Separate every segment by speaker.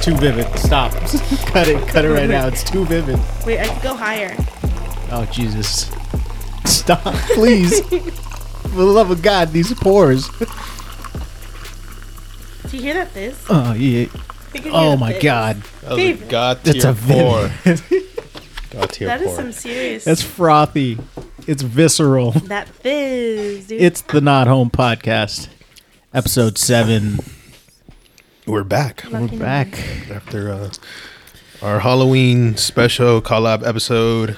Speaker 1: too vivid. Stop. cut it. Cut it right now. It's too vivid.
Speaker 2: Wait, I could go higher.
Speaker 1: Oh Jesus! Stop, please. For the love of God, these pores.
Speaker 2: Do you hear that fizz?
Speaker 1: Oh
Speaker 2: I
Speaker 1: yeah.
Speaker 2: think I hear
Speaker 1: Oh
Speaker 2: the
Speaker 1: my
Speaker 2: fizz.
Speaker 1: God.
Speaker 3: That was a
Speaker 2: Favorite.
Speaker 3: god
Speaker 1: That's a
Speaker 3: tier four.
Speaker 1: vivid.
Speaker 3: God tier
Speaker 2: That is
Speaker 3: four.
Speaker 2: some serious.
Speaker 1: That's frothy. It's visceral.
Speaker 2: that fizz, dude.
Speaker 1: It's the Not Home Podcast, episode seven.
Speaker 3: We're back
Speaker 1: We're
Speaker 2: Fucking-
Speaker 1: back.
Speaker 3: after uh, our Halloween special collab episode.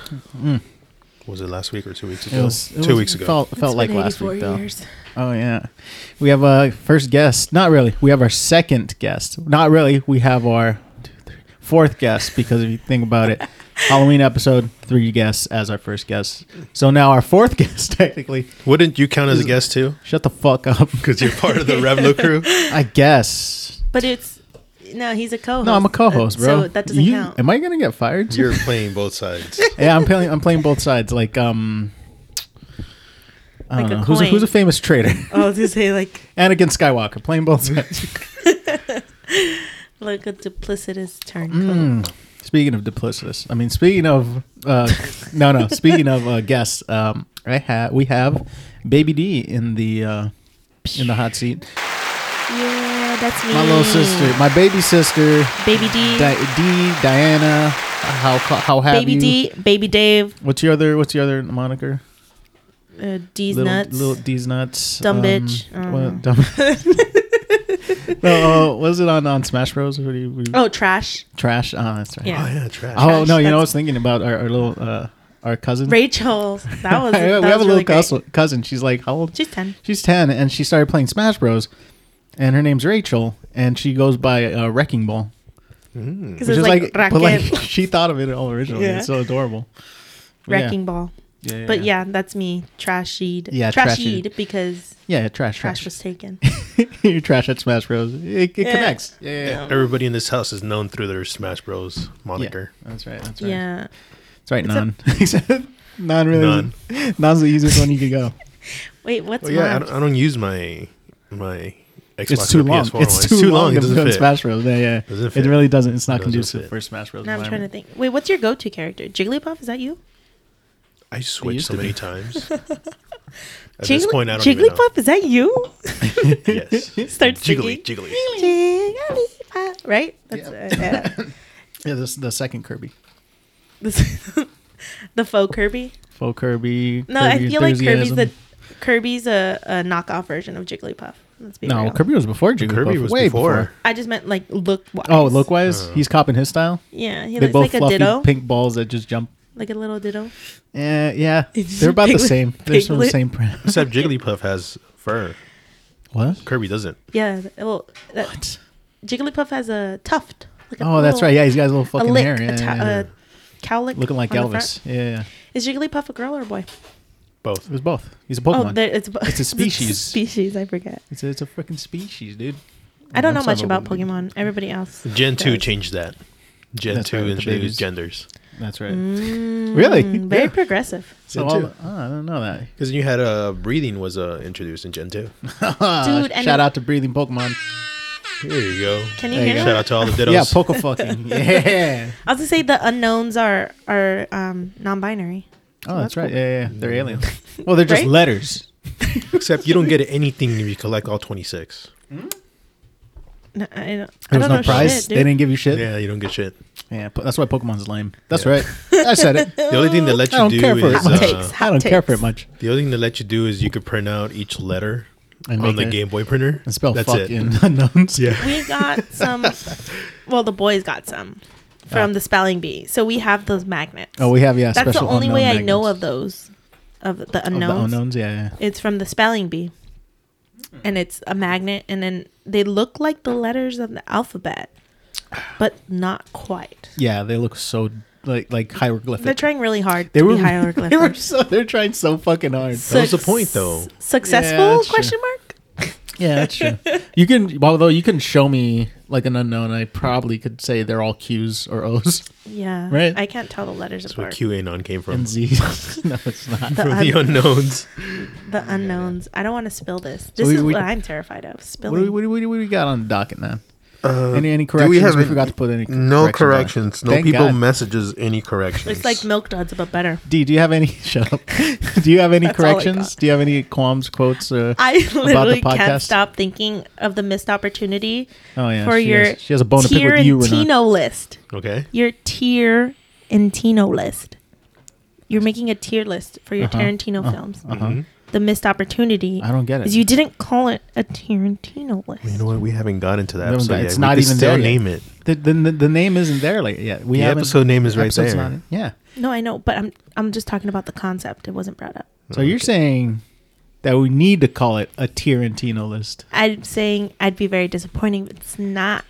Speaker 3: Was it last week or two weeks ago?
Speaker 1: Mm-hmm. it
Speaker 3: two
Speaker 1: was-
Speaker 3: weeks ago.
Speaker 1: Felt, felt
Speaker 2: It's
Speaker 1: like
Speaker 2: been
Speaker 1: last
Speaker 2: 84
Speaker 1: week though.
Speaker 2: years.
Speaker 1: Oh yeah, we have a first guest. Not really. We have our second guest. Not really. We have our fourth guest because if you think about it, Halloween episode three guests as our first guest. So now our fourth guest technically.
Speaker 3: Wouldn't you count as a guest too?
Speaker 1: Shut the fuck up.
Speaker 3: Because you're part of the Revlo crew.
Speaker 1: I guess.
Speaker 2: But it's no, he's a co-host.
Speaker 1: No, I'm a co-host,
Speaker 2: Uh,
Speaker 1: bro.
Speaker 2: So that doesn't
Speaker 1: You-
Speaker 2: count.
Speaker 1: Am I gonna get fired?
Speaker 3: You're playing both sides.
Speaker 1: yeah, I'm playing. I'm playing both sides. Like um. I
Speaker 2: Like
Speaker 1: don't
Speaker 2: a
Speaker 1: know. Who's, a,
Speaker 2: coin.
Speaker 1: who's a famous traitor?
Speaker 2: I was gonna say like
Speaker 1: Anakin Skywalker playing both sides.
Speaker 2: like a duplicitous turncoat.
Speaker 1: Mm. Speaking of duplicitous, I mean, speaking of uh, no, no. Speaking of uh, guests, um, I have we have Baby D in the uh, in the hot seat.
Speaker 2: Yeah, that's me.
Speaker 1: My little sister, my baby sister,
Speaker 2: Baby D.
Speaker 1: Di- D Diana. How how have
Speaker 2: Baby
Speaker 1: you?
Speaker 2: D. Baby Dave.
Speaker 1: What's your other What's your other moniker?
Speaker 2: Uh, D's
Speaker 1: little,
Speaker 2: nuts.
Speaker 1: Little D's nuts.
Speaker 2: Dumb bitch.
Speaker 1: well,
Speaker 2: Mm.
Speaker 1: dumb- no, uh, was it on on Smash Bros? What do you, we-
Speaker 2: oh, trash.
Speaker 1: trash. Oh, that's right.
Speaker 2: Yeah.
Speaker 3: Oh yeah, trash.
Speaker 1: Oh no, you know
Speaker 2: That's-
Speaker 1: I was thinking about our, our little uh, our cousin.
Speaker 2: Rachel. That was.
Speaker 1: we
Speaker 2: that was
Speaker 1: have a little
Speaker 2: really great.
Speaker 1: cousin, cousin. She's like, how old?
Speaker 2: She's ten.
Speaker 1: She's 10, and she started playing Smash Bros. And her name's Rachel, and she goes by uh, Wrecking Ball.
Speaker 3: Mm.
Speaker 2: Because
Speaker 1: Which
Speaker 2: it's
Speaker 1: is
Speaker 2: like,
Speaker 1: like, but like
Speaker 2: racket,
Speaker 1: she thought of it all originally.
Speaker 2: Yeah.
Speaker 1: It's so adorable. But yeah.
Speaker 2: wrecking ball.
Speaker 1: Yeah, yeah,
Speaker 2: But
Speaker 1: yeah.
Speaker 2: yeah, that's me. Trashied.
Speaker 1: Yeah, trashied.
Speaker 2: trashied because
Speaker 1: Yeah, yeah, trash,
Speaker 2: trash,
Speaker 1: trash.
Speaker 2: was taken.
Speaker 1: You're trash at Smash Bros. It, it
Speaker 2: Yeah.
Speaker 1: connects. Yeah, yeah, yeah.
Speaker 3: Everybody in this house is known through their Smash Bros moniker.
Speaker 1: That's right. That's right.
Speaker 2: yeah.
Speaker 1: That's right,
Speaker 2: a-
Speaker 1: non. non really.
Speaker 3: None.
Speaker 1: Non's the easiest one you could go.
Speaker 2: Wait, what's
Speaker 3: Well, yeah, I
Speaker 2: mine?
Speaker 3: don't, I don't use my my Xbox
Speaker 1: It's too
Speaker 3: or
Speaker 1: long.
Speaker 3: PS4 one.
Speaker 1: It's too long
Speaker 3: It
Speaker 1: to
Speaker 3: doesn't
Speaker 1: do in
Speaker 3: fit.
Speaker 1: Smash Bros. Yeah, yeah.
Speaker 3: Doesn't
Speaker 1: It
Speaker 3: fit.
Speaker 1: really doesn't. It's not
Speaker 3: Doesn't
Speaker 1: conducive
Speaker 3: fit.
Speaker 1: for Smash Bros.
Speaker 2: now I'm trying to
Speaker 1: environment.
Speaker 2: think. Wait, what's your go-to character? Jigglypuff? Is that you?
Speaker 3: I switched
Speaker 1: used
Speaker 3: so
Speaker 1: to
Speaker 3: many
Speaker 1: be.
Speaker 3: times. At this
Speaker 2: Jiggly-
Speaker 3: point, I don't even know.
Speaker 2: Jigglypuff? Is that you?
Speaker 3: Yes.
Speaker 2: Start singing.
Speaker 3: Jiggly, jiggly.
Speaker 2: Jigglypuff. Right? That's uh, yeah.
Speaker 1: Yeah, this is the second Kirby.
Speaker 2: This- the faux Kirby.
Speaker 1: Faux Kirby.
Speaker 2: No,
Speaker 1: Kirby
Speaker 2: I feel like Kirby's
Speaker 1: enthusiasm.
Speaker 2: the Kirby's a, a knockoff version of Jigglypuff. Let's be
Speaker 1: No,
Speaker 2: real.
Speaker 1: Kirby was before Jigglypuff.
Speaker 3: Kirby was
Speaker 1: way
Speaker 3: before.
Speaker 1: before.
Speaker 2: I just meant like look wise.
Speaker 1: Oh, look wise,
Speaker 3: Uh.
Speaker 1: he's copying his style.
Speaker 2: Yeah, he
Speaker 1: They are both
Speaker 2: looks like a
Speaker 1: fluffy
Speaker 2: ditto,
Speaker 1: pink balls that just jump.
Speaker 2: like a little ditto.
Speaker 1: Eh, yeah,
Speaker 2: It's just
Speaker 1: they're about the
Speaker 2: piglet-
Speaker 1: same. They're from the
Speaker 2: piglet.
Speaker 1: same brand.
Speaker 3: Except Jigglypuff has fur.
Speaker 1: What?
Speaker 3: Kirby doesn't.
Speaker 2: Yeah, well, that, Jigglypuff has a tuft. Like a
Speaker 1: Oh, that's
Speaker 2: little-
Speaker 1: right. Yeah, he's got his little
Speaker 2: a
Speaker 1: fucking
Speaker 2: lick,
Speaker 1: hair. Yeah,
Speaker 2: a, ta-
Speaker 1: yeah, yeah.
Speaker 2: a cowlick,
Speaker 1: looking like
Speaker 2: on the front.
Speaker 1: Elvis. Yeah, yeah, yeah.
Speaker 2: Is Jigglypuff a girl or a boy?
Speaker 3: Both.
Speaker 1: it was both. He's a Pokemon.
Speaker 2: Oh, there, it's bo-
Speaker 1: It's a species.
Speaker 2: species, I forget.
Speaker 1: it's a, it's a freaking species, dude.
Speaker 2: I don't know
Speaker 1: Some
Speaker 2: much
Speaker 1: of
Speaker 2: about
Speaker 1: them do.
Speaker 2: Pokemon. Everybody else.
Speaker 3: Gen 2
Speaker 2: does.
Speaker 3: changed that. Gen
Speaker 1: That's
Speaker 3: 2
Speaker 1: right, with the babies.
Speaker 3: introduced genders.
Speaker 1: That's right. really?
Speaker 2: Mm, very
Speaker 1: Yeah.
Speaker 2: progressive.
Speaker 1: So
Speaker 3: Gen
Speaker 1: all,
Speaker 3: two.
Speaker 1: the- oh, I don't know that.
Speaker 3: Because you had uh, breathing was uh, introduced in Gen 2.
Speaker 1: Dude,
Speaker 2: and-
Speaker 1: shout out to breathing Pokemon.
Speaker 3: There you go.
Speaker 2: Can you
Speaker 1: There you
Speaker 2: hear
Speaker 1: go.
Speaker 2: that?
Speaker 3: Shout out to all the dittos.
Speaker 1: Yeah, Poke fucking. Yeah.
Speaker 2: I was gonna say the unknowns are are um, non-binary.
Speaker 1: Oh,
Speaker 2: that's
Speaker 1: that's right.
Speaker 2: cool.
Speaker 1: Yeah, yeah, yeah. They're aliens. Well, they're just
Speaker 2: Right?
Speaker 1: letters.
Speaker 3: Except you don't get anything if you collect all 26.
Speaker 2: No, I don't, I
Speaker 1: There was
Speaker 2: don't
Speaker 1: no
Speaker 2: know
Speaker 1: prize.
Speaker 2: Shit,
Speaker 1: they
Speaker 2: dude.
Speaker 1: didn't give you shit. Yeah,
Speaker 3: Yeah, you don't get shit.
Speaker 1: po- that's why Pokemon's lame. That's
Speaker 3: Yeah.
Speaker 1: right. I said it.
Speaker 3: The only thing they let
Speaker 1: I
Speaker 3: you
Speaker 1: don't care
Speaker 3: do
Speaker 1: for it.
Speaker 3: is
Speaker 2: Hot
Speaker 3: uh,
Speaker 2: takes.
Speaker 1: I don't care for it
Speaker 2: takes.
Speaker 1: much.
Speaker 3: the only thing they let you do is you could print out each letter
Speaker 1: And
Speaker 3: on the
Speaker 1: make it-
Speaker 3: Game Boy printer.
Speaker 1: And spell
Speaker 3: That's
Speaker 1: fuck
Speaker 3: it.
Speaker 1: in unknowns.
Speaker 3: Yeah.
Speaker 2: We got some. well, the boys got some from the spelling bee. So we have those magnets.
Speaker 1: Oh, we have yeah.
Speaker 2: That's the
Speaker 1: special
Speaker 2: only
Speaker 1: unknown
Speaker 2: way I
Speaker 1: magnets.
Speaker 2: know of those, of the
Speaker 1: Of the
Speaker 2: unknowns.
Speaker 1: unknowns. Yeah, yeah.
Speaker 2: It's from the spelling bee,
Speaker 1: Hmm.
Speaker 2: and it's a magnet, and then they look like the letters of the alphabet, but not quite.
Speaker 1: Yeah, they look so like like hieroglyphic.
Speaker 2: They're trying really hard
Speaker 1: They
Speaker 2: to
Speaker 1: were
Speaker 2: be hieroglyphic.
Speaker 1: They were so they're trying so fucking hard.
Speaker 3: That was the point, though.
Speaker 1: Yeah,
Speaker 2: Successful?
Speaker 1: that's
Speaker 2: question mark.
Speaker 1: Yeah, that's true. you can although you can show me like an unknown, I probably could say they're all Q's or O's
Speaker 2: Yeah.
Speaker 1: Right.
Speaker 2: I can't tell the letters
Speaker 3: That's where
Speaker 2: apart.
Speaker 3: QAnon came from.
Speaker 1: and Z's. no, it's not.
Speaker 2: The,
Speaker 3: From the
Speaker 2: un-
Speaker 3: unknowns.
Speaker 2: the unknowns. I don't want to spill this. This
Speaker 1: we-
Speaker 2: is
Speaker 1: we-
Speaker 2: what I'm terrified of. Spilling.
Speaker 1: What do, we, what, do we, what do we got on the docket, man? any any
Speaker 3: Uh, do
Speaker 1: corrections?
Speaker 3: we
Speaker 1: We,
Speaker 3: have any-
Speaker 1: forgot to put any.
Speaker 3: No
Speaker 1: on it.
Speaker 3: corrections. No
Speaker 1: Thank
Speaker 3: people
Speaker 1: God.
Speaker 3: messages any corrections.
Speaker 2: It's like milk duds, but better.
Speaker 1: D, do you have any? Shut up. do you have any
Speaker 2: That's all I
Speaker 1: corrections?
Speaker 2: got.
Speaker 1: Do you have any qualms, quotes? Uh,
Speaker 2: I literally
Speaker 1: podcast?
Speaker 2: can't stop thinking of the missed opportunity
Speaker 1: oh yeah,
Speaker 2: for
Speaker 1: she
Speaker 2: your
Speaker 1: has, she has a bone to pick
Speaker 2: tier
Speaker 1: with you,
Speaker 2: and
Speaker 1: Renan.
Speaker 2: Tino list.
Speaker 3: okay.
Speaker 2: Your tier and Tino list. You're making a tier list for your
Speaker 1: Uh-huh.
Speaker 2: Tarantino films.
Speaker 1: Uh-huh.
Speaker 3: Mhm.
Speaker 2: The missed opportunity
Speaker 1: I don't get it.
Speaker 2: is you didn't call it a Tarantino list.
Speaker 3: You know what? We haven't gotten to that
Speaker 1: We haven't
Speaker 3: episode
Speaker 1: got-
Speaker 3: yet.
Speaker 1: it's
Speaker 3: We
Speaker 1: not
Speaker 3: could
Speaker 1: even
Speaker 3: still
Speaker 1: there yet.
Speaker 3: name it.
Speaker 1: the, the, the name isn't there like, yet. We
Speaker 3: The
Speaker 1: haven't-
Speaker 3: episode name is right
Speaker 1: episode's
Speaker 3: there.
Speaker 1: not- yeah.
Speaker 2: No, I know, but I'm I'm just talking about the concept. It wasn't brought up.
Speaker 3: Oh,
Speaker 1: So you're saying that we need to call it a Tirantino list.
Speaker 2: I'm saying I'd be very disappointed if it's not.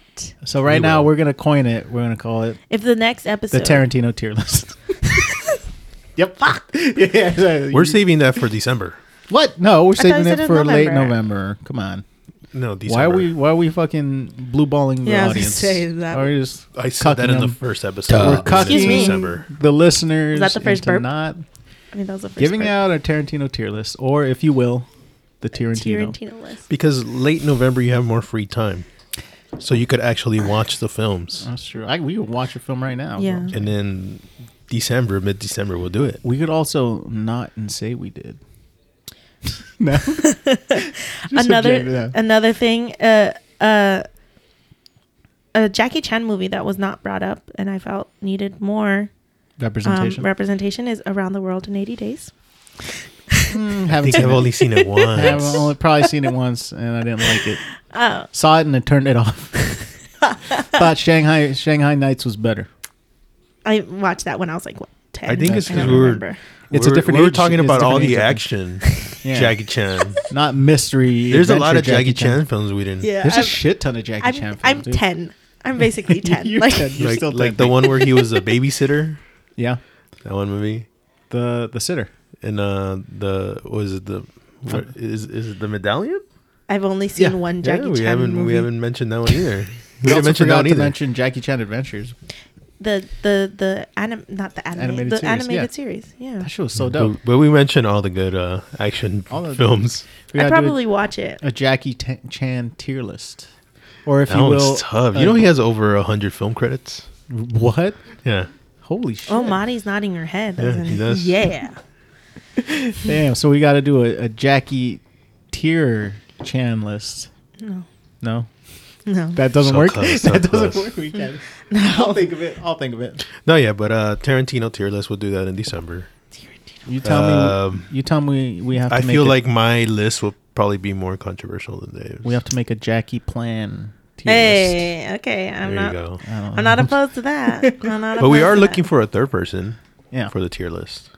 Speaker 1: So right
Speaker 3: We
Speaker 1: now
Speaker 3: will.
Speaker 1: we're gonna coin it. We're gonna call it
Speaker 2: If the next
Speaker 1: the
Speaker 2: episode
Speaker 1: Tarantino tier list. yep. yeah, so
Speaker 3: We're
Speaker 1: you-
Speaker 3: saving that for December.
Speaker 1: what? No, we're
Speaker 2: thought you
Speaker 1: saving
Speaker 2: said
Speaker 1: it
Speaker 2: in
Speaker 1: for late
Speaker 2: November.
Speaker 1: November. Come on.
Speaker 3: No, December.
Speaker 1: Why are we why are we fucking blue balling the
Speaker 2: Yeah, I was gonna
Speaker 1: audience?
Speaker 2: say that-
Speaker 1: Or just
Speaker 3: I said that
Speaker 1: cucking
Speaker 3: in the
Speaker 1: them?
Speaker 3: first episode. It's
Speaker 1: We're
Speaker 3: in
Speaker 1: cucking
Speaker 2: Excuse me.
Speaker 3: December.
Speaker 1: the listeners
Speaker 2: Is that the first
Speaker 1: into
Speaker 2: burp?
Speaker 1: not
Speaker 2: I mean that was the first
Speaker 1: giving
Speaker 2: part.
Speaker 1: out a Tarantino tier list, or if you will, the Tarantino.
Speaker 2: Tarantino list.
Speaker 3: Because late November you have more free time, so you could actually watch the films.
Speaker 1: That's true. I, we could watch a film right now.
Speaker 2: Yeah.
Speaker 3: And then December, mid December, we'll do it.
Speaker 1: Uh-huh. We could also not and say we did. no. Just object-
Speaker 2: another
Speaker 1: yeah.
Speaker 2: another thing uh uh a Jackie Chan movie that was not brought up and I felt needed more um,
Speaker 1: representation.
Speaker 2: representation is Around the World in 80 Days.
Speaker 1: Mm,
Speaker 3: I
Speaker 1: haven't
Speaker 3: think
Speaker 1: seen
Speaker 3: I've
Speaker 1: it.
Speaker 3: only seen it once.
Speaker 1: I've only probably seen it once and I didn't like it.
Speaker 2: Oh,
Speaker 1: Saw it and I turned it off. Thought Shanghai Shanghai Nights was better.
Speaker 2: I watched that when I was like what, 10.
Speaker 3: I think it's
Speaker 2: don't
Speaker 3: because we were.
Speaker 2: remember.
Speaker 1: It's a
Speaker 3: we're-
Speaker 1: different
Speaker 3: We were
Speaker 1: age-
Speaker 3: talking
Speaker 1: it's
Speaker 3: about
Speaker 1: different
Speaker 3: all
Speaker 1: age
Speaker 3: the
Speaker 1: difference.
Speaker 3: action.
Speaker 1: Yeah.
Speaker 3: Jackie Chan.
Speaker 1: Not mystery.
Speaker 3: There's a lot
Speaker 1: adventure
Speaker 3: of Jackie, Chan, films we didn't.
Speaker 2: Yeah.
Speaker 1: There's a
Speaker 2: I'm-
Speaker 1: shit ton of Jackie
Speaker 2: I'm,
Speaker 1: Chan films.
Speaker 2: I'm
Speaker 1: dude.
Speaker 2: 10. I'm basically 10.
Speaker 1: You're
Speaker 2: like
Speaker 1: 10. You're
Speaker 3: like
Speaker 1: still
Speaker 3: like
Speaker 1: tempting.
Speaker 3: the one where he was a babysitter.
Speaker 1: Yeah.
Speaker 3: That one movie.
Speaker 1: The the sitter.
Speaker 3: And uh, the was it the where- is is it the medallion?
Speaker 2: I've only seen
Speaker 1: Yeah.
Speaker 2: one Jackie
Speaker 3: yeah, we
Speaker 2: Chan
Speaker 3: haven't
Speaker 2: movie.
Speaker 3: we haven't mentioned that one either. we
Speaker 1: also
Speaker 3: didn't mention that
Speaker 1: forgot
Speaker 3: one
Speaker 1: to
Speaker 3: either.
Speaker 1: mention Jackie Chan Adventures.
Speaker 2: the the the anim not the anime,
Speaker 1: Animated
Speaker 2: the
Speaker 1: series,
Speaker 2: animated
Speaker 1: yeah.
Speaker 2: series. Yeah,
Speaker 1: That shit was so dope.
Speaker 3: but, but we mentioned all the good uh, action
Speaker 1: All the-
Speaker 3: films.
Speaker 1: We
Speaker 2: I
Speaker 1: gotta do a-
Speaker 2: probably watch it.
Speaker 3: Oh,
Speaker 1: a Jackie T- Chan tier list, or if
Speaker 3: That
Speaker 1: you
Speaker 3: one's
Speaker 1: will, uh,
Speaker 3: tough.
Speaker 1: a-
Speaker 3: You know he has over hundred film credits.
Speaker 1: what?
Speaker 3: Yeah,
Speaker 1: Holy shit!
Speaker 2: Oh, Marty's nodding her head.
Speaker 3: Yeah, he does.
Speaker 2: Yeah,
Speaker 1: Damn. So we got to do a, a Jackie tier Chan list.
Speaker 2: no,
Speaker 1: No,
Speaker 2: no,
Speaker 1: that doesn't
Speaker 3: So
Speaker 1: work.
Speaker 3: close, so
Speaker 1: that doesn't
Speaker 3: close.
Speaker 1: work. We can. I'll think of it. I'll think of it.
Speaker 3: no, yeah, but uh, Tarantino tier list. We'll do that in December.
Speaker 1: You tell
Speaker 3: Um,
Speaker 1: me. You tell me. We have. To
Speaker 3: I
Speaker 1: make
Speaker 3: feel
Speaker 1: a-
Speaker 3: like my list will probably be more controversial than Dave's.
Speaker 1: we have to make a Jackie plan tier list.
Speaker 2: Hey, okay,
Speaker 3: There
Speaker 2: I'm
Speaker 3: you
Speaker 2: not.
Speaker 3: go.
Speaker 1: I don't
Speaker 2: I'm
Speaker 1: know.
Speaker 2: not opposed to that. I'm not
Speaker 3: But we
Speaker 2: opposed
Speaker 3: are
Speaker 2: to
Speaker 3: looking
Speaker 2: that.
Speaker 3: for a third person
Speaker 1: yeah
Speaker 3: for
Speaker 1: for,
Speaker 3: the tier list.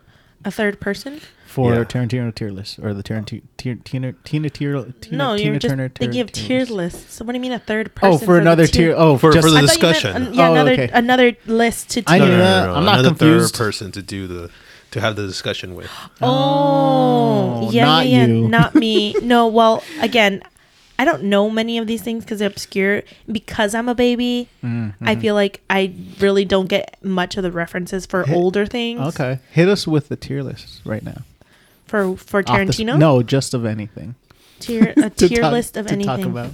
Speaker 2: a third person.
Speaker 3: Yeah.
Speaker 1: Tarantino tier list or the Tarantino tier, Tina Tina tier. Tina,
Speaker 2: no,
Speaker 1: Tina
Speaker 2: you're just
Speaker 1: Turner
Speaker 2: thinking of tier lists. So what do you mean a third person?
Speaker 1: Oh, for
Speaker 2: the
Speaker 1: another tier. Oh,
Speaker 3: For-
Speaker 1: just,
Speaker 3: for the
Speaker 2: I thought you meant
Speaker 3: discussion.
Speaker 2: an- yeah,
Speaker 1: Oh,
Speaker 2: another
Speaker 1: okay.
Speaker 2: another list to
Speaker 1: I
Speaker 2: tier.
Speaker 1: knew that. I'm not
Speaker 3: Another
Speaker 1: confused.
Speaker 3: third person to do the to have the discussion with.
Speaker 1: Oh,
Speaker 2: Oh, yeah,
Speaker 1: not
Speaker 2: yeah, yeah.
Speaker 1: you.
Speaker 2: Not me. No, well, again, I don't know many of these things because they're obscure. Because I'm a baby,
Speaker 1: Mm-hmm.
Speaker 2: I feel like I really don't get much of the references for older things.
Speaker 1: Okay. Hit us with the tier list right now.
Speaker 2: For for
Speaker 1: Off the-
Speaker 2: Tarantino,
Speaker 1: no, just of anything.
Speaker 2: tier a
Speaker 1: To
Speaker 2: tier
Speaker 1: talk-
Speaker 2: list of
Speaker 1: to
Speaker 2: anything.
Speaker 1: Talk about.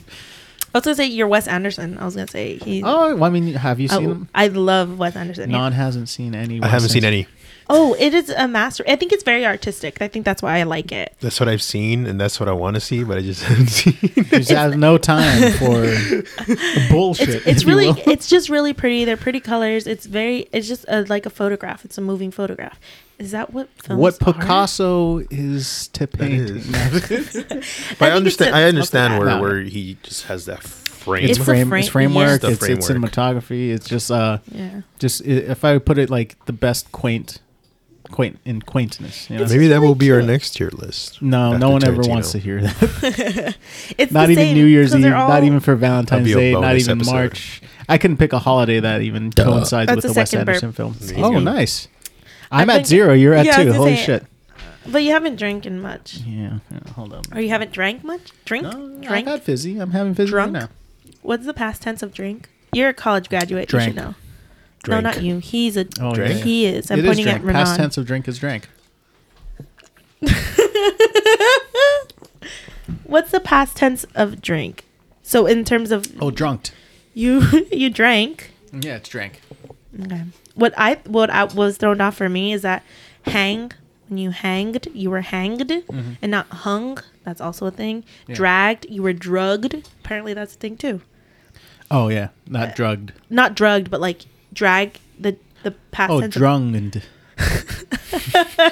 Speaker 2: I was gonna say your Wes Anderson. I was gonna say he.
Speaker 1: Oh, well, I mean, have you
Speaker 2: I-
Speaker 1: seen them?
Speaker 2: I love Wes Anderson. yeah.
Speaker 1: Non hasn't seen any.
Speaker 3: I haven't seen any.
Speaker 2: Oh, it is a master. I think it's very artistic. I think that's why I like it.
Speaker 3: That's what I've seen, and that's what I want to see, but I just haven't seen.
Speaker 1: There's has no time for bullshit.
Speaker 2: it's,
Speaker 1: if
Speaker 2: it's
Speaker 1: you
Speaker 2: really
Speaker 1: will.
Speaker 2: it's just really pretty they're pretty colors it's very it's just a, like a photograph it's a moving photograph is that what films
Speaker 1: what
Speaker 2: are?
Speaker 1: Picasso is to painting.
Speaker 3: is.
Speaker 2: I
Speaker 3: But I
Speaker 2: think it's
Speaker 3: understand.
Speaker 2: a-
Speaker 3: I understand where
Speaker 1: No.
Speaker 3: where he just has that frame.
Speaker 1: It's,
Speaker 2: It's a
Speaker 1: frame,
Speaker 2: fra-
Speaker 1: it's
Speaker 2: yeah.
Speaker 1: framework.
Speaker 3: The
Speaker 1: It's, it's
Speaker 3: framework.
Speaker 1: cinematography. It's just uh,
Speaker 2: yeah
Speaker 1: just i- if I would put it like the best quaint, quaint in quaintness. You know?
Speaker 3: Maybe that will be our next tier list.
Speaker 1: no,
Speaker 3: after
Speaker 1: no one ever
Speaker 3: Tarantino.
Speaker 1: wants to hear that.
Speaker 2: it's
Speaker 1: not
Speaker 2: the
Speaker 1: even
Speaker 2: same
Speaker 1: New Year's
Speaker 2: 'cause
Speaker 1: Eve.
Speaker 2: they're all-
Speaker 1: Not even for
Speaker 3: That'd
Speaker 1: Valentine's
Speaker 3: be a
Speaker 1: Day. Not
Speaker 3: bonus
Speaker 1: even
Speaker 3: episode.
Speaker 1: March. I couldn't pick a holiday that even coincides
Speaker 2: That's
Speaker 1: with
Speaker 2: a
Speaker 1: the Wes
Speaker 2: second burp.
Speaker 1: Anderson film.
Speaker 3: There you
Speaker 1: Oh,
Speaker 3: go.
Speaker 1: nice. I'm
Speaker 2: I
Speaker 1: at
Speaker 2: think-
Speaker 1: zero. You're at
Speaker 2: Yeah, I was
Speaker 1: two.
Speaker 2: gonna
Speaker 1: Holy
Speaker 2: say-
Speaker 1: shit.
Speaker 2: but you haven't drinking much
Speaker 1: Yeah. yeah, Hold on.
Speaker 2: or you haven't drank much drink
Speaker 1: No, I've
Speaker 2: drink
Speaker 1: had fizzy. I'm having fizzy right
Speaker 2: Drunk?
Speaker 1: now.
Speaker 2: what's the past tense of drink you're a college graduate
Speaker 1: Drank.
Speaker 2: you should know
Speaker 3: Drank.
Speaker 2: no not you he's a
Speaker 1: Oh, yeah, yeah.
Speaker 2: he is i'm
Speaker 1: It is
Speaker 2: pointing
Speaker 1: drink.
Speaker 2: at Renan.
Speaker 1: Past tense of drink is drank.
Speaker 2: what's the past tense of drink so in terms of
Speaker 1: Oh, drunked.
Speaker 2: you you drank.
Speaker 1: Yeah, it's drink.
Speaker 2: Okay. What I what I was thrown off for me is that hang when you hanged, you were hanged and not hung. That's also a thing.
Speaker 1: Mm-hmm. Yeah.
Speaker 2: Dragged, you were drugged. Apparently that's a thing too.
Speaker 1: Oh yeah, not drugged.
Speaker 2: Not drugged, but like drag the the past
Speaker 1: Oh,
Speaker 2: tense of-
Speaker 1: drunged.
Speaker 2: No,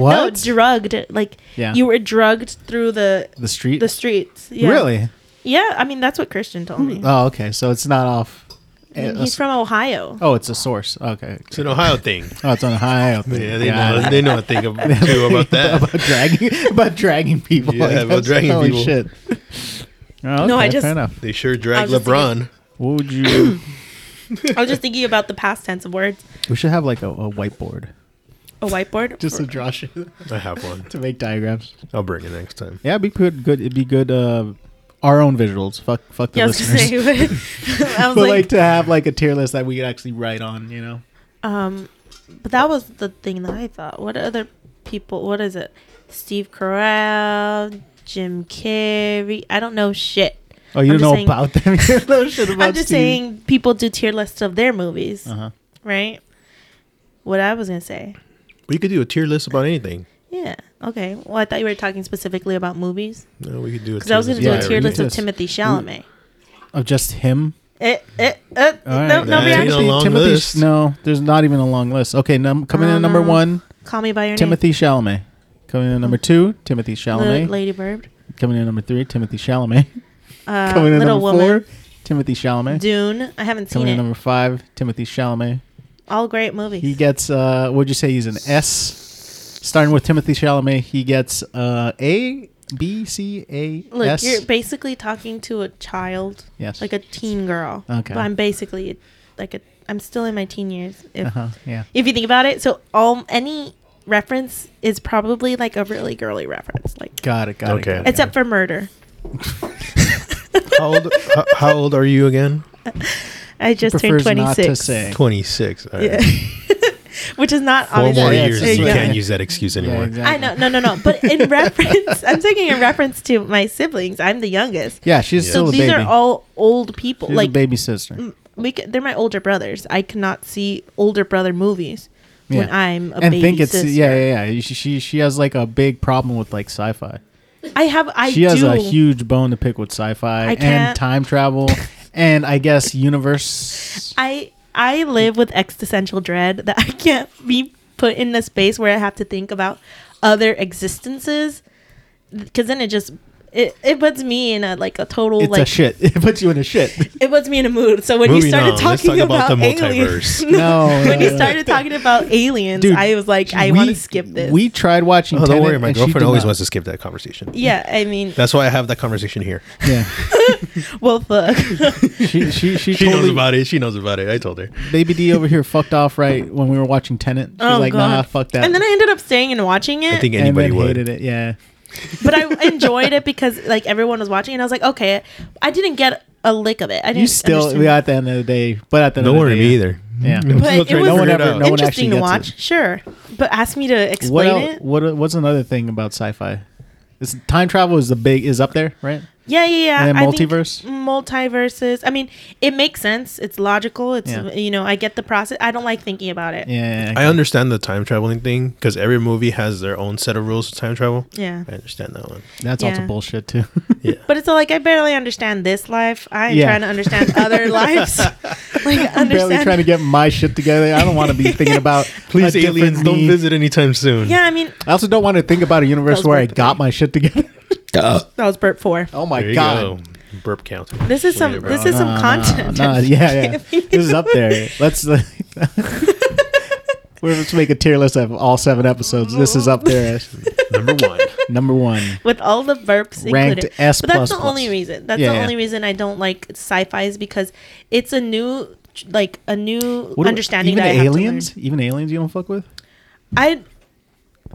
Speaker 1: what?
Speaker 2: drugged. Like
Speaker 1: Yeah.
Speaker 2: you were drugged through the
Speaker 1: the street.
Speaker 2: the streets. Yeah.
Speaker 1: Really?
Speaker 2: Yeah, I mean that's what Christian told me.
Speaker 1: Oh, okay. So it's not off. eh,
Speaker 2: He's
Speaker 1: a-
Speaker 2: from Ohio.
Speaker 1: oh, it's a source. Okay.
Speaker 3: It's an Ohio thing.
Speaker 1: Oh, it's on a high. out there.
Speaker 3: Yeah, they
Speaker 1: Got
Speaker 3: know.
Speaker 1: it.
Speaker 3: They know a thing ab- too about that.
Speaker 1: about dragging about dragging people.
Speaker 3: Yeah,
Speaker 1: I
Speaker 3: about
Speaker 1: guess.
Speaker 3: dragging
Speaker 1: Holy
Speaker 3: people.
Speaker 1: Shit. Oh,
Speaker 2: No, I
Speaker 1: okay,
Speaker 2: just-
Speaker 1: fair enough.
Speaker 3: They sure
Speaker 2: I
Speaker 3: drag
Speaker 2: was just
Speaker 3: LeBron.
Speaker 1: What would you?
Speaker 2: I was just thinking about the past tense of words.
Speaker 1: we should have like a, a whiteboard
Speaker 2: A whiteboard.
Speaker 1: just to draw shit
Speaker 3: I have one.
Speaker 1: to make diagrams.
Speaker 3: I'll bring it next time.
Speaker 1: Yeah, it'd be good. Good. It'd be good. Uh, our own visuals. Fuck. Fuck the
Speaker 2: yeah, I was
Speaker 1: listeners.
Speaker 2: gonna say. I was
Speaker 1: but like,
Speaker 2: like,
Speaker 1: to have like a tier list that we could actually write on. You know.
Speaker 2: um, but that was the thing that I thought. What other people? What is it? Steve Carell, Jim Carrey. I don't know shit.
Speaker 1: Oh, you
Speaker 2: I'm just
Speaker 1: know
Speaker 2: saying-
Speaker 1: about them. you don't know shit about
Speaker 2: I'm just
Speaker 1: Steve.
Speaker 2: saying people do tier lists of their movies,
Speaker 1: Uh-huh.
Speaker 2: right? What I was gonna say.
Speaker 3: We could do a tier list about anything.
Speaker 2: Yeah. Okay. Well, I thought you were talking specifically about movies
Speaker 3: No, we could do a
Speaker 2: because I was gonna do
Speaker 1: Yeah,
Speaker 2: a
Speaker 1: we
Speaker 2: tier
Speaker 1: can
Speaker 2: list
Speaker 1: do
Speaker 2: of
Speaker 1: this.
Speaker 2: Timothy Chalamet.
Speaker 1: Of just him.
Speaker 2: Eh, eh, eh, no,
Speaker 1: All right.
Speaker 2: no
Speaker 3: Nah, ain't
Speaker 2: reaction.
Speaker 3: no long
Speaker 1: Timothy-
Speaker 3: list.
Speaker 1: No, there's not even a long list. Okay, num- coming in at number
Speaker 2: Um,
Speaker 1: one,
Speaker 2: Call me by your
Speaker 1: Timothy Chalamet. Coming in at number two, Timothy
Speaker 2: name.
Speaker 1: Chalamet.
Speaker 2: Li- Lady Bird.
Speaker 1: Coming in at number three, Timothy Chalamet.
Speaker 2: Uh,
Speaker 1: Coming in at
Speaker 2: Little
Speaker 1: number
Speaker 2: Woman.
Speaker 1: four, Timothy Chalamet.
Speaker 2: Dune. I haven't seen
Speaker 1: Coming
Speaker 2: it.
Speaker 1: in at number five, Timothy Chalamet.
Speaker 2: All great movies.
Speaker 1: He gets uh, what'd you say? He's an S. Starting with Timothy Chalamet, he gets uh, A, B, C, A,
Speaker 2: Look,
Speaker 1: S.
Speaker 2: you're basically talking to a child,
Speaker 1: yes.
Speaker 2: like a teen girl.
Speaker 1: Okay.
Speaker 2: But I'm basically like a. I'm still in my teen years. If
Speaker 1: uh-huh, yeah.
Speaker 2: if you think about it, so all any reference is probably like a really girly reference, like
Speaker 1: Got it. Got it.
Speaker 3: Okay.
Speaker 1: got it.
Speaker 2: except for murder.
Speaker 3: How old, how, how old are you again?
Speaker 2: I just turned
Speaker 1: prefers not to
Speaker 2: 26.
Speaker 1: say.
Speaker 3: 26. All right.
Speaker 2: Yeah. Which is not
Speaker 3: Four
Speaker 2: obviously
Speaker 3: more
Speaker 1: Yeah,
Speaker 3: years.
Speaker 1: yeah,
Speaker 3: You
Speaker 1: yeah.
Speaker 3: can't use that excuse
Speaker 1: Yeah,
Speaker 3: anymore.
Speaker 1: exactly.
Speaker 2: I know, no, no, no. But in reference, I'm taking a reference to my siblings. I'm the youngest,
Speaker 1: Yeah, she's
Speaker 3: So
Speaker 1: still
Speaker 2: so
Speaker 1: a
Speaker 2: these
Speaker 1: baby.
Speaker 2: are all old people.
Speaker 1: she's
Speaker 2: like
Speaker 1: a baby sister.
Speaker 2: we, c they're my older brothers. I cannot see older brother movies when
Speaker 1: Yeah.
Speaker 2: I'm a
Speaker 1: and
Speaker 2: baby
Speaker 1: think it's
Speaker 2: sister.
Speaker 1: yeah, yeah, yeah. She, she she has like a big problem with like sci-fi.
Speaker 2: I have. I
Speaker 1: she
Speaker 2: do.
Speaker 1: has a huge bone to pick with sci-fi
Speaker 2: I
Speaker 1: and
Speaker 2: can't-
Speaker 1: time travel and I guess universe.
Speaker 2: I I live with existential dread that I can't be put in a space where I have to think about other existences, because then it just it, it puts me in a like a total
Speaker 1: It's
Speaker 2: like
Speaker 1: a shit. It puts you in a shit.
Speaker 2: it puts me in a mood. So when
Speaker 3: Moving
Speaker 2: you started
Speaker 3: on, let's
Speaker 2: talking
Speaker 3: talk about
Speaker 2: about,
Speaker 3: the
Speaker 2: aliens,
Speaker 3: multiverse.
Speaker 1: No,
Speaker 2: when
Speaker 1: no,
Speaker 2: you
Speaker 1: no.
Speaker 2: started talking about aliens,
Speaker 1: Dude,
Speaker 2: I was like, I
Speaker 1: We-
Speaker 2: want to skip this.
Speaker 1: We tried watching.
Speaker 3: Oh, don't
Speaker 1: Tenet,
Speaker 3: worry. My
Speaker 1: and she
Speaker 3: girlfriend
Speaker 1: did
Speaker 3: always
Speaker 1: not-
Speaker 3: wants to skip that conversation.
Speaker 2: yeah, I mean,
Speaker 3: That's why I have that conversation here.
Speaker 1: Yeah,
Speaker 2: well, fuck.
Speaker 1: she she she,
Speaker 3: She knows
Speaker 1: totally,
Speaker 3: about it. She knows about it. I told her.
Speaker 1: Baby D over here fucked off right when we were watching Tenant. She's
Speaker 2: Oh,
Speaker 1: like,
Speaker 2: God.
Speaker 1: nah, fuck that.
Speaker 2: And then I ended up staying and watching it,
Speaker 3: I think
Speaker 1: And
Speaker 3: anybody
Speaker 1: then
Speaker 3: would.
Speaker 1: hated it. Yeah,
Speaker 2: but I enjoyed it because like everyone was watching, and I was like, okay, I didn't get a lick of it. I didn't.
Speaker 1: you still
Speaker 2: understand.
Speaker 1: we at the end of the day, but at the end
Speaker 3: Don't
Speaker 1: of the
Speaker 3: worry
Speaker 1: day,
Speaker 3: me
Speaker 1: yeah.
Speaker 3: either. Mm-hmm.
Speaker 1: Yeah.
Speaker 3: I'm still
Speaker 2: But it
Speaker 3: trying to
Speaker 2: was-
Speaker 3: figure
Speaker 1: No one ever-
Speaker 3: out.
Speaker 1: no one
Speaker 2: interesting
Speaker 1: actually
Speaker 2: to
Speaker 1: gets
Speaker 2: watch,
Speaker 1: it.
Speaker 2: sure. But ask me to
Speaker 1: What,
Speaker 2: explain
Speaker 1: el-
Speaker 2: it.
Speaker 1: what what's another thing about sci-fi? Is time travel is the big is up there, right?
Speaker 2: Yeah, yeah, yeah.
Speaker 1: And then
Speaker 2: I think
Speaker 1: multiverse?
Speaker 2: multiverses. I mean, it makes sense. It's logical. It's
Speaker 1: Yeah.
Speaker 2: you know, I get the process. I don't like thinking about it. Yeah.
Speaker 1: Yeah,
Speaker 3: I understand the time traveling thing because every movie has their own set of rules of time travel. I understand that one.
Speaker 1: that's also
Speaker 2: Yeah.
Speaker 1: bullshit too.
Speaker 3: Yeah.
Speaker 2: But it's like I barely understand this life. I'm
Speaker 1: Yeah.
Speaker 2: trying to understand other lives. like
Speaker 1: I'm barely
Speaker 2: understand.
Speaker 1: trying to get my shit together. I don't want to be thinking about
Speaker 3: Please,
Speaker 1: a different
Speaker 3: aliens, don't
Speaker 1: me.
Speaker 3: visit anytime soon.
Speaker 2: yeah, I mean
Speaker 1: I also don't want to think about a universe
Speaker 2: Those
Speaker 1: where
Speaker 2: were
Speaker 1: I
Speaker 2: the
Speaker 1: got my shit together.
Speaker 2: that was burp four.
Speaker 1: Oh my
Speaker 3: There you
Speaker 1: god.
Speaker 3: go. Burp count.
Speaker 2: This is some.
Speaker 3: Later, bro.
Speaker 2: this is some
Speaker 1: Nah,
Speaker 2: content.
Speaker 1: nah, yeah, yeah. this is up there. Let's let's make a tier list of all seven episodes. This is up there. as
Speaker 3: number one.
Speaker 1: Number one.
Speaker 2: With all the burps
Speaker 1: Ranked
Speaker 2: included,
Speaker 1: S
Speaker 2: but that's
Speaker 1: plus
Speaker 2: the
Speaker 1: plus.
Speaker 2: only reason. That's
Speaker 1: Yeah,
Speaker 2: the
Speaker 1: yeah.
Speaker 2: only reason I don't like sci-fi is because it's a new, like a new
Speaker 1: What do-
Speaker 2: understanding
Speaker 1: even
Speaker 2: that I have to learn.
Speaker 1: aliens? Even aliens you don't fuck with?
Speaker 2: I,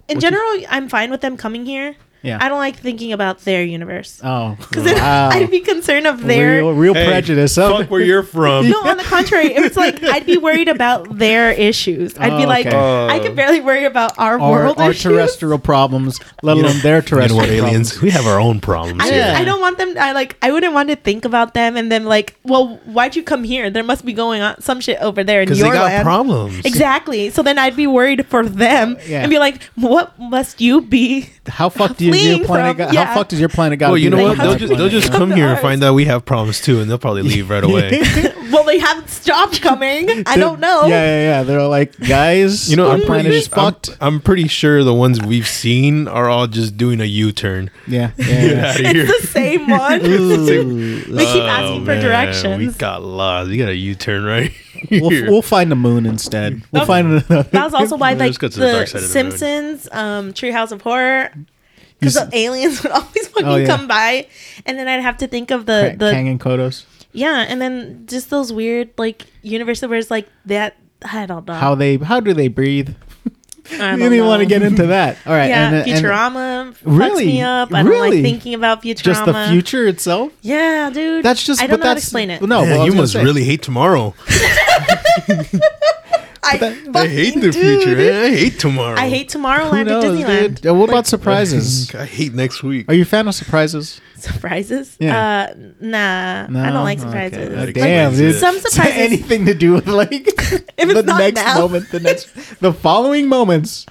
Speaker 2: in
Speaker 1: you-
Speaker 2: general, I'm fine with them coming here.
Speaker 1: Yeah.
Speaker 2: I don't like thinking about their universe
Speaker 1: oh,
Speaker 2: because then
Speaker 1: wow.
Speaker 2: I'd be concerned of their.
Speaker 1: real, real
Speaker 3: Hey,
Speaker 1: prejudice. huh?
Speaker 3: Fuck where you're from.
Speaker 2: No, on the contrary, it was like I'd be worried about their issues. I'd be
Speaker 1: Oh,
Speaker 2: like,
Speaker 1: okay.
Speaker 3: Oh.
Speaker 2: I could barely worry about our,
Speaker 1: our,
Speaker 2: world
Speaker 1: our
Speaker 2: issues.
Speaker 1: terrestrial problems, let
Speaker 3: You know-
Speaker 1: alone their
Speaker 3: You know
Speaker 1: terrestrial
Speaker 3: what, aliens?
Speaker 1: problems.
Speaker 3: We have our own problems.
Speaker 2: I,
Speaker 3: here.
Speaker 1: Yeah.
Speaker 2: just, I don't want them. I like. I wouldn't want to think about them and then like, well, why'd you come here? There must be going on some shit over there in your
Speaker 3: Because they got
Speaker 2: land.
Speaker 3: problems.
Speaker 2: Exactly. So then I'd be worried for them
Speaker 3: Uh,
Speaker 1: Yeah.
Speaker 2: and be like, what must you be?
Speaker 1: How fucked do you,
Speaker 2: Fleeing
Speaker 1: your planet?
Speaker 2: from-
Speaker 1: got,
Speaker 2: yeah.
Speaker 1: How fucked is your planet got?
Speaker 3: Well, you know
Speaker 2: They
Speaker 3: what?
Speaker 2: have
Speaker 3: They'll
Speaker 2: to
Speaker 3: just, they'll just
Speaker 2: come
Speaker 3: come
Speaker 2: to
Speaker 3: here and
Speaker 2: ours.
Speaker 3: find out we have problems too, and they'll probably leave right away.
Speaker 2: well, they haven't stopped coming. I don't know.
Speaker 1: Yeah, yeah, yeah. They're like, guys,
Speaker 3: You know,
Speaker 1: our
Speaker 3: I'm
Speaker 1: planet
Speaker 3: pretty,
Speaker 1: is
Speaker 3: I'm,
Speaker 1: fucked.
Speaker 3: I'm pretty sure the ones we've seen are all just doing a U-turn.
Speaker 1: yeah, yeah.
Speaker 3: Get
Speaker 1: yeah.
Speaker 3: out of here. Oh,
Speaker 2: It's the same one.
Speaker 1: Ooh.
Speaker 2: They keep asking for
Speaker 3: man, We
Speaker 2: directions.
Speaker 3: got lost. You got a U-turn right here. Mm.
Speaker 1: We'll, we'll find the moon instead. We'll
Speaker 2: Okay.
Speaker 1: find another.
Speaker 2: That was also why,
Speaker 3: Let's
Speaker 2: like,
Speaker 3: go
Speaker 2: the,
Speaker 3: to the dark side of the moon.
Speaker 2: Simpsons, um, Treehouse of Horror,
Speaker 1: You
Speaker 2: because
Speaker 1: s-
Speaker 2: the aliens would always fucking
Speaker 1: Oh, yeah.
Speaker 2: come by, and then I'd have to think of the
Speaker 1: Ka-
Speaker 2: the
Speaker 1: Kang and Kodos.
Speaker 2: yeah, and then just those weird like universes where it's like that. I don't know.
Speaker 1: How they? How do they breathe?
Speaker 2: I
Speaker 1: You
Speaker 2: don't
Speaker 1: didn't want to
Speaker 2: know.
Speaker 1: get into that. All right.
Speaker 2: Yeah,
Speaker 1: and- and
Speaker 2: Futurama fucks
Speaker 1: Really?
Speaker 2: me up. I don't
Speaker 1: Really?
Speaker 2: like thinking about Futurama.
Speaker 1: just the future itself.
Speaker 2: Yeah, dude.
Speaker 1: That's just.
Speaker 2: I don't know
Speaker 1: but
Speaker 2: how to
Speaker 1: that's-
Speaker 2: explain it.
Speaker 1: well, No,
Speaker 3: Man,
Speaker 1: well, I was
Speaker 3: you
Speaker 1: gonna
Speaker 3: must
Speaker 1: say-
Speaker 3: really hate tomorrow.
Speaker 2: I,
Speaker 3: I hate the future. eh? I hate tomorrow.
Speaker 2: I hate
Speaker 1: oh. Who
Speaker 2: Tomorrowland
Speaker 1: knows,
Speaker 2: and Disneyland.
Speaker 1: dude? Yeah, What about surprises?
Speaker 3: I hate next week.
Speaker 1: Are you a fan of surprises?
Speaker 2: Surprises?
Speaker 1: Yeah.
Speaker 2: Uh, nah, I
Speaker 1: No?
Speaker 2: don't like
Speaker 1: Okay.
Speaker 2: surprises.
Speaker 1: Uh,
Speaker 3: Like,
Speaker 1: damn,
Speaker 3: like,
Speaker 1: dude.
Speaker 2: Some
Speaker 1: To
Speaker 2: surprises.
Speaker 1: anything to do with like if
Speaker 2: it's
Speaker 1: the
Speaker 2: not
Speaker 1: next
Speaker 2: now.
Speaker 1: moment, the next, the following moments,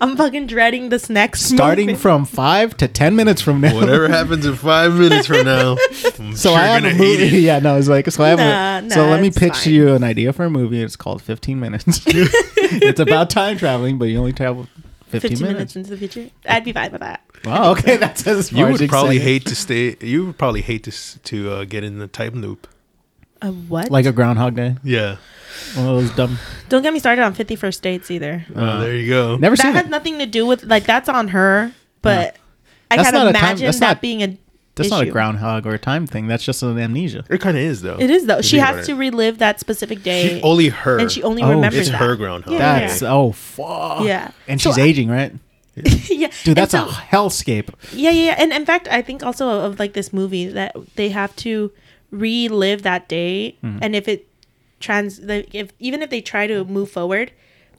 Speaker 2: I'm fucking dreading this next
Speaker 1: starting
Speaker 2: moment.
Speaker 1: from five to ten minutes from now.
Speaker 3: Whatever happens in five minutes from now, I'm
Speaker 1: So
Speaker 3: sure
Speaker 1: I have
Speaker 3: gonna
Speaker 1: a
Speaker 3: hate
Speaker 1: movie.
Speaker 3: it.
Speaker 1: Yeah, no, it's like so. I have a,
Speaker 2: Nah,
Speaker 1: so
Speaker 2: nah,
Speaker 1: let me
Speaker 2: it's
Speaker 1: pitch
Speaker 2: fine.
Speaker 1: you an idea for a movie. It's called Fifteen Minutes. it's about time traveling, but you only travel fifteen,
Speaker 2: 15
Speaker 1: minutes.
Speaker 2: minutes into the future. I'd be fine with that.
Speaker 1: Wow. Okay, that's as far
Speaker 3: You
Speaker 1: as
Speaker 3: would
Speaker 1: can
Speaker 3: probably
Speaker 1: say it.
Speaker 3: hate to stay. You would probably hate to s- to uh, get in the time loop.
Speaker 2: A what?
Speaker 1: like a Groundhog Day.
Speaker 3: Yeah.
Speaker 1: One of those dumb.
Speaker 2: don't get me started on 51st dates either.
Speaker 3: Uh, there you go.
Speaker 1: Never
Speaker 2: That
Speaker 1: seen
Speaker 2: has
Speaker 1: it.
Speaker 2: nothing to do with like that's on her, but I
Speaker 1: That's
Speaker 2: can't
Speaker 1: not a time-
Speaker 2: imagine
Speaker 1: that's
Speaker 2: that
Speaker 1: not-
Speaker 2: being a.
Speaker 1: That's not a
Speaker 2: issue.
Speaker 1: groundhog or a time thing. That's just an amnesia.
Speaker 3: It kind of is though.
Speaker 2: It is though.
Speaker 3: If
Speaker 2: She
Speaker 3: you think
Speaker 2: has to
Speaker 3: about
Speaker 2: relive that specific
Speaker 3: it.
Speaker 2: day,
Speaker 3: She only her.
Speaker 2: and she only
Speaker 1: Oh,
Speaker 2: remembers
Speaker 3: It's
Speaker 2: that.
Speaker 3: her groundhog.
Speaker 2: Yeah.
Speaker 1: That's oh fuck.
Speaker 2: Yeah.
Speaker 1: And
Speaker 2: So
Speaker 1: she's
Speaker 2: I-
Speaker 1: aging, right?
Speaker 2: yeah, And
Speaker 1: Dude, that's
Speaker 2: so-
Speaker 1: a hellscape.
Speaker 2: Yeah, yeah, yeah. And in fact, I think also of like this movie that they have to relive that day,
Speaker 1: Hmm.
Speaker 2: and if it trans, like, if even if they try to move forward,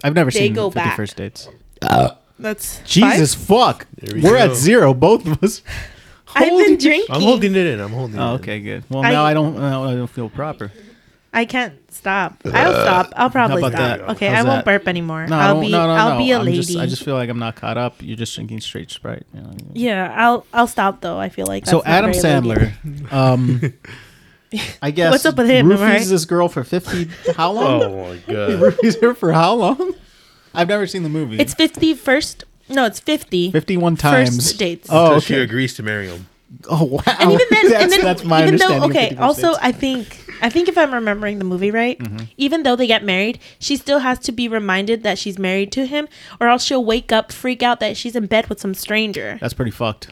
Speaker 1: I've never
Speaker 2: They
Speaker 1: seen
Speaker 2: go
Speaker 1: 50
Speaker 2: back.
Speaker 1: First Dates.
Speaker 2: that's
Speaker 1: Jesus fuck.
Speaker 3: There
Speaker 1: We
Speaker 3: we
Speaker 1: are
Speaker 3: go.
Speaker 1: at zero, both of us.
Speaker 2: i I've
Speaker 1: Holy
Speaker 2: been
Speaker 1: shit.
Speaker 2: drinking.
Speaker 3: I'm holding it in. I'm holding.
Speaker 1: Oh,
Speaker 3: it in.
Speaker 1: okay, good. Well,
Speaker 2: I-
Speaker 1: now I don't. Now I don't feel proper.
Speaker 2: I can't stop. I'll stop. I'll probably
Speaker 1: How
Speaker 2: stop.
Speaker 1: about that?
Speaker 2: Okay,
Speaker 1: How's
Speaker 2: I won't
Speaker 1: that?
Speaker 2: burp anymore.
Speaker 1: No, I
Speaker 2: I'll
Speaker 1: don't-
Speaker 2: be.
Speaker 1: no, no,
Speaker 2: I'll
Speaker 1: no.
Speaker 2: be a
Speaker 1: I'm
Speaker 2: lady.
Speaker 1: Just, I just feel like I'm not caught up. You're just drinking straight Sprite. you know.
Speaker 2: yeah, I'll. I'll stop though. I feel like.
Speaker 1: So
Speaker 2: that's not
Speaker 1: Adam
Speaker 2: very lady.
Speaker 1: Sandler, um, I guess.
Speaker 2: What's up with him, am
Speaker 1: Roofies
Speaker 2: I right?
Speaker 1: this girl for fifty. How long?
Speaker 3: Oh my
Speaker 1: He
Speaker 3: god.
Speaker 1: Roofies her for how long? I've never seen the movie.
Speaker 2: It's fifty first. No, it's fifty.
Speaker 1: fifty-one
Speaker 2: first
Speaker 1: times.
Speaker 2: dates.
Speaker 1: Oh,
Speaker 3: So
Speaker 1: okay.
Speaker 3: she agrees to marry him.
Speaker 1: Oh wow!
Speaker 2: and even then,
Speaker 1: that's,
Speaker 2: and then
Speaker 1: that's my
Speaker 2: even though
Speaker 1: understanding. of
Speaker 2: okay,
Speaker 1: 50
Speaker 2: also
Speaker 1: States.
Speaker 2: I think I think if I'm remembering the movie right,
Speaker 1: Mm-hmm.
Speaker 2: even though they get married, she still has to be reminded that she's married to him, or else she'll wake up, freak out that she's in bed with some stranger.
Speaker 1: that's pretty fucked.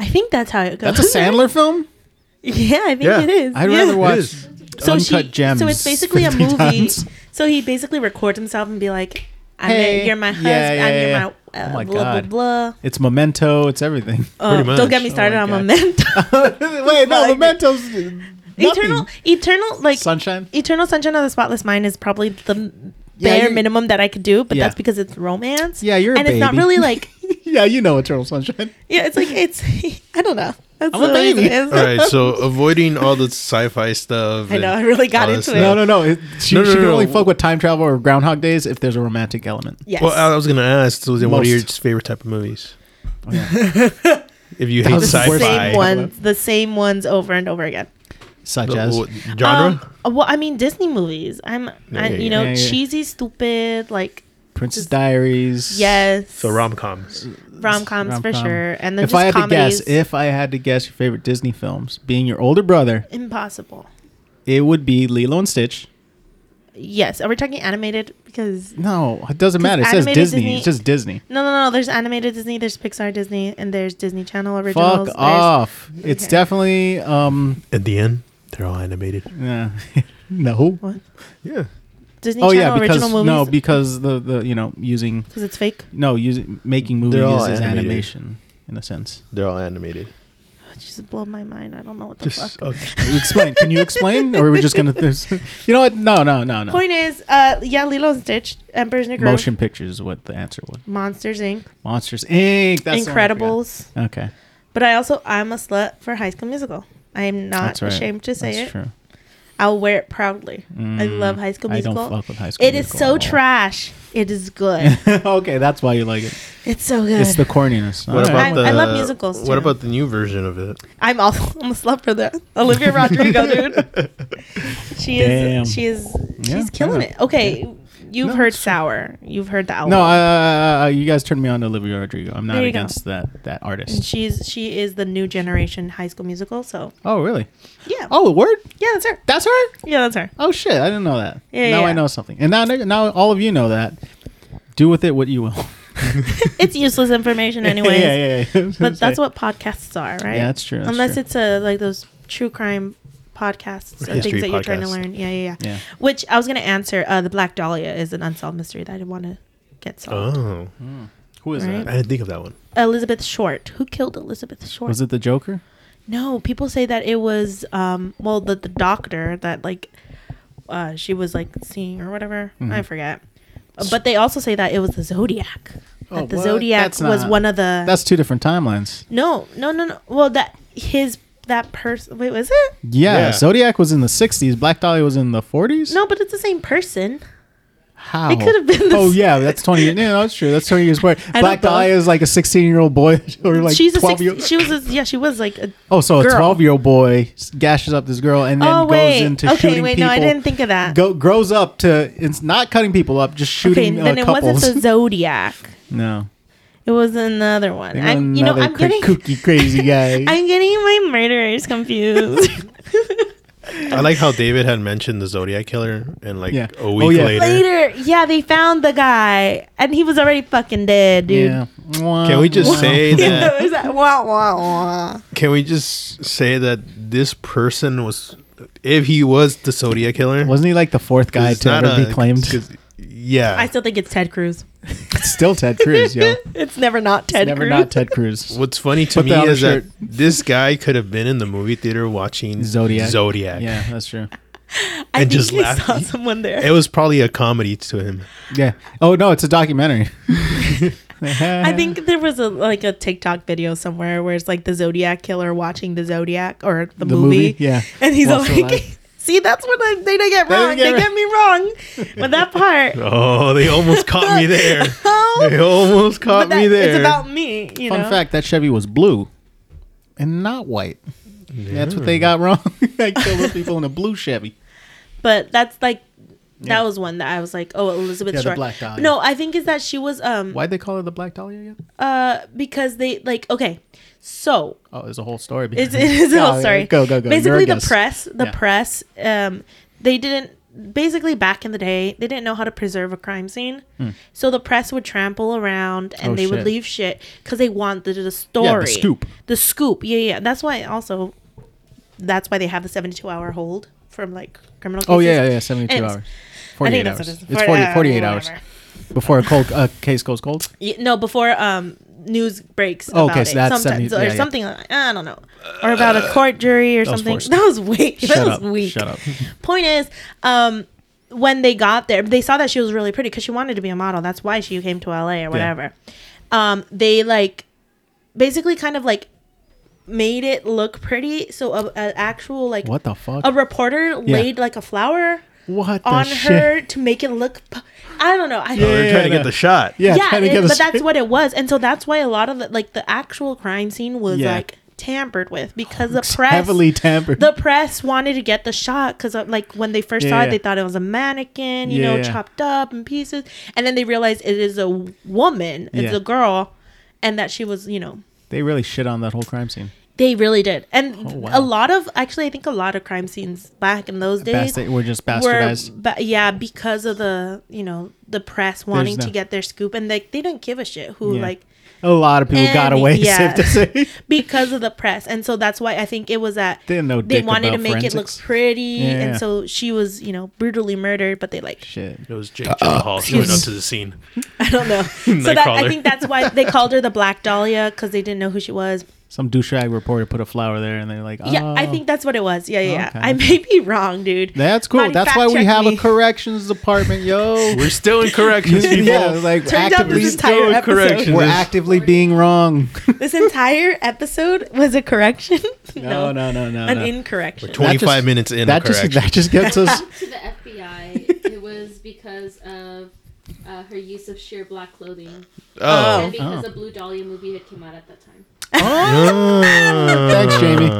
Speaker 2: I think that's how it goes.
Speaker 1: That's a Sandler film.
Speaker 2: yeah, I think
Speaker 3: Yeah.
Speaker 2: it is.
Speaker 1: I'd
Speaker 2: Yeah.
Speaker 1: rather
Speaker 3: It
Speaker 1: watch
Speaker 3: is.
Speaker 2: so
Speaker 1: Uncut
Speaker 2: she,
Speaker 1: Gems.
Speaker 2: So it's basically a
Speaker 1: 50
Speaker 2: movie.
Speaker 1: times.
Speaker 2: So he basically records himself and be like, I'm
Speaker 1: Hey.
Speaker 2: you're my
Speaker 1: Yeah,
Speaker 2: husband.
Speaker 1: yeah,
Speaker 2: I'm
Speaker 1: yeah.
Speaker 2: your my, uh,
Speaker 1: Oh my
Speaker 2: blah,
Speaker 1: God.
Speaker 2: blah blah
Speaker 1: It's Memento. It's everything.
Speaker 2: Oh,
Speaker 3: Pretty
Speaker 2: don't get
Speaker 3: much.
Speaker 2: me started
Speaker 1: Oh
Speaker 2: on
Speaker 1: my God.
Speaker 2: Memento.
Speaker 1: Wait, no,
Speaker 2: Like-
Speaker 1: Memento's
Speaker 2: Eternal, eternal, like
Speaker 1: sunshine.
Speaker 2: Eternal Sunshine of the Spotless Mind is probably the
Speaker 1: Yeah,
Speaker 2: bare
Speaker 1: you-
Speaker 2: minimum that I could do, but
Speaker 1: Yeah.
Speaker 2: that's because it's romance.
Speaker 1: Yeah, you're a
Speaker 2: and it's not
Speaker 1: baby.
Speaker 2: really like
Speaker 1: Yeah, you know Eternal Sunshine.
Speaker 2: yeah, it's like it's I don't know. That's
Speaker 1: I'm a
Speaker 2: the way
Speaker 1: baby.
Speaker 2: It is.
Speaker 3: All right. So avoiding all the sci-fi stuff.
Speaker 2: I know I
Speaker 3: and
Speaker 2: really got
Speaker 3: all
Speaker 2: into
Speaker 3: this
Speaker 2: it.
Speaker 3: stuff.
Speaker 1: No, no, no. It, she
Speaker 3: No, no,
Speaker 1: she
Speaker 3: no,
Speaker 1: can
Speaker 3: no.
Speaker 1: only fuck with time travel or Groundhog Days if there's a romantic element.
Speaker 2: Yes.
Speaker 3: Well, uh, I was gonna ask. So was it one of
Speaker 1: Most.
Speaker 3: your favorite type of movies?
Speaker 1: Oh, yeah.
Speaker 3: If you
Speaker 1: That
Speaker 3: hate
Speaker 1: was
Speaker 2: it's
Speaker 1: the
Speaker 2: the
Speaker 1: worst
Speaker 2: same
Speaker 1: sci-fi.
Speaker 3: sci-fi,
Speaker 2: ones, the same ones over and over again.
Speaker 1: Such
Speaker 3: the-
Speaker 1: as
Speaker 3: what- genre.
Speaker 2: Um, well, I mean Disney movies. I'm, I,
Speaker 3: Yeah, yeah,
Speaker 2: you know,
Speaker 1: yeah. Yeah, yeah.
Speaker 2: cheesy, stupid, like
Speaker 1: Princess Diaries.
Speaker 2: yes,
Speaker 3: So rom coms.
Speaker 2: rom coms for
Speaker 1: rom-com.
Speaker 2: sure, and then
Speaker 1: If
Speaker 2: just
Speaker 1: I had
Speaker 2: comedies.
Speaker 1: to guess, if I had to guess your favorite Disney films, being your older brother,
Speaker 2: impossible.
Speaker 1: it would be Lilo and Stitch.
Speaker 2: Yes, are we talking animated? Because
Speaker 1: No, it doesn't matter. It says
Speaker 2: animated
Speaker 1: Disney.
Speaker 2: Disney-
Speaker 1: It's just Disney.
Speaker 2: No, no, no. There's animated Disney, there's Pixar Disney, and there's Disney Channel
Speaker 1: Fuck
Speaker 2: originals. there's-
Speaker 1: off. It's
Speaker 2: Okay.
Speaker 1: definitely um
Speaker 3: At the end, they're all animated.
Speaker 1: yeah. no.
Speaker 2: What?
Speaker 3: Yeah.
Speaker 2: Disney
Speaker 1: Oh yeah,
Speaker 2: Channel
Speaker 1: because
Speaker 2: original movies?
Speaker 1: no, because the the you know using
Speaker 2: because it's fake.
Speaker 1: no using making movies
Speaker 3: They're all
Speaker 1: is
Speaker 3: animated.
Speaker 1: animation. in a sense.
Speaker 3: They're all animated.
Speaker 2: Oh, Just blow my mind. I don't know what the
Speaker 3: Just
Speaker 2: fuck.
Speaker 3: okay.
Speaker 1: explain. Can you explain, or are we just gonna? There's, you know what? No, no, no, no.
Speaker 2: Point is, uh, yeah, Lilo and Stitch, Emperor's New Groove,
Speaker 1: Motion pictures is what the answer was.
Speaker 2: Monsters Inc.,
Speaker 1: Monsters Inc. That's the one I forgot.
Speaker 2: Incredibles.
Speaker 1: Okay,
Speaker 2: But I also I'm a slut for High School Musical. I am not
Speaker 1: that's right.
Speaker 2: ashamed to say
Speaker 1: That's
Speaker 2: it.
Speaker 1: True.
Speaker 2: I'll wear it proudly. I
Speaker 1: Mm,
Speaker 2: love High School
Speaker 1: I
Speaker 2: Musical.
Speaker 1: don't fuck with High School.
Speaker 2: It is so trash. It is good.
Speaker 1: trash. okay, that's why you like it.
Speaker 2: it's so good.
Speaker 1: It's the corniness.
Speaker 3: What
Speaker 1: All
Speaker 3: about
Speaker 1: right.
Speaker 3: the?
Speaker 2: I- I love musicals,
Speaker 3: What
Speaker 2: too.
Speaker 3: about the new version of it?
Speaker 2: I'm also I'm a slut for that. Olivia Rodrigo, dude. She is.
Speaker 1: Damn.
Speaker 2: She is. She's
Speaker 1: Yeah,
Speaker 2: killing
Speaker 1: yeah.
Speaker 2: it. Okay, you've
Speaker 1: No,
Speaker 2: heard
Speaker 1: it's true.
Speaker 2: Sour. You've heard the album.
Speaker 1: No, uh, you guys turned me on to Olivia Rodrigo. I'm not
Speaker 2: There you go. Mm.
Speaker 1: against that that
Speaker 2: and
Speaker 1: artist.
Speaker 2: she's she is the new generation High School Musical. So
Speaker 1: Oh, really?
Speaker 2: yeah.
Speaker 1: Oh, a word?
Speaker 2: Yeah, that's her.
Speaker 1: That's her?
Speaker 2: Yeah, that's her.
Speaker 1: Oh shit! I didn't know that.
Speaker 2: Yeah,
Speaker 1: now
Speaker 2: yeah,
Speaker 1: I
Speaker 2: yeah.
Speaker 1: know something, and now now all of you know that. Do with it what you will.
Speaker 2: It's useless information, anyways.
Speaker 1: yeah, yeah, yeah.
Speaker 2: But that's what podcasts are, right?
Speaker 1: Yeah, that's true. that's
Speaker 2: Unless
Speaker 1: true.
Speaker 2: it's a like those true crime podcasts or
Speaker 3: History
Speaker 2: things that you're trying to
Speaker 3: podcasts.
Speaker 2: learn. Yeah, yeah, yeah.
Speaker 1: yeah.
Speaker 2: Which I was gonna answer. Uh, the Black Dahlia is an unsolved mystery that I want to get solved.
Speaker 3: Oh,
Speaker 1: Who is
Speaker 2: Right?
Speaker 1: that?
Speaker 3: I didn't think of that one.
Speaker 2: Elizabeth Short. Who killed Elizabeth Short?
Speaker 1: Was it the Joker?
Speaker 2: No, people say that it was um well the the doctor that like uh she was like seeing or whatever.
Speaker 1: Mm-hmm.
Speaker 2: I forget. But they also say that it was the Zodiac.
Speaker 1: Oh,
Speaker 2: that the
Speaker 1: what?
Speaker 2: Zodiac
Speaker 1: That's
Speaker 2: was
Speaker 1: not-
Speaker 2: one of the
Speaker 1: That's two different timelines.
Speaker 2: No, no, no, no. Well, that his that person Wait, was it?
Speaker 1: Yeah,
Speaker 3: Yeah.
Speaker 1: Zodiac was in the '60s. Black Dahlia was in the '40s.
Speaker 2: No, but it's the same person.
Speaker 1: How?
Speaker 2: It could have been the
Speaker 1: oh
Speaker 2: s-
Speaker 1: yeah, that's 20. Yeah, that's true. That's 20 years apart.
Speaker 2: I
Speaker 1: Black
Speaker 2: don't know.
Speaker 1: Dahlia is like a 16 year old boy or like
Speaker 2: She's a
Speaker 1: 12 year.
Speaker 2: six, she was a, yeah, she was like a
Speaker 1: Oh, so a
Speaker 2: girl.
Speaker 1: 12 year old boy gashes up this girl and then
Speaker 2: Oh
Speaker 1: goes
Speaker 2: wait.
Speaker 1: into
Speaker 2: Okay,
Speaker 1: shooting
Speaker 2: wait,
Speaker 1: people.
Speaker 2: no, I didn't think of that.
Speaker 1: Go, grows up to it's not cutting people up, just
Speaker 2: okay,
Speaker 1: shooting
Speaker 2: then
Speaker 1: uh,
Speaker 2: it
Speaker 1: couples.
Speaker 2: wasn't the Zodiac.
Speaker 1: no,
Speaker 2: It was another one. I'm, you know,
Speaker 1: another
Speaker 2: I'm
Speaker 1: cra-
Speaker 2: getting
Speaker 1: kooky crazy guy.
Speaker 2: I'm getting my murderers confused.
Speaker 3: I like how David had mentioned the Zodiac killer, and like
Speaker 1: Yeah.
Speaker 3: a
Speaker 1: Oh,
Speaker 3: week
Speaker 1: yeah.
Speaker 3: later,
Speaker 2: Later, yeah, they found the guy, and he was already fucking dead, dude.
Speaker 1: yeah.
Speaker 3: Can we just say that?
Speaker 2: It was like, wah, wah, wah.
Speaker 3: Can we just say that this person was, if he was the Zodiac killer,
Speaker 1: Wasn't he like the fourth guy
Speaker 3: it's
Speaker 1: to
Speaker 3: not
Speaker 1: ever
Speaker 3: a-
Speaker 1: be claimed?
Speaker 3: 'cause- Yeah,
Speaker 2: I still think it's Ted Cruz.
Speaker 1: Still Ted Cruz, yo.
Speaker 2: It's never not Ted
Speaker 1: Never
Speaker 2: Cruz.
Speaker 1: not Ted Cruz.
Speaker 3: What's funny to
Speaker 1: Put
Speaker 3: me
Speaker 1: that on a
Speaker 3: is that
Speaker 1: shirt.
Speaker 3: this guy could have been in the movie theater watching
Speaker 1: Zodiac.
Speaker 3: Zodiac.
Speaker 1: Yeah, that's true.
Speaker 2: I
Speaker 3: and
Speaker 2: think
Speaker 3: just
Speaker 2: he
Speaker 3: laugh.
Speaker 2: saw someone there.
Speaker 3: It was probably a comedy to him.
Speaker 1: Yeah. Oh no, it's a documentary.
Speaker 2: I think there was a like a TikTok video somewhere where it's like the Zodiac killer watching the Zodiac or the,
Speaker 1: The
Speaker 2: movie.
Speaker 1: movie, yeah.
Speaker 2: and he's all
Speaker 1: Walks
Speaker 2: like,
Speaker 1: alive.
Speaker 2: "See, that's what I, they didn't get
Speaker 1: didn't
Speaker 2: wrong.
Speaker 1: get
Speaker 2: They
Speaker 1: it
Speaker 2: get me wrong with that part."
Speaker 3: Oh, they almost caught me there.
Speaker 2: Oh,
Speaker 3: They almost
Speaker 2: but
Speaker 3: caught
Speaker 2: that,
Speaker 3: me there.
Speaker 2: it's about me. You
Speaker 1: Fun
Speaker 2: know,
Speaker 1: fact: that Chevy was blue, and not white. That's what they got wrong. I killed those people in a blue Chevy.
Speaker 2: but that's like
Speaker 1: Yeah.
Speaker 2: that was one that I was like, "Oh, Elizabeth
Speaker 1: Yeah, the
Speaker 2: Short."
Speaker 1: Black Dahlia.
Speaker 2: No, I think is that she was um
Speaker 1: Why'd they call her the Black Dahlia again?
Speaker 2: uh because they like okay, so
Speaker 1: Oh, there's a whole story.
Speaker 2: It's,
Speaker 1: behind
Speaker 2: it is a
Speaker 1: Oh,
Speaker 2: whole
Speaker 1: yeah,
Speaker 2: story.
Speaker 1: Go go go. You're
Speaker 2: Basically,
Speaker 1: a
Speaker 2: the
Speaker 1: guest.
Speaker 2: press, the
Speaker 1: Yeah.
Speaker 2: press, um, they didn't. Basically, back in the day, they didn't know how to preserve a crime scene, so the press would trample around and
Speaker 1: Hmm. Oh,
Speaker 2: they would
Speaker 1: shit.
Speaker 2: leave shit because they wanted the, story,
Speaker 1: scoop.
Speaker 2: the scoop. Yeah, yeah. That's why also, that's why they have the seventy-two hour hold from like criminal. Cases.
Speaker 1: Oh yeah, yeah, yeah. Seventy-two
Speaker 2: Anyways,
Speaker 1: hours.
Speaker 2: I think
Speaker 1: Forty-eight
Speaker 2: that's
Speaker 1: hours.
Speaker 2: what
Speaker 1: It's
Speaker 2: it is.
Speaker 1: 40,
Speaker 2: Forty- uh,
Speaker 1: 48 hours
Speaker 2: whatever.
Speaker 1: before a cold a case goes cold.
Speaker 2: Y- No, before um news breaks.
Speaker 1: Oh, Okay,
Speaker 2: About
Speaker 1: so
Speaker 2: it,
Speaker 1: that's
Speaker 2: sometimes
Speaker 1: 70
Speaker 2: or
Speaker 1: yeah, yeah.
Speaker 2: something. Like, I don't know, or about a court jury or
Speaker 1: was
Speaker 2: something.
Speaker 1: forced.
Speaker 2: that was weak. that
Speaker 1: Shut
Speaker 2: was
Speaker 1: up.
Speaker 2: weak.
Speaker 1: Shut up.
Speaker 2: Point is, um, when they got there, they saw that she was really pretty because she wanted to be a model. That's why she came to LA or whatever. Um, they like basically kind of like made it look pretty. So a, a actual like
Speaker 1: What the fuck?
Speaker 2: a reporter laid like a flower
Speaker 1: what the
Speaker 2: on
Speaker 1: shit?
Speaker 2: her to make it look. pu- I don't know. I
Speaker 3: They were
Speaker 1: Yeah,
Speaker 3: trying to
Speaker 1: no.
Speaker 3: get the shot.
Speaker 1: Yeah,
Speaker 2: yeah,
Speaker 1: trying to
Speaker 2: it-
Speaker 1: get
Speaker 2: but
Speaker 1: us-
Speaker 2: that's what it was, and so that's why a lot of the like the actual crime scene was
Speaker 1: Yeah.
Speaker 2: like tampered with because the
Speaker 1: It's
Speaker 2: press
Speaker 1: heavily tampered.
Speaker 2: the press wanted to get the shot because like when they first saw
Speaker 1: Yeah,
Speaker 2: it,
Speaker 1: yeah.
Speaker 2: they thought it was a mannequin, you
Speaker 1: Yeah,
Speaker 2: know,
Speaker 1: yeah.
Speaker 2: chopped up in pieces, and then they realized it is a woman, it's
Speaker 1: Yeah.
Speaker 2: a girl, and that she was, you know,
Speaker 1: they really shit on that whole crime scene.
Speaker 2: they really did, and
Speaker 1: Oh, wow.
Speaker 2: a lot of actually, I think a lot of crime scenes back in those days
Speaker 1: Basta- we're just
Speaker 2: were
Speaker 1: bastardized.
Speaker 2: ba- yeah because of the you know the press wanting
Speaker 1: no-
Speaker 2: to get their scoop and like they didn't give a shit who
Speaker 1: Yeah.
Speaker 2: like
Speaker 1: a lot of people got
Speaker 2: And-
Speaker 1: away.
Speaker 2: yeah.
Speaker 1: Safe to say.
Speaker 2: because of the press, and so that's why I think it was that
Speaker 1: Didn't know
Speaker 2: they
Speaker 1: dick
Speaker 2: wanted to
Speaker 1: about
Speaker 2: make it look
Speaker 1: forensics.
Speaker 2: pretty,
Speaker 1: Yeah.
Speaker 2: and so she was, you know, brutally murdered. But they like,
Speaker 1: Shit.
Speaker 4: It was Jake
Speaker 2: Uh,
Speaker 4: Gyllenhaal showing up to the scene.
Speaker 2: I don't know. so that I
Speaker 4: Nightcrawler.
Speaker 2: think that's why they called her the Black Dahlia because they didn't know who she was.
Speaker 1: Some douchebag reporter put a flower there, and they're like, oh,
Speaker 2: Yeah, I think that's what it was. Yeah, yeah. yeah.
Speaker 1: Okay.
Speaker 2: I may be wrong, dude.
Speaker 1: that's cool.
Speaker 2: Marty,
Speaker 1: That's
Speaker 2: fact
Speaker 1: why we
Speaker 2: check
Speaker 1: have a
Speaker 2: me.
Speaker 1: corrections department, yo."
Speaker 4: We're still in corrections, people.
Speaker 1: yeah, like
Speaker 2: Turns out
Speaker 1: actively,
Speaker 2: this
Speaker 4: still
Speaker 2: entire
Speaker 4: in
Speaker 2: episode,
Speaker 4: correction.
Speaker 1: we're actively being wrong.
Speaker 2: this entire episode was a correction.
Speaker 1: No, no, no, no,
Speaker 2: an
Speaker 1: no.
Speaker 2: incorrection.
Speaker 1: tw-
Speaker 3: Twenty five
Speaker 1: just-
Speaker 3: minutes in.
Speaker 1: that
Speaker 3: That
Speaker 1: just that just gets us.
Speaker 5: to the FBI, it was because of uh, her use of sheer black clothing.
Speaker 3: oh,
Speaker 5: And because
Speaker 1: Oh.
Speaker 5: a Blue Dahlia movie had came out at that time.
Speaker 1: Thanks, Jamie.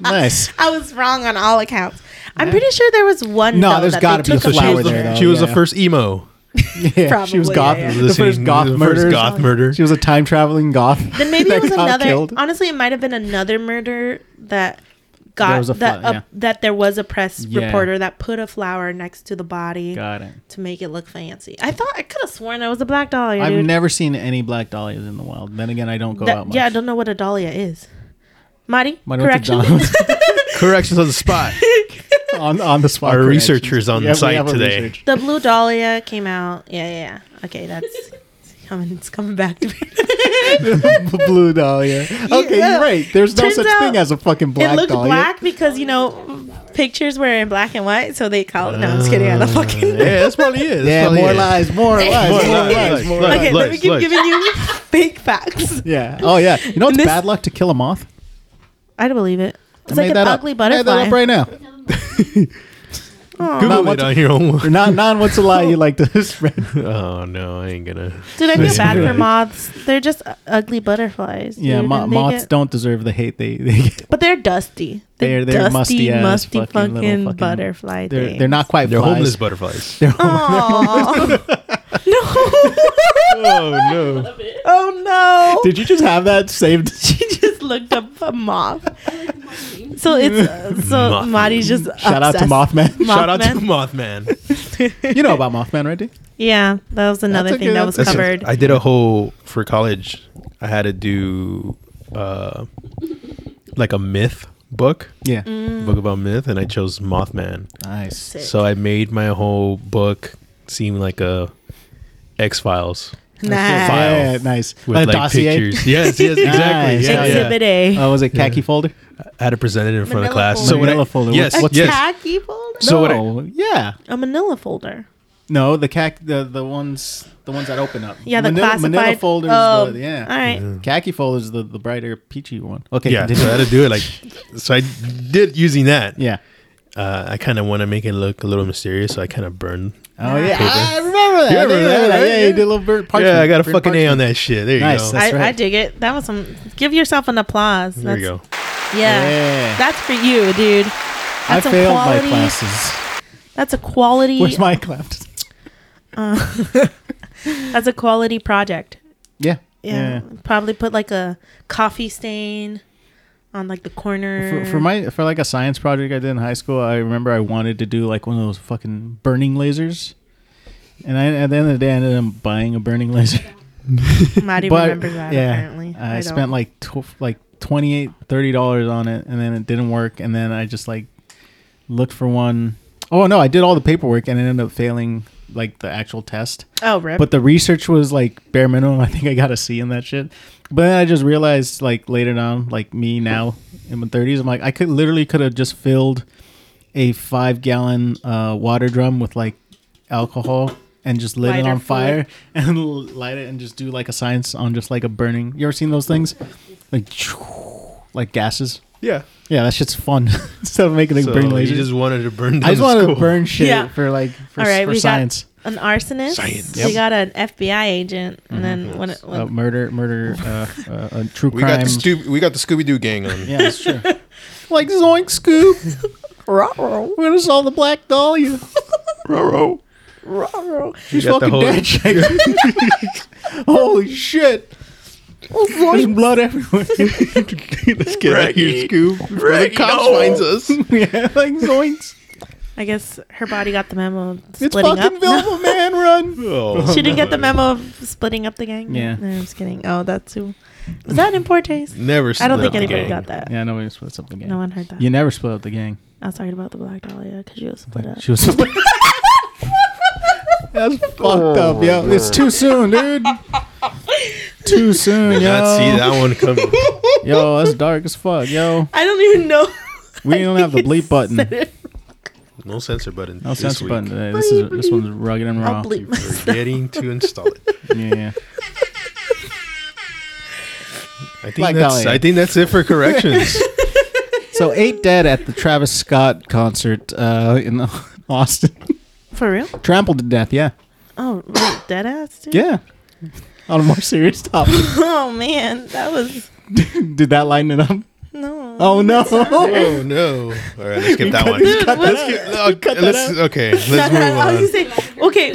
Speaker 1: Nice.
Speaker 2: I was wrong on all accounts. I'm pretty sure there was one.
Speaker 1: No,
Speaker 2: though,
Speaker 1: there's
Speaker 2: that
Speaker 1: gotta
Speaker 2: they
Speaker 1: be a
Speaker 2: took
Speaker 3: so she
Speaker 1: flower
Speaker 2: picture.
Speaker 3: was, the,
Speaker 1: there, though.
Speaker 3: she was the
Speaker 1: Yeah.
Speaker 3: first emo.
Speaker 1: Yeah, she was
Speaker 2: Probably,
Speaker 1: goth.
Speaker 2: yeah, yeah.
Speaker 1: The first
Speaker 3: Listening-
Speaker 1: goth
Speaker 3: the first
Speaker 1: murder.
Speaker 3: goth murder.
Speaker 1: She was a time traveling goth.
Speaker 2: Then maybe
Speaker 1: that
Speaker 2: it was
Speaker 1: got
Speaker 2: another.
Speaker 1: killed.
Speaker 2: Honestly, it might have been another murder that
Speaker 1: There
Speaker 2: got
Speaker 1: was a
Speaker 2: that
Speaker 1: fly-
Speaker 2: up
Speaker 1: yeah.
Speaker 2: that there was a press
Speaker 1: Yeah.
Speaker 2: reporter that put a flower next to the body
Speaker 1: Got it.
Speaker 2: to make it look fancy. I thought I could have sworn it was a black dahlia.
Speaker 1: I've
Speaker 2: dude.
Speaker 1: never seen any black dahlias in the wild. Then again, I don't go
Speaker 2: That-
Speaker 1: out much.
Speaker 2: yeah, I don't know what a dahlia is. Marty,
Speaker 1: Might have went to
Speaker 2: correction.
Speaker 1: Donald's
Speaker 3: Corrections on the spot.
Speaker 1: on on the spot.
Speaker 3: Our
Speaker 1: corrections.
Speaker 3: researchers on
Speaker 1: Yeah, we
Speaker 3: site
Speaker 1: have a
Speaker 3: today.
Speaker 1: research.
Speaker 2: the blue dahlia came out. Yeah, yeah. yeah. Okay, that's it's coming. It's coming back to me.
Speaker 1: The blue dahlia. Okay,
Speaker 2: Yeah.
Speaker 1: you're right. There's no
Speaker 2: Turns
Speaker 1: such
Speaker 2: out
Speaker 1: thing as a fucking black
Speaker 2: it looked
Speaker 1: dahlia.
Speaker 2: black because you know pictures were in black and white, so they called. No, I'm just kidding. I
Speaker 1: Uh,
Speaker 2: don't fucking.
Speaker 3: Yeah, that's probably it. That's
Speaker 1: Yeah,
Speaker 3: probably
Speaker 1: more
Speaker 3: it.
Speaker 1: lies, more lies, more lies, more lies.
Speaker 2: Okay, let me
Speaker 3: Oh, Lies,
Speaker 2: keep
Speaker 3: lies.
Speaker 2: giving you fake facts.
Speaker 1: Yeah. Oh yeah. You know it's
Speaker 2: And this-
Speaker 1: bad luck to kill a moth.
Speaker 2: I don't believe it. It's like
Speaker 1: I made
Speaker 2: an
Speaker 1: that up.
Speaker 2: ugly
Speaker 1: I made that
Speaker 2: butterfly.
Speaker 1: up right now.
Speaker 2: Aw.
Speaker 3: Google
Speaker 1: Not
Speaker 3: it on your
Speaker 1: Or
Speaker 3: own.
Speaker 1: not non what's a lie you like to spread.
Speaker 3: Oh no, I ain't gonna.
Speaker 2: Dude, I feel
Speaker 3: Listen
Speaker 2: bad
Speaker 3: to
Speaker 2: for
Speaker 3: it.
Speaker 2: moths. They're just uh, ugly butterflies.
Speaker 1: Yeah,
Speaker 2: dude,
Speaker 1: mo-
Speaker 2: and they
Speaker 1: moths
Speaker 2: get-
Speaker 1: don't deserve the hate they, they get.
Speaker 2: But they're dusty.
Speaker 1: They're- they're musty ass
Speaker 2: musty
Speaker 1: fucking
Speaker 2: fucking,
Speaker 1: little fucking-
Speaker 2: butterfly.
Speaker 1: They're, they're not quite
Speaker 3: They're
Speaker 1: flies.
Speaker 3: homeless butterflies.
Speaker 1: They're hom-
Speaker 2: Aww. no.
Speaker 3: oh no.
Speaker 2: Oh no.
Speaker 1: Did you just have that saved?
Speaker 2: she just looked up a moth. So it's uh, so
Speaker 3: Moth.
Speaker 2: Marty's just
Speaker 1: Shout out to
Speaker 2: obsessed.
Speaker 1: Mothman.
Speaker 3: Shout out to
Speaker 2: Mothman.
Speaker 3: Mothman.
Speaker 1: you know about Mothman, right? Dee?
Speaker 2: Yeah, that was another
Speaker 1: That's
Speaker 2: thing
Speaker 1: okay,
Speaker 2: that was
Speaker 1: that's-
Speaker 3: Listen,
Speaker 2: covered.
Speaker 3: I did a whole for college. I had to do uh, like a myth book,
Speaker 1: Yeah.
Speaker 2: Mm.
Speaker 3: book about myth, and I chose Mothman.
Speaker 1: Nice.
Speaker 2: Sick.
Speaker 3: So I made my whole book seem like a X Files
Speaker 2: Nice.
Speaker 3: file
Speaker 1: Yeah, nice.
Speaker 3: with
Speaker 1: Like a
Speaker 3: like
Speaker 1: dossier.
Speaker 3: pictures. Yes, yes, exactly.
Speaker 1: Nice.
Speaker 3: yeah, yeah.
Speaker 2: Exhibit A.
Speaker 1: Oh, was it khaki folder?
Speaker 3: I had to present it in front
Speaker 2: Manila
Speaker 3: of class.
Speaker 2: folder.
Speaker 3: So what
Speaker 1: Manila
Speaker 3: I,
Speaker 1: folder.
Speaker 3: Yes,
Speaker 1: What's-
Speaker 3: yes.
Speaker 2: Khaki folder?
Speaker 3: So what I-
Speaker 1: no. yeah.
Speaker 2: A manila folder.
Speaker 1: No, the khaki the, the ones the ones that open up.
Speaker 2: Yeah, the
Speaker 1: Manila,
Speaker 2: classified.
Speaker 1: Manila folders.
Speaker 2: Oh,
Speaker 1: the, yeah.
Speaker 2: All right.
Speaker 1: Khaki folders the the brighter peachy one. Okay.
Speaker 3: Yeah, so I
Speaker 1: continue.
Speaker 3: had to do it like. So I did using that.
Speaker 1: yeah.
Speaker 3: Uh, I kind of want to make it look a little mysterious, so I kind of burned.
Speaker 1: Oh yeah,
Speaker 3: Paper.
Speaker 1: I remember that.
Speaker 3: You remember
Speaker 1: I did
Speaker 3: that,
Speaker 1: remember
Speaker 3: right?
Speaker 1: Yeah, you did a little bird parchment.
Speaker 3: yeah, I got a
Speaker 1: Bird
Speaker 3: fucking A
Speaker 1: parchment.
Speaker 3: on that shit. There you
Speaker 1: Nice,
Speaker 3: go.
Speaker 1: that's
Speaker 2: I, I
Speaker 1: right.
Speaker 2: dig it. That was some. Give yourself an applause.
Speaker 3: there
Speaker 2: That's,
Speaker 3: you go.
Speaker 2: Yeah,
Speaker 1: Yeah.
Speaker 2: That's for you, dude.
Speaker 1: I
Speaker 2: That's a
Speaker 1: failed my
Speaker 2: quality.
Speaker 1: classes.
Speaker 2: That's a quality.
Speaker 1: Where's my claps?
Speaker 2: that's a quality project.
Speaker 1: Yeah.
Speaker 2: Yeah. Probably put like a coffee stain on like the corner.
Speaker 1: For, for my for like a science project I did in high school, I remember I wanted to do like one of those fucking burning lasers, and I, at the end of the day, I ended up buying a burning laser.
Speaker 2: Marty remembers that apparently.
Speaker 1: I,
Speaker 2: don't.
Speaker 1: spent like tw- like twenty eight thirty dollars on it, and then it didn't work. And then I just like looked for one oh no, I did all the paperwork and it ended up failing like the actual test.
Speaker 2: Oh, rip.
Speaker 1: But the research was like bare minimum. I think I got a C in that shit. But then I just realized like later on, like me now in my thirties, I'm like I could literally could have just filled a five gallon uh, water drum with like alcohol and just lit it
Speaker 2: Lighter
Speaker 1: on
Speaker 2: fluid.
Speaker 1: fire and light it and just do like a science on just like a burning. You ever seen those things? Like like gases.
Speaker 3: Yeah.
Speaker 1: Yeah, that shit's fun. Instead of making like
Speaker 3: So
Speaker 1: burn
Speaker 3: you
Speaker 1: lasers.
Speaker 3: just wanted to burn. Down
Speaker 1: I just
Speaker 3: the
Speaker 1: wanted
Speaker 3: school.
Speaker 1: to burn shit
Speaker 2: Yeah.
Speaker 1: for like for,
Speaker 2: All right,
Speaker 1: for
Speaker 2: we got-
Speaker 1: science.
Speaker 2: an arsonist.
Speaker 3: Science.
Speaker 2: We
Speaker 1: Yep.
Speaker 2: got an FBI agent, and then when, it, when
Speaker 1: uh, murder, murder, uh, uh, uh, true
Speaker 3: We
Speaker 1: crime.
Speaker 3: got the Scooby. We got the Scooby Doo gang on.
Speaker 1: yeah, that's true. like Zoink Scoop, we're gonna solve the Black Dahlia.
Speaker 3: Roro.
Speaker 1: She's
Speaker 3: got the
Speaker 1: fucking
Speaker 3: whole-
Speaker 1: dead, Shaker. Holy shit! There's blood everywhere.
Speaker 3: Let's get out of here, Scoob. Before the
Speaker 1: Reggie,
Speaker 3: cops
Speaker 1: no.
Speaker 3: finds us.
Speaker 1: yeah, like Zoinks.
Speaker 2: I guess her body got the memo of
Speaker 1: It's
Speaker 2: splitting
Speaker 1: fucking
Speaker 2: up.
Speaker 1: Vilma,
Speaker 2: No.
Speaker 1: man, run!
Speaker 3: Oh,
Speaker 2: she didn't get the memo of splitting up the gang.
Speaker 1: Yeah.
Speaker 2: no, I'm just kidding. Oh, that's who. Was that in poor taste?
Speaker 3: Never.
Speaker 2: I
Speaker 3: split
Speaker 2: don't think
Speaker 3: up the
Speaker 2: anybody
Speaker 3: gang.
Speaker 2: got that.
Speaker 1: Yeah, nobody splits up the gang.
Speaker 2: No one heard that.
Speaker 1: You never split up the gang.
Speaker 2: I was talking about the Black Dahlia because she was split up.
Speaker 1: uh, She was. That's fucked up, yo. It's too soon, dude. Too soon,
Speaker 3: Did
Speaker 1: yo.
Speaker 3: not see that one coming.
Speaker 1: Yo, that's dark as fuck, yo.
Speaker 2: I don't even know.
Speaker 1: We don't have the bleep button.
Speaker 2: Said it.
Speaker 3: No censor button.
Speaker 1: No
Speaker 3: this
Speaker 1: censor
Speaker 3: week.
Speaker 1: button today. This is this one's rugged and raw.
Speaker 2: I'll bleep myself.
Speaker 3: Forgetting to install it.
Speaker 1: Yeah,
Speaker 3: I think
Speaker 1: Black
Speaker 3: that's.
Speaker 1: Dahlia.
Speaker 3: I think that's it for corrections.
Speaker 1: So eight dead at the Travis Scott concert uh, in Austin,
Speaker 2: For real?
Speaker 1: trampled to death. Yeah,
Speaker 2: Oh, wait, dead ass, dude?
Speaker 1: yeah. On a more serious topic,
Speaker 2: Oh, man. That was.
Speaker 1: did that line it up?
Speaker 2: No.
Speaker 1: Oh no!
Speaker 3: oh no! All right, let's skip that one.
Speaker 2: What?
Speaker 3: Let's skip- let's- okay, let's
Speaker 2: I was
Speaker 3: move
Speaker 2: just saying. Okay.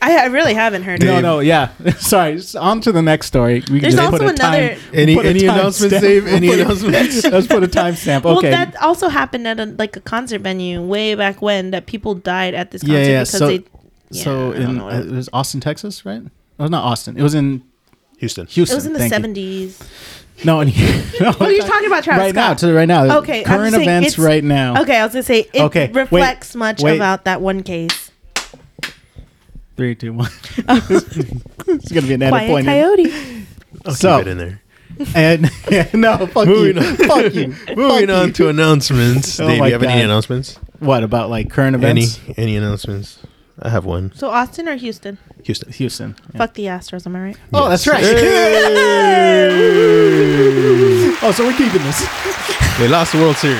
Speaker 2: I, I really haven't heard
Speaker 1: No,
Speaker 3: Dave.
Speaker 2: it.
Speaker 1: no, yeah. Sorry, s- on to the next story. We
Speaker 2: There's
Speaker 1: just
Speaker 2: also
Speaker 1: put a
Speaker 2: another.
Speaker 1: Time,
Speaker 3: on. Any
Speaker 1: Put a
Speaker 3: any
Speaker 1: time
Speaker 3: announcements,
Speaker 1: stamp.
Speaker 3: Dave? Any
Speaker 1: Put a-
Speaker 3: announcements?
Speaker 1: let's put a timestamp.
Speaker 2: Well,
Speaker 1: Okay.
Speaker 2: that also happened at a, like a concert venue way back when that people died at this concert
Speaker 1: yeah, yeah.
Speaker 2: because
Speaker 1: So,
Speaker 2: they. Yeah,
Speaker 1: so
Speaker 2: I don't
Speaker 1: in
Speaker 2: know what
Speaker 1: uh,
Speaker 2: it-
Speaker 1: it was Austin, Texas, right? Oh, not Austin. It was in
Speaker 3: Houston.
Speaker 1: Houston.
Speaker 2: it was in the
Speaker 1: thank you.
Speaker 2: seventies.
Speaker 1: No, in, no
Speaker 2: What are you talking about, Travis
Speaker 1: right now,
Speaker 2: Scott?
Speaker 1: to right now.
Speaker 2: Okay, I'm
Speaker 1: current
Speaker 2: just saying
Speaker 1: events
Speaker 2: it's-
Speaker 1: right now.
Speaker 2: Okay, I was gonna say it
Speaker 1: Okay, wait,
Speaker 2: reflects much
Speaker 1: wait.
Speaker 2: about that one case.
Speaker 1: Three, two, one. it's gonna be an edit
Speaker 2: Oh. Quiet
Speaker 1: point.
Speaker 2: Coyote.
Speaker 3: I'll
Speaker 1: So-
Speaker 3: keep it in there.
Speaker 1: And yeah, no, fuck
Speaker 3: Moving
Speaker 1: you,
Speaker 3: on.
Speaker 1: fuck you.
Speaker 3: Moving
Speaker 1: fuck
Speaker 3: on
Speaker 1: you.
Speaker 3: to announcements.
Speaker 1: Oh
Speaker 3: Dave, do
Speaker 1: my
Speaker 3: you have any
Speaker 1: God.
Speaker 3: announcements?
Speaker 1: what about like current
Speaker 3: Any
Speaker 1: events?
Speaker 3: any announcements? I have one.
Speaker 2: So Austin or Houston?
Speaker 3: Houston.
Speaker 1: Houston. Yeah.
Speaker 2: Fuck the Astros, am I right?
Speaker 1: Oh, that's right. oh, so we're keeping this.
Speaker 3: They lost the World Series.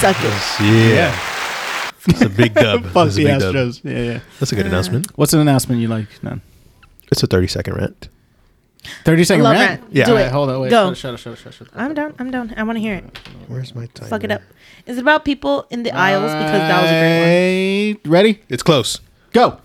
Speaker 2: Suck it.
Speaker 3: Yeah. It's a big dub.
Speaker 1: Fuck
Speaker 3: It's a
Speaker 1: the
Speaker 3: big dub.
Speaker 1: Astros. Yeah, yeah.
Speaker 3: That's a good announcement.
Speaker 1: What's an announcement you like? None.
Speaker 3: It's a 30 second rant.
Speaker 1: Thirty second
Speaker 2: Love
Speaker 1: rant.
Speaker 2: rant.
Speaker 3: Yeah.
Speaker 2: Do
Speaker 3: All
Speaker 2: it.
Speaker 3: right,
Speaker 1: Hold on. Wait.
Speaker 2: Go.
Speaker 1: Shut up. Shut up. Shut up. Shut up.
Speaker 2: I'm down. I'm down. I want to hear it.
Speaker 3: Where's my time?
Speaker 2: Fuck it up. Is it about people in the aisles because that was a great one?
Speaker 1: great one. Ready?
Speaker 3: It's close.
Speaker 1: Go.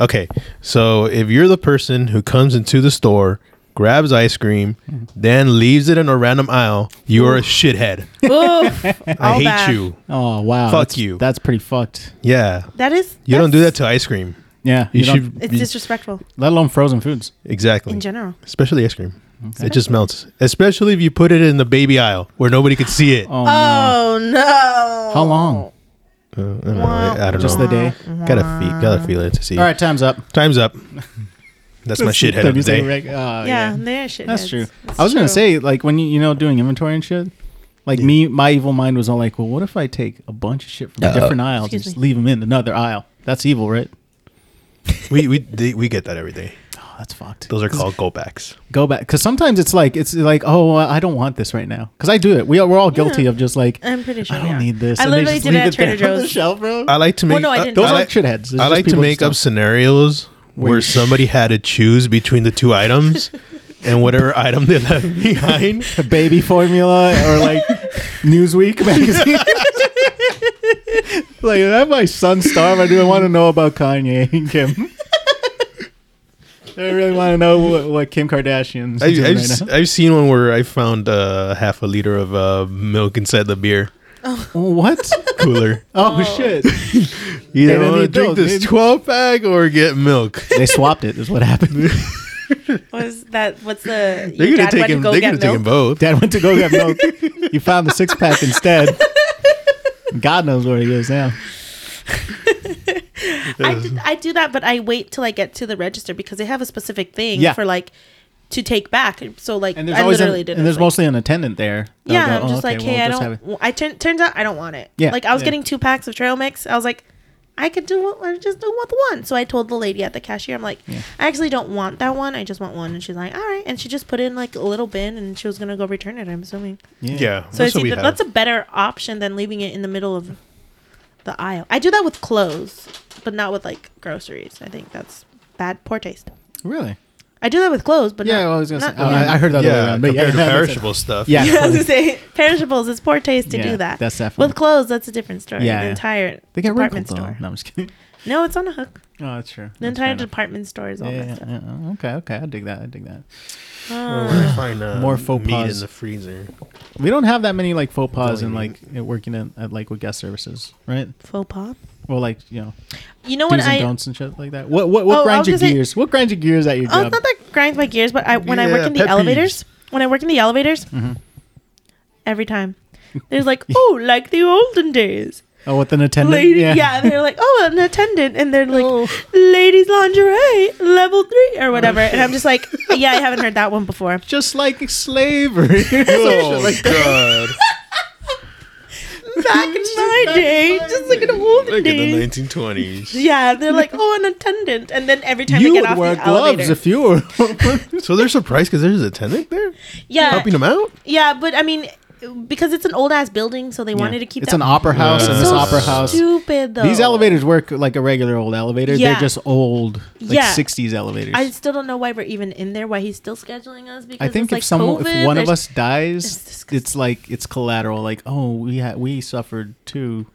Speaker 3: Okay. So if you're the person who comes into the store, grabs ice cream, then leaves it in a random aisle, you're a shithead.
Speaker 2: Oof,
Speaker 3: I
Speaker 2: all
Speaker 3: hate
Speaker 2: bad.
Speaker 3: you.
Speaker 1: Oh wow.
Speaker 3: Fuck
Speaker 1: that's,
Speaker 3: you.
Speaker 1: That's pretty fucked.
Speaker 3: Yeah.
Speaker 2: That is.
Speaker 3: You don't
Speaker 2: that's-
Speaker 3: do that to ice cream.
Speaker 1: Yeah.
Speaker 3: You,
Speaker 1: don't-
Speaker 3: should.
Speaker 2: It's
Speaker 3: you-
Speaker 2: disrespectful
Speaker 1: Let alone frozen foods.
Speaker 3: exactly.
Speaker 2: in general.
Speaker 3: Especially ice cream. It just melts. Especially if you put it in the baby aisle where nobody could see it.
Speaker 1: Oh, no.
Speaker 2: Oh no!
Speaker 1: How long?
Speaker 3: Uh, I don't know. I, I don't
Speaker 1: Just
Speaker 3: know.
Speaker 1: the day.
Speaker 3: Gotta feel, gotta feel it to see.
Speaker 1: All right. Time's up.
Speaker 3: time's up. That's my shithead of the
Speaker 1: 30-second
Speaker 3: day.
Speaker 1: rec- oh,
Speaker 2: Yeah, they're shit.
Speaker 1: That's true. I was gonna say like when you you know doing inventory and shit. Like me, my evil mind was all like, "Well, what if I take a bunch of shit from
Speaker 3: Uh-oh.
Speaker 1: different aisles and
Speaker 2: Excuse
Speaker 1: just
Speaker 2: me.
Speaker 1: leave them in another aisle? That's evil, right?
Speaker 3: We we they, we get that every day.
Speaker 1: Oh, that's fucked.
Speaker 3: Those are called go backs.
Speaker 1: Go back, because sometimes it's like it's like, oh, uh, I don't want this right now, because I do it. We are, we're all guilty
Speaker 2: Yeah.
Speaker 1: of just like,
Speaker 2: I'm pretty sure.
Speaker 1: I don't
Speaker 2: yeah.
Speaker 1: need this.
Speaker 2: I
Speaker 1: and they
Speaker 2: literally
Speaker 1: just
Speaker 2: did it at
Speaker 1: leave
Speaker 2: Trader
Speaker 1: there on the
Speaker 2: Joe's.
Speaker 1: shelf, bro.
Speaker 3: I like to
Speaker 2: Well,
Speaker 3: make
Speaker 2: no, I
Speaker 3: uh,
Speaker 2: didn't.
Speaker 1: Those
Speaker 3: I
Speaker 1: are
Speaker 3: like,
Speaker 1: like shitheads. It's
Speaker 3: I
Speaker 1: just
Speaker 3: like to
Speaker 1: people
Speaker 3: make
Speaker 1: just
Speaker 3: up scenarios
Speaker 1: Where
Speaker 3: where,
Speaker 1: you-
Speaker 3: somebody had to choose between the two items, and whatever item they left behind.
Speaker 1: don't- baby formula or like Newsweek magazine. like, is that my son starve? I do. I want to know about Kanye and Kim. I really want to know what, what Kim Kardashian's
Speaker 3: I've,
Speaker 1: doing
Speaker 3: I've,
Speaker 1: right
Speaker 3: s-
Speaker 1: now.
Speaker 3: I've seen one where I found uh, half a liter of uh, milk inside the beer uh,
Speaker 1: What?
Speaker 3: cooler.
Speaker 1: Oh, shit! They
Speaker 3: Either
Speaker 1: don't
Speaker 3: want to
Speaker 1: need
Speaker 3: drink
Speaker 1: milk,
Speaker 3: this
Speaker 1: they-
Speaker 3: twelve pack or get milk.
Speaker 1: They swapped it. Is what happened.
Speaker 2: Was that what's the?
Speaker 3: They're gonna
Speaker 2: your dad
Speaker 3: take
Speaker 2: went to
Speaker 3: him.
Speaker 2: go
Speaker 3: They're
Speaker 2: get
Speaker 3: gonna take him
Speaker 2: milk?
Speaker 3: both.
Speaker 1: Dad went to go get milk. He found the six pack instead. God knows where he is now.
Speaker 2: I, did, I do that, but I wait till I get to the register because they have a specific thing
Speaker 1: Yeah.
Speaker 2: for like to take back. So like,
Speaker 1: And there's
Speaker 2: I
Speaker 1: always an,
Speaker 2: literally did.
Speaker 1: and
Speaker 2: it.
Speaker 1: there's
Speaker 2: Like,
Speaker 1: mostly an attendant there. They'll
Speaker 2: Yeah,
Speaker 1: go,
Speaker 2: I'm
Speaker 1: "Oh,
Speaker 2: just like,
Speaker 1: okay,
Speaker 2: hey, I
Speaker 1: we'll just
Speaker 2: don't.
Speaker 1: have it."
Speaker 2: w- I turn, turns out I don't want it.
Speaker 1: Yeah,
Speaker 2: like I was
Speaker 1: yeah.
Speaker 2: getting two packs of trail mix. I was like, I could do what I just do with one. So I told the lady at the cashier, I'm like, I actually don't want that one. I just want one. And she's like, all right. And she just put in like a little bin, and she was gonna go return it. I'm assuming.
Speaker 3: Yeah,
Speaker 2: So I
Speaker 3: that's what
Speaker 2: see
Speaker 3: we
Speaker 2: that
Speaker 3: have.
Speaker 2: that's a better option than leaving it in the middle of the aisle. I do that with clothes, but not with like groceries. I think that's bad, poor taste.
Speaker 1: Really?
Speaker 2: I do that with clothes, but
Speaker 1: Yeah,
Speaker 2: not,
Speaker 1: well, I was gonna
Speaker 2: not-
Speaker 1: say. oh, I, I heard that.
Speaker 3: yeah,
Speaker 1: other way around, but
Speaker 3: compared
Speaker 1: yeah,
Speaker 3: to
Speaker 1: that makes
Speaker 3: perishable stuff.
Speaker 1: Yeah.
Speaker 2: I was gonna say perishables. It's poor taste to
Speaker 1: Yeah,
Speaker 2: do that.
Speaker 1: that's
Speaker 2: with
Speaker 1: definitely-
Speaker 2: clothes. That's a different story.
Speaker 1: Yeah,
Speaker 2: an
Speaker 1: yeah.
Speaker 2: entire
Speaker 1: They get
Speaker 2: department
Speaker 1: wrinkled though.
Speaker 2: store.
Speaker 1: No, I'm just kidding.
Speaker 2: No, it's on a hook.
Speaker 1: Oh, that's true.
Speaker 2: The entire department store is all
Speaker 1: yeah, Oh.
Speaker 2: messed up.
Speaker 1: yeah, yeah. Okay, okay. I dig that. I dig that.
Speaker 3: Where
Speaker 2: Ah.
Speaker 3: would I find, uh,
Speaker 1: More faux
Speaker 3: meat
Speaker 1: pas.
Speaker 3: in the freezer.
Speaker 1: We don't have that many like faux pas
Speaker 3: Don't
Speaker 1: in
Speaker 3: eat.
Speaker 1: like it- working in, at like with guest services, right?
Speaker 2: Faux pas.
Speaker 1: Well, like you know,
Speaker 2: You know what
Speaker 1: do's and
Speaker 2: Oh, I?
Speaker 1: don'ts and shit like that. What what what
Speaker 2: Oh, I was
Speaker 1: grinds your
Speaker 2: gonna say-
Speaker 1: gears? what grinds your gears at your
Speaker 2: Oh,
Speaker 1: job?
Speaker 2: it's not that grinds my gears, but I when I
Speaker 3: Yeah,
Speaker 2: work in the
Speaker 3: pet
Speaker 2: elevators, when I work in the elevators,
Speaker 1: Mhm.
Speaker 2: every time there's like, oh, like the olden days,
Speaker 1: Oh, with an attendant.
Speaker 2: lady. Yeah. they're like, oh, an attendant, and they're like,
Speaker 1: Oh.
Speaker 2: ladies lingerie level three or whatever, and I'm just like, yeah, I haven't heard that one before.
Speaker 1: just like slavery.
Speaker 3: Oh, God.
Speaker 2: Back in my day, just like in the olden
Speaker 3: Look at
Speaker 2: days.
Speaker 3: the 1920s.
Speaker 2: yeah, they're like, oh, an attendant, and then every time
Speaker 1: you
Speaker 2: I get
Speaker 1: would
Speaker 2: off
Speaker 1: wear
Speaker 2: the
Speaker 1: gloves
Speaker 2: elevator,
Speaker 1: if you were.
Speaker 3: So they're surprised because there's a tenant there
Speaker 2: yeah,
Speaker 3: helping them out.
Speaker 2: yeah, but I mean, because it's an old ass building, so they wanted to keep
Speaker 1: it's
Speaker 2: that
Speaker 1: an opera house and this
Speaker 2: so
Speaker 1: opera house.
Speaker 2: Stupid though.
Speaker 1: These elevators work like a regular old elevator.
Speaker 2: Yeah.
Speaker 1: They're just old, like
Speaker 2: Yeah.
Speaker 1: 60s elevators.
Speaker 2: I still don't know why we're even in there. Why he's still scheduling us? Because
Speaker 1: I think
Speaker 2: it's
Speaker 1: if
Speaker 2: like
Speaker 1: someone,
Speaker 2: COVID,
Speaker 1: if one of
Speaker 2: there's-
Speaker 1: us dies,
Speaker 2: It's disgusting.
Speaker 1: it's like it's collateral. Like, oh, we ha- we suffered too.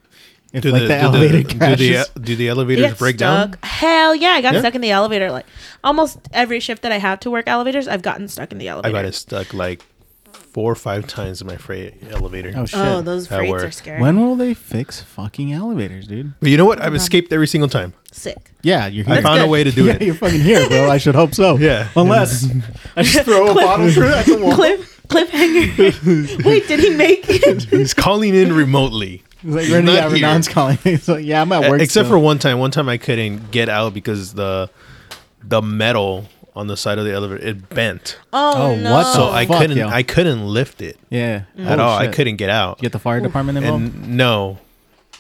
Speaker 1: If
Speaker 3: Do
Speaker 1: like
Speaker 3: the,
Speaker 1: the,
Speaker 3: do
Speaker 1: elevator
Speaker 3: the, uh,
Speaker 1: crashes,
Speaker 3: Do the, do the
Speaker 2: You
Speaker 3: elevators
Speaker 2: get
Speaker 3: break
Speaker 2: stuck.
Speaker 3: down?
Speaker 2: Hell yeah! I got
Speaker 3: Yeah.
Speaker 2: stuck in the elevator. Like almost every shift that I have to work elevators, I've gotten stuck in the
Speaker 3: I
Speaker 2: elevator.
Speaker 3: got it stuck like four or five times in my freight elevator.
Speaker 1: oh shit!
Speaker 2: Oh, those
Speaker 3: That
Speaker 2: freights are
Speaker 3: works.
Speaker 2: scary.
Speaker 1: when will they fix fucking elevators, dude?
Speaker 3: But you know what? I've escaped every single time.
Speaker 2: Sick.
Speaker 1: Yeah, you're here.
Speaker 3: I found a way to do
Speaker 1: yeah,
Speaker 3: it.
Speaker 1: you're fucking here, bro. I should hope so.
Speaker 3: Yeah.
Speaker 1: unless I just throw a bottle through at the wall.
Speaker 2: Cliff cliffhanger. Wait, did he make it?
Speaker 3: He's calling in remotely.
Speaker 1: It's like Randy
Speaker 3: not
Speaker 1: Avedon's
Speaker 3: here. E,
Speaker 1: calling. He's like, yeah, I'm at work.
Speaker 3: Except for
Speaker 1: still.
Speaker 3: one time. One time I couldn't get out because the the metal on the side of the elevator it bent.
Speaker 2: Oh,
Speaker 1: Oh,
Speaker 2: no!
Speaker 1: what the
Speaker 3: So I
Speaker 1: fuck,
Speaker 3: couldn't
Speaker 1: yo.
Speaker 3: I couldn't lift it
Speaker 1: yeah,
Speaker 3: at
Speaker 1: Oh,
Speaker 3: all. I
Speaker 1: shit.
Speaker 3: couldn't get out.
Speaker 1: get the fire department involved.
Speaker 3: and no.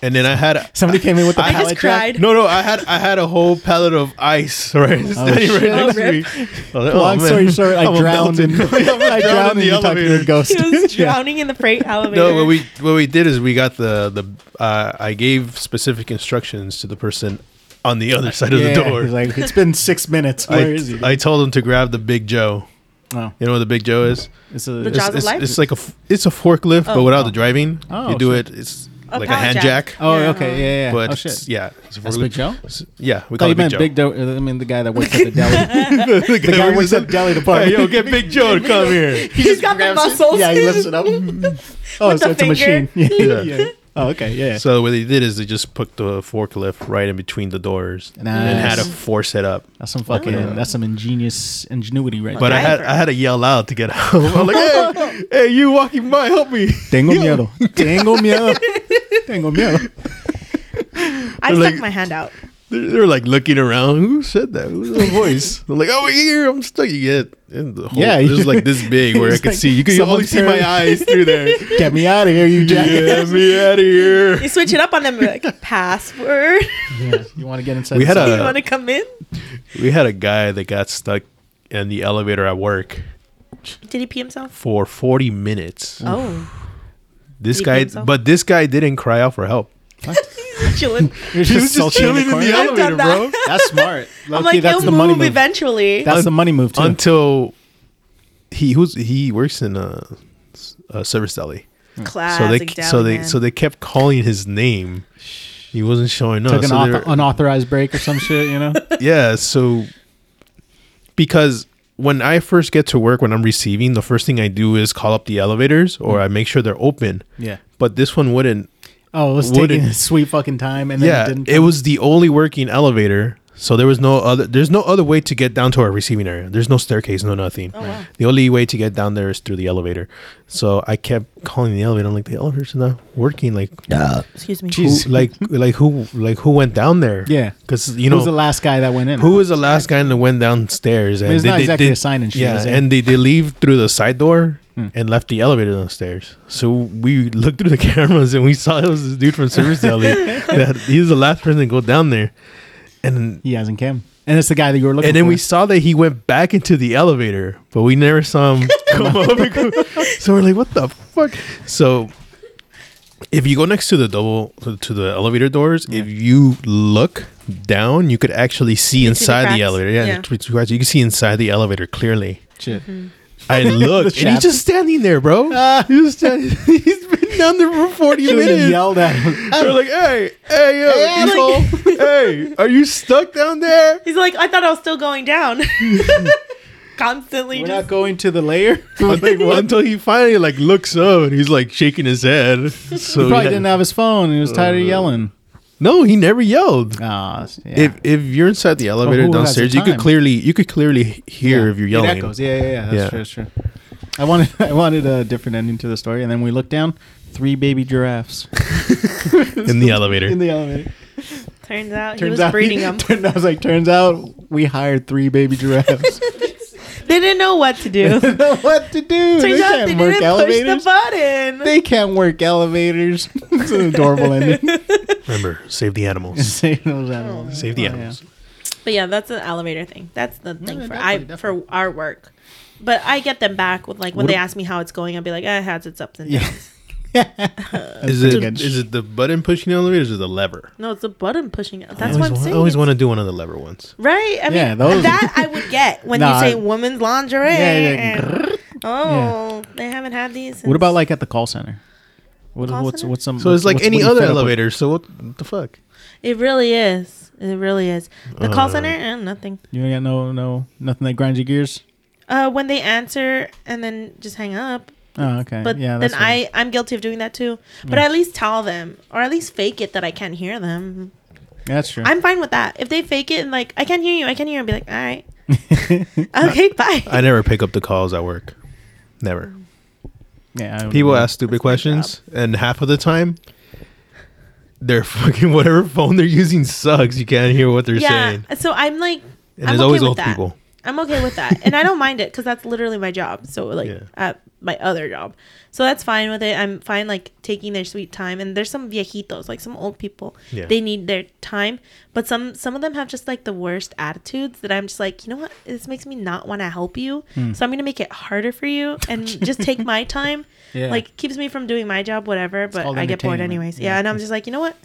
Speaker 3: And then I had
Speaker 1: Somebody came in with the
Speaker 3: I just
Speaker 1: pallet jack.
Speaker 2: cried.
Speaker 3: No, no, I had I had a whole pallet of ice right standing right
Speaker 1: shit.
Speaker 3: next
Speaker 2: Oh,
Speaker 3: to me.
Speaker 2: rip.
Speaker 3: I was like,
Speaker 1: Long
Speaker 3: oh,
Speaker 1: story
Speaker 3: man.
Speaker 1: short, I
Speaker 3: I'm a
Speaker 1: drowned in
Speaker 3: melted-
Speaker 1: I drowned in the elevator. Ghost.
Speaker 2: He was
Speaker 1: Yeah.
Speaker 2: drowning in the freight elevator.
Speaker 3: No, what we what we did is we got the the uh, I gave specific instructions to the person on the other side of
Speaker 1: Yeah,
Speaker 3: the door.
Speaker 1: He's like, it's been six minutes.
Speaker 3: I,
Speaker 1: Where is he?
Speaker 3: I told him to grab the Big Joe.
Speaker 1: oh,
Speaker 3: You know what the Big Joe is?
Speaker 1: it's a,
Speaker 2: The
Speaker 1: it's-
Speaker 2: jaws of
Speaker 3: It's,
Speaker 2: life?
Speaker 3: it's like a f- it's a forklift, but
Speaker 2: Oh.
Speaker 3: without the driving.
Speaker 1: Oh,
Speaker 3: you do
Speaker 1: shit.
Speaker 3: it. It's
Speaker 2: A
Speaker 3: like a
Speaker 2: pallet
Speaker 3: hand
Speaker 2: jack.
Speaker 3: jack.
Speaker 1: Oh,
Speaker 2: Yeah.
Speaker 1: okay, yeah, yeah. yeah.
Speaker 3: But
Speaker 1: oh
Speaker 3: it's-
Speaker 1: shit.
Speaker 3: yeah, it's a
Speaker 1: That's Big
Speaker 3: forklift.
Speaker 1: Joe.
Speaker 3: S- Yeah, we
Speaker 1: I thought
Speaker 3: call
Speaker 1: you
Speaker 3: it Big
Speaker 1: meant
Speaker 3: Joe.
Speaker 1: Big Joe. I mean, the guy that works at the deli.
Speaker 3: the
Speaker 1: the guy
Speaker 3: that
Speaker 1: works at the deli department.
Speaker 3: Hey, yo, get Big Joe to come here.
Speaker 2: He's got the muscles.
Speaker 1: Yeah, he lifts it up. oh,
Speaker 2: With the
Speaker 1: so it's a
Speaker 2: finger.
Speaker 1: machine. Yeah.
Speaker 3: Yeah.
Speaker 1: yeah. Oh, okay, yeah.
Speaker 3: So what they did is they just put the forklift right in between the doors and had to
Speaker 1: Nice.
Speaker 3: force it up.
Speaker 1: that's some fucking.
Speaker 3: Wow.
Speaker 1: That's some ingenious ingenuity, right?
Speaker 3: But I had
Speaker 2: Driver.
Speaker 3: I had to yell out to get out. I'm like, hey, hey, you walking by, help me.
Speaker 1: Tengo miedo. Tengo miedo. Tengo miedo.
Speaker 2: I stuck
Speaker 3: Like-
Speaker 2: my hand out.
Speaker 3: They're, they're like looking around. Who said that? Who's the voice? I'm like, over here, I'm stuck. You get in the hole.
Speaker 1: Yeah,
Speaker 3: Yeah, it was
Speaker 1: you-
Speaker 3: like this big where I
Speaker 1: It's
Speaker 3: could
Speaker 1: like
Speaker 3: see. You could only
Speaker 1: someone's
Speaker 3: see my
Speaker 1: turn.
Speaker 3: eyes through there.
Speaker 1: Get me out of here, you jackass.
Speaker 3: Get me out of here.
Speaker 2: You switch it up on them like password.
Speaker 1: Yeah. You want to get inside?
Speaker 3: We
Speaker 1: the
Speaker 3: had
Speaker 1: store?
Speaker 3: a-
Speaker 2: you want to come in?
Speaker 3: We had a guy that got stuck in the elevator at work
Speaker 2: Did he pee himself?
Speaker 3: for 40 minutes.
Speaker 1: Mm.
Speaker 2: Oh,
Speaker 3: This
Speaker 2: He
Speaker 3: guy,
Speaker 2: came so-
Speaker 3: but this guy didn't cry out for help.
Speaker 2: he's chilling.
Speaker 1: You're
Speaker 3: He was just
Speaker 1: sulking
Speaker 3: chilling in the
Speaker 1: corner?
Speaker 3: elevator.
Speaker 2: I've done
Speaker 3: bro.
Speaker 2: that.
Speaker 1: That's smart.
Speaker 2: I'm
Speaker 1: Low-key,
Speaker 2: like,
Speaker 1: that's
Speaker 2: he'll
Speaker 1: the
Speaker 2: move
Speaker 1: money move.
Speaker 2: eventually.
Speaker 1: That's the money move too.
Speaker 3: Until he who's he works in a, a service deli, so
Speaker 2: Classic
Speaker 3: they
Speaker 2: Dally
Speaker 3: so they
Speaker 2: man.
Speaker 3: so they kept calling his name. He wasn't showing up.
Speaker 1: Took an
Speaker 3: so they
Speaker 1: author-
Speaker 3: were-
Speaker 1: unauthorized break or some shit, you know?
Speaker 3: yeah, so because when I first get to work, when I'm receiving, the first thing I do is call up the elevators or I make sure they're open.
Speaker 1: yeah.
Speaker 3: But this one wouldn't.
Speaker 1: Oh, it was
Speaker 3: Would
Speaker 1: taking
Speaker 3: it-
Speaker 1: a sweet fucking time, and then it
Speaker 3: Yeah,
Speaker 1: didn't.
Speaker 3: it was the only working elevator. So there was no other. There's no other way to get down to our receiving area. There's no staircase, no nothing.
Speaker 2: Oh, wow.
Speaker 3: The only way to get down there is through the elevator. So I kept calling the elevator. I'm like, the elevator's not working. Like,
Speaker 2: Excuse me.
Speaker 3: who, like, like who, like who went down there?
Speaker 1: Yeah.
Speaker 3: because you
Speaker 1: Who
Speaker 3: know
Speaker 1: was the last guy that went in?
Speaker 3: who was the last guy that went downstairs? And
Speaker 1: mean, it's not exactly a Hmm. sign and shit,
Speaker 3: Yeah,
Speaker 1: is it?
Speaker 3: and they they leave through the side door and left the elevator downstairs. So we looked through the cameras and we saw it was this dude from Service Deli that he was the last person to go down there, and
Speaker 1: He hasn't came, and it's the guy that you were looking.
Speaker 3: and then
Speaker 1: for.
Speaker 3: we saw that he went back into the elevator, but we never saw him come up. and go- So we're like, what the fuck? So if you go next to the double to the elevator doors, if you look down, you could actually see
Speaker 2: You see the
Speaker 3: inside the,
Speaker 2: cracks?
Speaker 3: elevator. Yeah,
Speaker 2: Yeah.
Speaker 3: the tw- tw- cracks. you can see inside the elevator clearly.
Speaker 1: shit.
Speaker 3: I looked, and
Speaker 1: chap.
Speaker 3: he's just standing there, bro. He was standing- he's been down there for forty
Speaker 1: Ah. Should've
Speaker 3: minutes.
Speaker 1: yelled at him.
Speaker 3: They're like, "Hey, hey, yo, asshole! hey, are you stuck down there?"
Speaker 2: He's like, I thought I was still going down. Constantly
Speaker 1: We're
Speaker 2: just
Speaker 1: not going to the layer.
Speaker 3: Until- Until he finally like looks up and he's like shaking his head. So
Speaker 1: He probably
Speaker 3: yeah. Uh,
Speaker 1: didn't have his phone. and He was tired of yelling.
Speaker 3: no, he never yelled.
Speaker 1: Ah, yeah.
Speaker 3: If if you're inside the elevator
Speaker 1: who has
Speaker 3: downstairs,
Speaker 1: the
Speaker 3: you could
Speaker 1: time?
Speaker 3: clearly you could clearly hear
Speaker 1: Yeah.
Speaker 3: if you're yelling.
Speaker 1: It echoes. Yeah, yeah, yeah. That's
Speaker 3: Yeah.
Speaker 1: true. That's true. I wanted, I wanted a different ending to the story, and then we looked down. Three baby giraffes
Speaker 3: in the elevator.
Speaker 1: in the elevator.
Speaker 2: turns out he
Speaker 1: Turns
Speaker 2: was
Speaker 1: out,
Speaker 2: breeding them.
Speaker 1: Turned, I was like, turns out we hired three baby giraffes.
Speaker 2: They didn't know what to do.
Speaker 1: Don't know what to
Speaker 2: turns
Speaker 1: do? they
Speaker 2: out
Speaker 1: can't
Speaker 2: they didn't
Speaker 1: work
Speaker 2: push
Speaker 1: elevators.
Speaker 2: the button.
Speaker 1: they can't work elevators. it's an adorable ending.
Speaker 4: Remember, save the animals.
Speaker 1: Save those animals.
Speaker 4: Save the
Speaker 1: Oh, yeah.
Speaker 4: animals.
Speaker 2: But yeah, that's an elevator thing. That's the thing
Speaker 1: yeah,
Speaker 2: for I
Speaker 1: definitely,
Speaker 2: for our work. But I get them back with like when
Speaker 1: What
Speaker 2: they
Speaker 1: ab-
Speaker 2: ask me how it's going, I'll be like, eh, it has its ups and
Speaker 1: Yeah.
Speaker 2: downs.
Speaker 3: Is it
Speaker 1: good.
Speaker 3: is it the button pushing elevators or the lever?
Speaker 2: No, it's the button pushing it.
Speaker 3: I
Speaker 2: That's
Speaker 3: always
Speaker 2: what I'm
Speaker 3: wa- I
Speaker 2: saying.
Speaker 3: always want to do one of the lever ones.
Speaker 2: right? I mean,
Speaker 1: Yeah, those-
Speaker 2: that I would get when
Speaker 1: Nah,
Speaker 2: you say
Speaker 1: I-
Speaker 2: women's lingerie.
Speaker 1: Yeah, yeah.
Speaker 2: and- oh, they haven't had these. Since.
Speaker 1: What about like at the call center? What,
Speaker 2: Call
Speaker 1: what's
Speaker 2: center?
Speaker 1: what's some?
Speaker 3: So it's like
Speaker 1: what's-
Speaker 3: any
Speaker 1: what are you
Speaker 3: other
Speaker 1: fed up with?
Speaker 3: elevator. So what the fuck?
Speaker 2: It really is. It really is. The
Speaker 1: Uh.
Speaker 2: call center and nothing.
Speaker 1: You ain't got no no nothing that grinds your gears.
Speaker 2: Uh, when they answer and then just hang up.
Speaker 1: Oh, okay.
Speaker 2: But
Speaker 1: yeah,
Speaker 2: then
Speaker 1: that's what-
Speaker 2: I I'm guilty of doing that too. But I at least tell them, or at least fake it that I can't hear them.
Speaker 1: That's true.
Speaker 2: I'm fine with that. If they fake it and like I can't hear you, I can't hear you, and be like, all right, okay, bye.
Speaker 3: I never pick up the calls at work. Never.
Speaker 1: yeah, I would-
Speaker 3: People ask stupid questions, and half of the time, their fucking whatever phone they're using sucks. You can't hear what they're
Speaker 2: yeah.
Speaker 3: saying,
Speaker 2: So I'm like,
Speaker 3: and
Speaker 2: I'm
Speaker 3: there's
Speaker 2: okay
Speaker 3: always
Speaker 2: with
Speaker 3: old
Speaker 2: that.
Speaker 3: people.
Speaker 2: I'm okay with that, and I don't mind it because that's literally my job. So like
Speaker 3: Yeah.
Speaker 2: at my other job, so that's fine with it. I'm fine like taking their sweet time. And there's some viejitos, like some old people.
Speaker 3: Yeah.
Speaker 2: They need their time, but some some of them have just like the worst attitudes that I'm just like, you know what? This makes me not want to help you.
Speaker 3: Hmm.
Speaker 2: So I'm gonna make it harder for you and just take my time.
Speaker 1: Yeah.
Speaker 2: Like keeps me from doing my job, whatever. But
Speaker 1: called
Speaker 2: I get bored
Speaker 1: entertainment.
Speaker 2: anyways.
Speaker 1: Yeah.
Speaker 2: yeah, and I'm just like, you know what?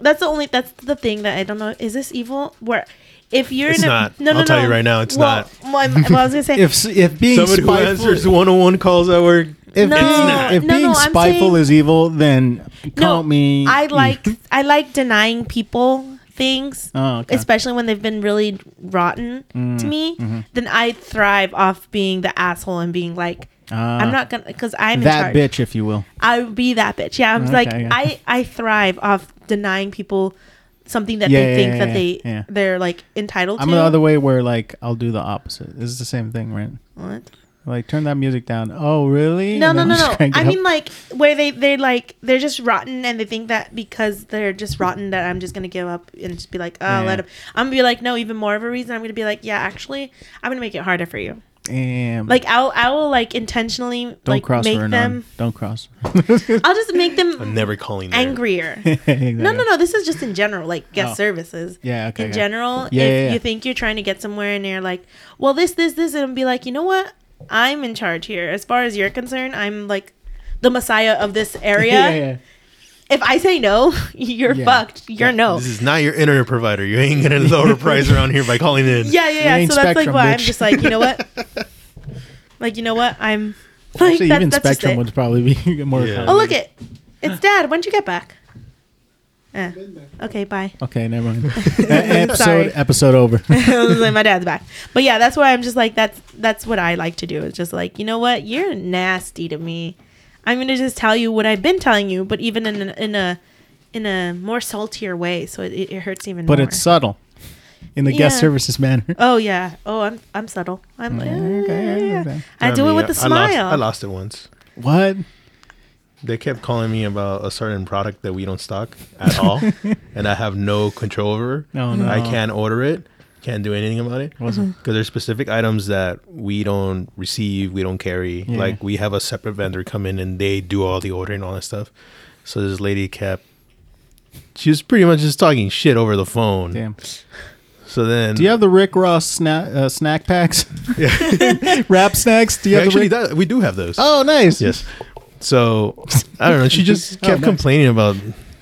Speaker 2: That's the only. That's the thing that I don't know. Is this evil? Where if you're
Speaker 3: It's
Speaker 2: in a
Speaker 3: not. I'll tell you right now, it's not.
Speaker 2: Well, my- well, I was gonna say.
Speaker 1: if s- if being
Speaker 3: Somebody who
Speaker 1: spiteful,
Speaker 3: answers one-on-one calls at work.
Speaker 1: if
Speaker 2: No,
Speaker 1: being,
Speaker 2: not.
Speaker 1: if
Speaker 2: no,
Speaker 1: being
Speaker 2: no, I'm
Speaker 1: spiteful
Speaker 2: saying-
Speaker 1: is evil, then count me.
Speaker 2: I like I like denying people things,
Speaker 1: Oh, okay. Mm,
Speaker 2: especially when they've been really rotten to me.
Speaker 1: mm-hmm.
Speaker 2: Then I thrive off being the asshole and being like,
Speaker 1: Ah.
Speaker 2: I'm not gonna because I'm in
Speaker 1: that
Speaker 2: charge.
Speaker 1: bitch, if you will.
Speaker 2: I would be that bitch. Yeah, I'm
Speaker 1: Okay,
Speaker 2: like
Speaker 1: yeah.
Speaker 2: I I thrive off denying people something that
Speaker 1: Yeah,
Speaker 2: they
Speaker 1: yeah,
Speaker 2: think
Speaker 1: yeah,
Speaker 2: that
Speaker 1: yeah,
Speaker 2: they
Speaker 1: yeah.
Speaker 2: they're like entitled
Speaker 1: I'm
Speaker 2: to.
Speaker 1: the other way where like I'll do the opposite. This is the same thing, right?
Speaker 2: What?
Speaker 1: Like turn that music down. Oh, really?
Speaker 2: No,
Speaker 1: And
Speaker 2: no,
Speaker 1: I'm
Speaker 2: no,
Speaker 1: just
Speaker 2: no.
Speaker 1: crank it
Speaker 2: I
Speaker 1: up.
Speaker 2: mean, like where they they like they're just rotten, and they think that because they're just rotten that I'm just gonna give up and just be like, oh,
Speaker 1: Yeah.
Speaker 2: let them. I'm gonna be like, no, even more of a reason. I'm gonna be like, yeah, actually, I'm gonna make it harder for you.
Speaker 1: Damn.
Speaker 2: Like I'll I will like intentionally
Speaker 1: don't
Speaker 2: like
Speaker 1: cross
Speaker 2: make
Speaker 1: her,
Speaker 2: them.
Speaker 1: them. Don't cross.
Speaker 2: I'll just make
Speaker 3: I'm
Speaker 2: them
Speaker 3: never calling there.
Speaker 2: angrier.
Speaker 1: Exactly.
Speaker 2: No, no, no. This is just in general, like guest
Speaker 1: Oh.
Speaker 2: services.
Speaker 1: Yeah, okay,
Speaker 2: In
Speaker 1: okay.
Speaker 2: general,
Speaker 1: Yeah,
Speaker 2: if
Speaker 1: yeah, yeah.
Speaker 2: you think you're trying to get somewhere and you're like, well, this, this, this, and be like, you know what? I'm in charge here. As far as you're concerned, I'm like the messiah of this area.
Speaker 1: Yeah, yeah.
Speaker 2: If I say no, you're
Speaker 1: Yeah.
Speaker 2: fucked. You're no.
Speaker 3: This is not your internet provider. You ain't getting a lower price around here by calling in.
Speaker 2: Yeah, yeah, yeah.
Speaker 1: ain't
Speaker 2: So that's like
Speaker 1: Spectrum,
Speaker 2: why I'm
Speaker 1: bitch.
Speaker 2: just like, you know what? like, you know what? I'm like
Speaker 1: Actually,
Speaker 2: that-
Speaker 1: even
Speaker 2: that's just
Speaker 1: Spectrum
Speaker 2: it.
Speaker 1: would probably be more.
Speaker 3: Yeah.
Speaker 2: Oh look it, it's dad. When'd you get back? Eh. Okay, bye.
Speaker 1: Okay, never mind. E- episode
Speaker 2: Sorry.
Speaker 1: episode over.
Speaker 2: I was like, my dad's back. But yeah, that's why I'm just like that's that's what I like to do. It's just like, you know what? You're nasty to me. I'm gonna just tell you what I've been telling you, but even in a, in a in a more saltier way, so it, it hurts even
Speaker 1: but
Speaker 2: more.
Speaker 1: it's subtle in the guest
Speaker 2: Yeah.
Speaker 1: services manner.
Speaker 2: oh yeah. Oh, I'm I'm subtle. I'm like,
Speaker 1: Mm, okay, okay.
Speaker 2: I do it
Speaker 3: mean,
Speaker 2: with a
Speaker 3: I lost-
Speaker 2: smile.
Speaker 3: I lost it once.
Speaker 1: What?
Speaker 3: They kept calling me about a certain product that we don't stock at all, and I have no control over.
Speaker 1: No, no.
Speaker 3: I can't order it. Can't do anything about it because there's specific items that we don't receive, we don't carry.
Speaker 1: Yeah.
Speaker 3: Like we have a separate vendor come in and they do all the ordering and all that stuff. So this lady kept, she was pretty much just talking shit over the
Speaker 2: Mm-hmm.
Speaker 3: phone.
Speaker 1: Damn.
Speaker 3: So then,
Speaker 1: Do you have the Rick Ross snack uh, snack packs? Wrap snacks? Do
Speaker 3: we
Speaker 1: you have the
Speaker 3: actually
Speaker 1: Rick?
Speaker 3: do- we do have those.
Speaker 1: Oh, nice.
Speaker 3: Yes. So I don't know. She just
Speaker 1: Oh,
Speaker 3: kept
Speaker 1: nice.
Speaker 3: complaining about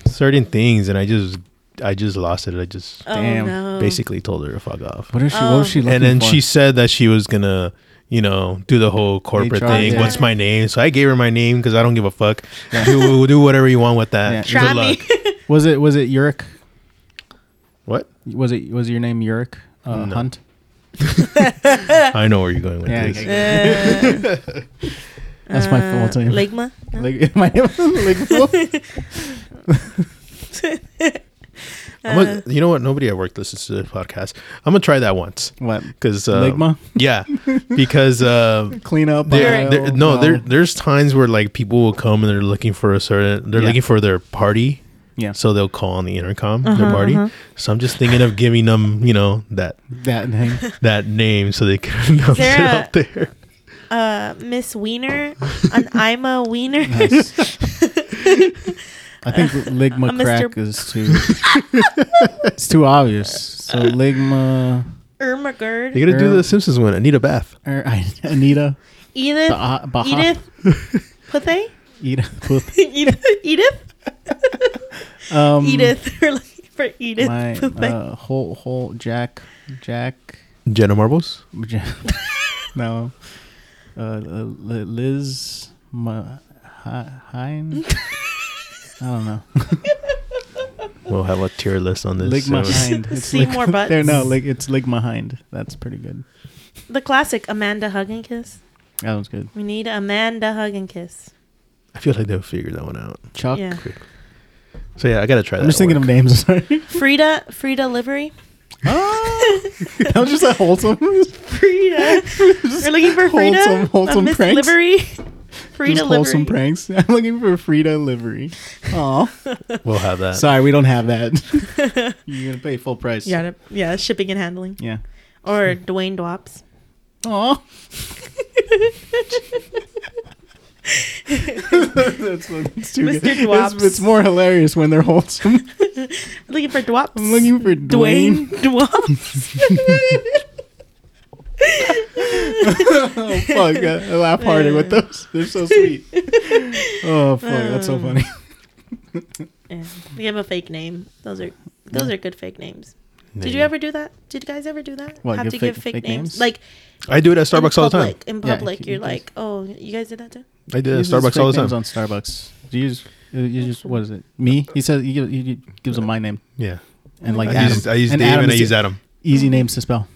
Speaker 3: certain things, and I just, I just lost it. I just
Speaker 2: oh
Speaker 1: Damn.
Speaker 2: no.
Speaker 3: basically told her to fuck off.
Speaker 2: Um,
Speaker 1: What is she? What was she looking
Speaker 3: And then
Speaker 1: for?
Speaker 3: she said that she was gonna, you know, do the whole corporate
Speaker 1: charge-
Speaker 3: thing.
Speaker 1: yeah.
Speaker 3: What's my name? So I gave her my name because I don't give a fuck. Do, do whatever you want with
Speaker 1: Yeah.
Speaker 3: that.
Speaker 2: Try me.
Speaker 1: Was it was it Yurik?
Speaker 3: What?
Speaker 1: Was it was your name Yurik uh,
Speaker 3: No.
Speaker 1: Hunt?
Speaker 3: I know where you're going with
Speaker 1: Yeah,
Speaker 3: this.
Speaker 1: okay,
Speaker 2: Uh,
Speaker 1: That's my full name.
Speaker 2: Ligma. No?
Speaker 1: Like my name Ligma.
Speaker 3: I'm gonna- you know what? Nobody at work listens to this podcast. I'm gonna try that once
Speaker 1: What?
Speaker 3: because uh,
Speaker 1: Ligma?
Speaker 3: Yeah, because uh,
Speaker 1: Clean up.
Speaker 3: there,
Speaker 1: aisle,
Speaker 3: there, no,
Speaker 1: no.
Speaker 3: there, there's times where like people will come and they're looking for a certain, they're
Speaker 1: Yeah.
Speaker 3: looking for their party,
Speaker 1: Yeah.
Speaker 3: so they'll call on the intercom
Speaker 2: Uh-huh,
Speaker 3: their party. So I'm just thinking of giving them, you know, that
Speaker 1: that name.
Speaker 3: that name so they can announce it
Speaker 2: there a-
Speaker 3: out there.
Speaker 2: Uh, Miss Wiener. An Ima Wiener.
Speaker 1: Nice. I think Ligma
Speaker 2: Uh, Mr.
Speaker 1: crack is too. it's too obvious. So Ligma.
Speaker 2: Irma Gerd.
Speaker 3: You gotta do
Speaker 1: There-
Speaker 3: the Simpsons one. I need a bath.
Speaker 1: Er, Anita.
Speaker 2: Edith.
Speaker 1: Bah- Baha.
Speaker 2: Edith. Puthe?
Speaker 1: Edith.
Speaker 2: Edith. Edith.
Speaker 1: Um,
Speaker 2: Edith. We're looking for Edith.
Speaker 1: My
Speaker 2: Puthe.
Speaker 1: uh, whole whole Jack Jack.
Speaker 3: Jenna Marbles.
Speaker 1: Ja- no. Uh, uh, Li- Liz Ma- Hi- Hine. I don't know.
Speaker 3: We'll have a tier list on this.
Speaker 1: Ligma
Speaker 3: soon.
Speaker 1: Hind. It's
Speaker 2: Seymour Butts.
Speaker 1: There, no, like it's Ligma Hind. That's pretty good.
Speaker 2: the classic Amanda Hug and Kiss.
Speaker 1: That was good.
Speaker 2: We need Amanda Hug and Kiss.
Speaker 3: I feel like they'll figure that one out.
Speaker 1: Chuck.
Speaker 2: Yeah.
Speaker 3: So yeah, I gotta try that.
Speaker 1: I'm just thinking
Speaker 3: one.
Speaker 1: of names. Sorry. Ah!
Speaker 2: Frida. Frida Livery.
Speaker 1: that was just that wholesome.
Speaker 2: Frida. We're looking for Frida.
Speaker 1: wholesome- wholesome
Speaker 2: Uh, Miss
Speaker 1: pranks.
Speaker 2: Livery. Frida
Speaker 1: just wholesome
Speaker 2: Livery.
Speaker 1: pranks. I'm looking for Frida livery. Aw.
Speaker 3: We'll have that.
Speaker 1: Sorry, we don't have that. You're gonna pay full price.
Speaker 2: Yeah, that- yeah, shipping and handling.
Speaker 1: Yeah.
Speaker 2: Or Dwayne Dwops.
Speaker 1: Aw. that's, that's too
Speaker 2: Mr.
Speaker 1: good. It's,
Speaker 2: Dwops.
Speaker 1: it's more hilarious when they're wholesome.
Speaker 2: Looking for Dwops.
Speaker 1: I'm looking for
Speaker 2: Dwayne
Speaker 1: Dwayne.
Speaker 2: Dwops.
Speaker 1: oh fuck! I, I laugh harder with those. They're so sweet. Oh fuck! That's so funny.
Speaker 2: yeah. We have a fake name. Those are those are good fake names. Did you
Speaker 3: Yeah.
Speaker 2: ever do that? Did you guys ever do that?
Speaker 1: What,
Speaker 2: Have
Speaker 1: give
Speaker 2: to
Speaker 1: fake-
Speaker 2: give fake,
Speaker 1: fake
Speaker 2: names?
Speaker 1: names?
Speaker 2: Like
Speaker 3: I do it at
Speaker 2: in
Speaker 3: Starbucks all the time.
Speaker 2: public- In
Speaker 1: Yeah,
Speaker 2: public,
Speaker 1: you
Speaker 2: you're
Speaker 1: guys-
Speaker 2: like, oh, you guys did that too?
Speaker 3: I do it at
Speaker 1: He uses
Speaker 3: Starbucks all the
Speaker 1: fake names
Speaker 3: time.
Speaker 1: On Starbucks, do you use you use what is it? Me? He says he gives, he gives him my name
Speaker 3: Yeah.
Speaker 1: and like
Speaker 3: I
Speaker 1: Adam.
Speaker 3: use, I use
Speaker 1: and
Speaker 3: Dave and I
Speaker 1: is
Speaker 3: use Adam.
Speaker 1: Easy names to spell.